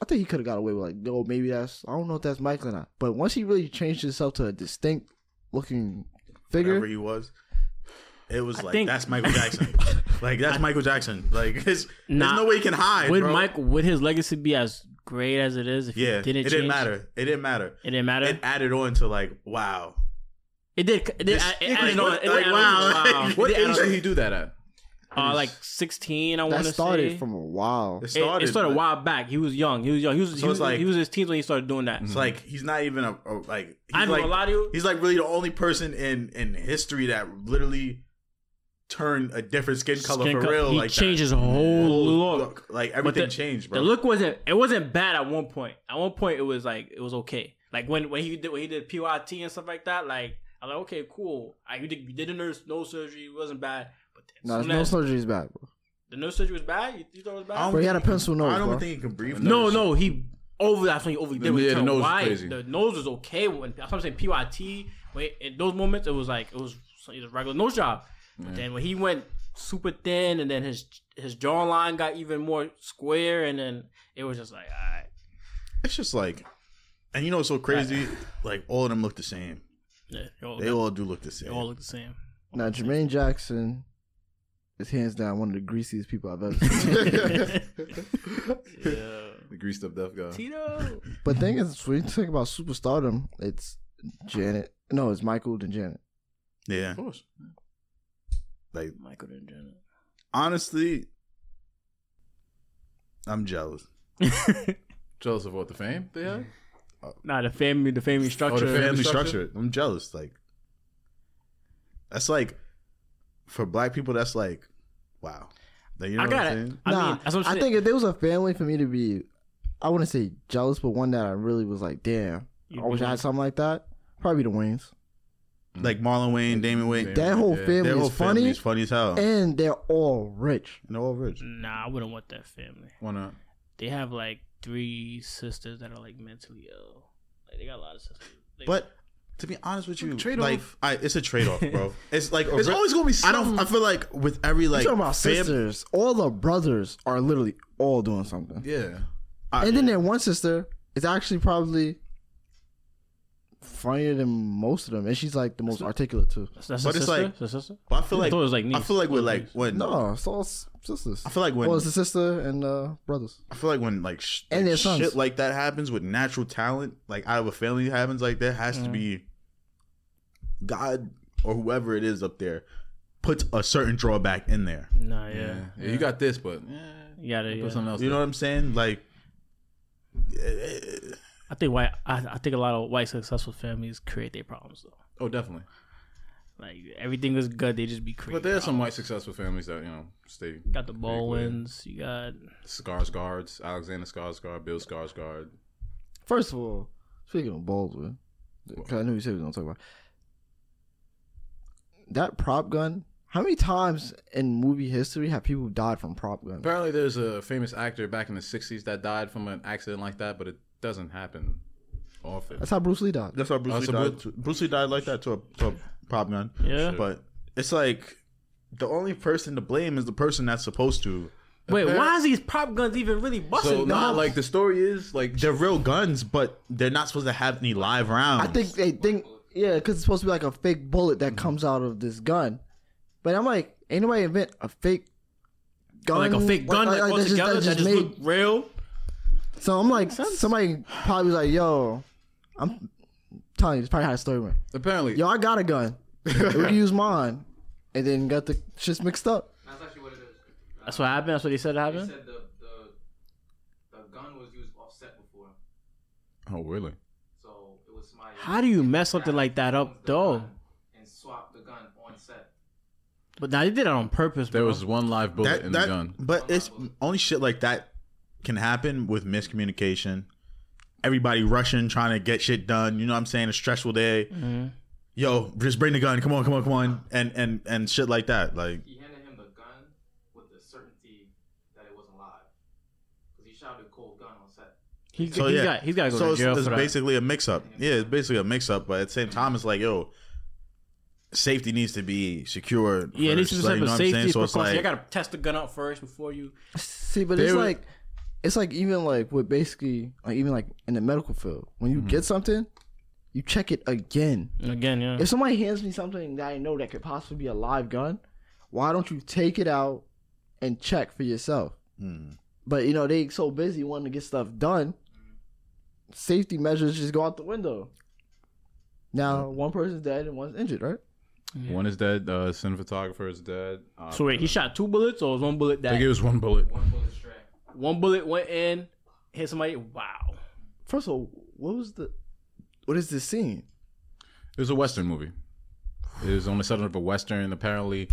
C: I think he could have got away with like, no, maybe that's, I don't know if that's Michael or not. But once he really changed himself to a distinct looking
D: Whatever
C: figure,
D: he was. It was
B: I
D: like
B: think-
D: that's Michael Jackson. like that's Michael Jackson. Like it's,
B: Nah.
D: there's no way he can hide.
B: Would
D: bro.
B: Mike would his legacy be as great as it is if
D: Yeah,
B: he didn't
D: it
B: change?
D: didn't matter. It didn't matter.
B: It didn't matter.
D: It
B: It,
D: added on to like wow.
B: did. It did.
D: This
B: add- It
D: nigga
B: added
D: was
B: on. It
D: like,
B: did add
D: wow.
B: on. Wow.
A: What
B: It did
A: age
B: add
A: did
B: on-
A: he do that at?
B: uh, like sixteen. I want
C: that
B: to
C: started
B: say.
C: from a while.
D: It started.
B: It, it started a
D: like-
B: while back. He was young. He was young. He was,
D: So
B: he, was
D: it's like-
B: he was his teens when he started doing that.
D: It's like he's not even a, a like. He's
B: I ain't
D: like,
B: gonna lie to you.
D: He's like really the only person in in history that literally turned a different skin color
B: Skin
D: for
B: co-
D: real.
B: He
D: like
B: changed
D: that.
B: his whole look.
D: Like
B: But
D: everything
B: the-
D: changed, bro.
B: The look wasn't it wasn't bad at one point. At one point it was like it was okay. Like when when he did when he did PYT and stuff like that, like I'm like, okay, cool. I you did you did a nurse nose surgery, it wasn't bad. But then
C: No,
B: soon
C: no
B: as
C: surgery's bad, bro.
B: the nose surgery was bad? You, you thought it was
D: I
B: bad?
D: don't
C: Bro, he had a
D: think-
C: pencil nose,
D: I don't
C: bro.
D: think he can breathe.
B: No, no, he over that's when he overdid
A: Yeah,
B: when he
A: the
B: turned
A: nose was
B: white.
A: crazy.
B: The nose was okay when that's what I'm saying PYT when in those moments it was like it was it was a regular nose job. But then when he went super thin and then his his jawline got even more square and then it was just like all right.
D: It's just like, and you know, what's so crazy. like all of them look the same.
B: Yeah, they all,
D: They all do look the
B: they
D: same.
B: all look the same.
C: Now, Jermaine Jackson is hands down one of the greasiest people I've ever seen.
B: yeah.
A: The greased up deaf guy.
B: Tito.
C: but thing is, when you think about superstardom, it's Janet. No, it's Michael and Janet.
D: yeah.
A: Of course.
D: Like
B: Michael and
D: honestly, I'm jealous.
B: Jenna.
A: Jealous of what the fame they had.
B: nah, the family, the family structure.
A: family
D: family
A: structure?
D: structure. I'm jealous. Like that's like for black people. That's like wow. Like, you know
B: I
D: what
B: got
D: I'm
B: it.
D: saying?
B: I
C: nah,
B: mean, that's what I'm
C: I
B: saying.
C: think if there was a family for me to be, I wouldn't say jealous, but one that I really was like, damn,
B: You'd
C: I wish
B: be
C: I had something like that. Probably the Waynes.
D: Like Marlon Wayne, Damon Wayne.
A: Damon.
C: That whole
A: yeah.
C: family
D: Their whole
C: is funny,
D: family is funny as hell. And
C: and they're all rich.
D: they're all rich.
B: nah, I wouldn't want that family.
A: Why not?
B: They have like three sisters that are like mentally ill. Like they got a lot of sisters. Like,
D: But to be honest with you,
A: Trade-off.
D: like I, it's a trade off, bro. It's like a
A: It's
D: ri-
A: always gonna be
D: I don't.
A: something.
D: I feel like with every like
C: you talking about
D: fam-
C: sisters. All the brothers are literally all doing something.
A: Yeah.
C: And then their one sister is actually probably funnier than most of them, and she's like the most articulate too.
B: that's, that's
D: but
B: a
D: it's
B: sister?
D: like-
B: That's a sister?
D: But I feel
B: I
D: like
B: thought it was like
D: I
B: niece.
D: feel like with like
B: Niece.
D: when
C: No, it's all s- sisters.
D: I feel like when
C: well, it's a sister and uh, brothers.
D: I feel like when like, sh-
C: And
D: like
C: their sons.
D: shit like that happens with natural talent, like out of a family that happens like that, has to be God or whoever it is up there puts a certain drawback in there.
B: Nah, yeah.
A: Yeah. You got this, but eh,
B: You gotta,
A: put
B: yeah.
A: something else.
D: You know what I'm saying? Like,
B: I think white I, I think a lot of white successful families create their problems though.
A: there. Oh, definitely.
B: Like everything was good. They just be crazy.
A: But there's some white successful families that you know stay.
B: got the Bowens. You got
A: Scars guards, Alexander Skarsgård, Bill Skarsgård.
C: First of all, speaking of Baldwin, 'cause I knew you said we were gonna talk about that prop gun. How many times in movie history have people died from prop guns?
A: Apparently, there's a famous actor back in the '60s that died from an accident like that, but it doesn't happen often.
C: That's how Bruce Lee died.
D: That's how Bruce
A: Uh,
D: Lee
A: so
D: died.
A: Bruce-
D: to- Bruce Lee died like that to a, to a pop gun.
B: yeah.
D: But it's like the only person to blame is the person that's supposed to.
B: Wait, why is these prop guns even really busting?
A: so not
B: dog?
A: like the story is like
D: They're real guns, but they're not supposed to have any live rounds.
C: I think they think yeah, because it's supposed to be like a fake bullet that comes out of this gun. But I'm like, ain't nobody invent a fake gun,
B: like a fake gun that goes
C: that's just-
B: together that just,
C: made-
B: look real.
C: So I'm like, somebody probably was like, yo, I'm telling you, this probably how the story went.
A: apparently
C: Yo, I got a gun. we use mine, and then got the shits mixed up.
E: That's actually what it is.
B: That's what happened. That's what they said
E: They
B: happened.
E: said the, the the gun was used offset before,
A: Oh really?
E: so it was somebody.
B: How do you mess something like that up though?
E: And swap the gun on set.
B: But now they did it on purpose.
A: There
B: bro.
A: was one live bullet
D: that,
A: in
D: that-
A: the gun.
D: But it's only shit like that can happen with miscommunication. Everybody rushing, trying to get shit done. You know what I'm saying? A stressful day.
B: Mm-hmm.
D: Yo, just bring the gun. Come on, come on, come on. And and and shit like that. Like
E: He handed him the gun with the certainty that it wasn't live, because he shouted "cold gun" on set.
B: He,
D: so
B: has
D: yeah.
B: got he's got to go
D: so
B: to jail
D: it's, it's
B: for that.
D: basically a mix up. Yeah, it's basically a mix up. But at the same time, it's like yo, safety needs to be secured.
B: yeah, this
D: first.
B: is
D: Like,
B: type
D: you
B: of
D: know what I'm saying?
B: safety
D: So it's
B: precaution. you
D: like
B: gotta test the gun out first before you.
C: See, but
A: They
C: it's
A: were-
C: like, it's like even like with basically, like even like in the medical field, when you get something, you check it again.
B: Again, yeah.
C: If somebody hands me something that I know that could possibly be a live gun, why don't you take it out and check for yourself?
D: Mm.
C: But you know they so busy wanting to get stuff done, safety measures just go out the window. Now one person's dead and one's injured, right?
A: One is dead. Uh, cinematographer is dead. Uh,
B: So wait, he shot two bullets or was one bullet
A: I
B: that
A: think it was one bullet.
E: One bullet strike.
B: one bullet went in, hit somebody. Wow.
C: First of all, what was the, what is this scene?
A: It was a western movie. It was on the setting of a western. Apparently,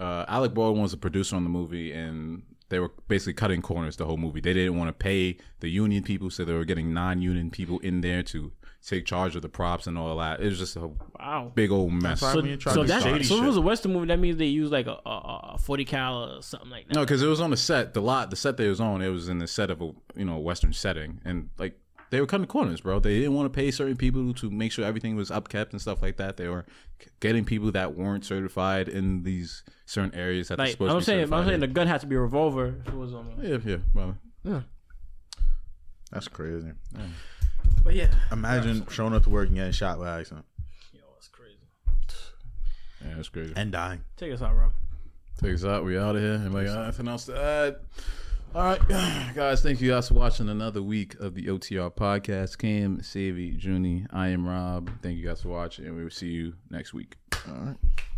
A: uh, Alec Baldwin was a producer on the movie, and they were basically cutting corners the whole movie. They didn't want to pay the union people, so they were getting non-union people in there to take charge of the props and all that. It was just a
B: Wow.
A: big old mess.
D: That's
B: So,
D: I mean, try
B: so
D: to
B: that's
D: shady
B: so if it was
D: shit.
B: a western movie. That means they use like a, a, a forty cal or something like that.
A: No, because it was on the set. The lot, the set they was on, it was in the set of a you know western setting, and like they were cutting corners, bro. They didn't want to pay certain people to make sure everything was upkept and stuff like that. They were c- getting people that weren't certified in these certain areas that they're
B: Like
A: supposed
B: I'm
A: to be
B: saying, I'm
A: certified
B: saying the gun had to be a revolver. If it was on. a-
A: in. yeah, yeah, brother.
D: that's crazy.
B: But yeah.
D: Imagine showing up to work and getting shot by accident
B: Yo, that's crazy.
A: Yeah, that's crazy.
D: and dying.
B: Take us out, Rob.
A: Take us out. We out of here. Anybody got anything else to add? All right, guys. Thank you guys for watching another week of the OTR podcast. Cam, Savy, Junie, I am Rob. Thank you guys for watching, and we will see you next week.
C: All right.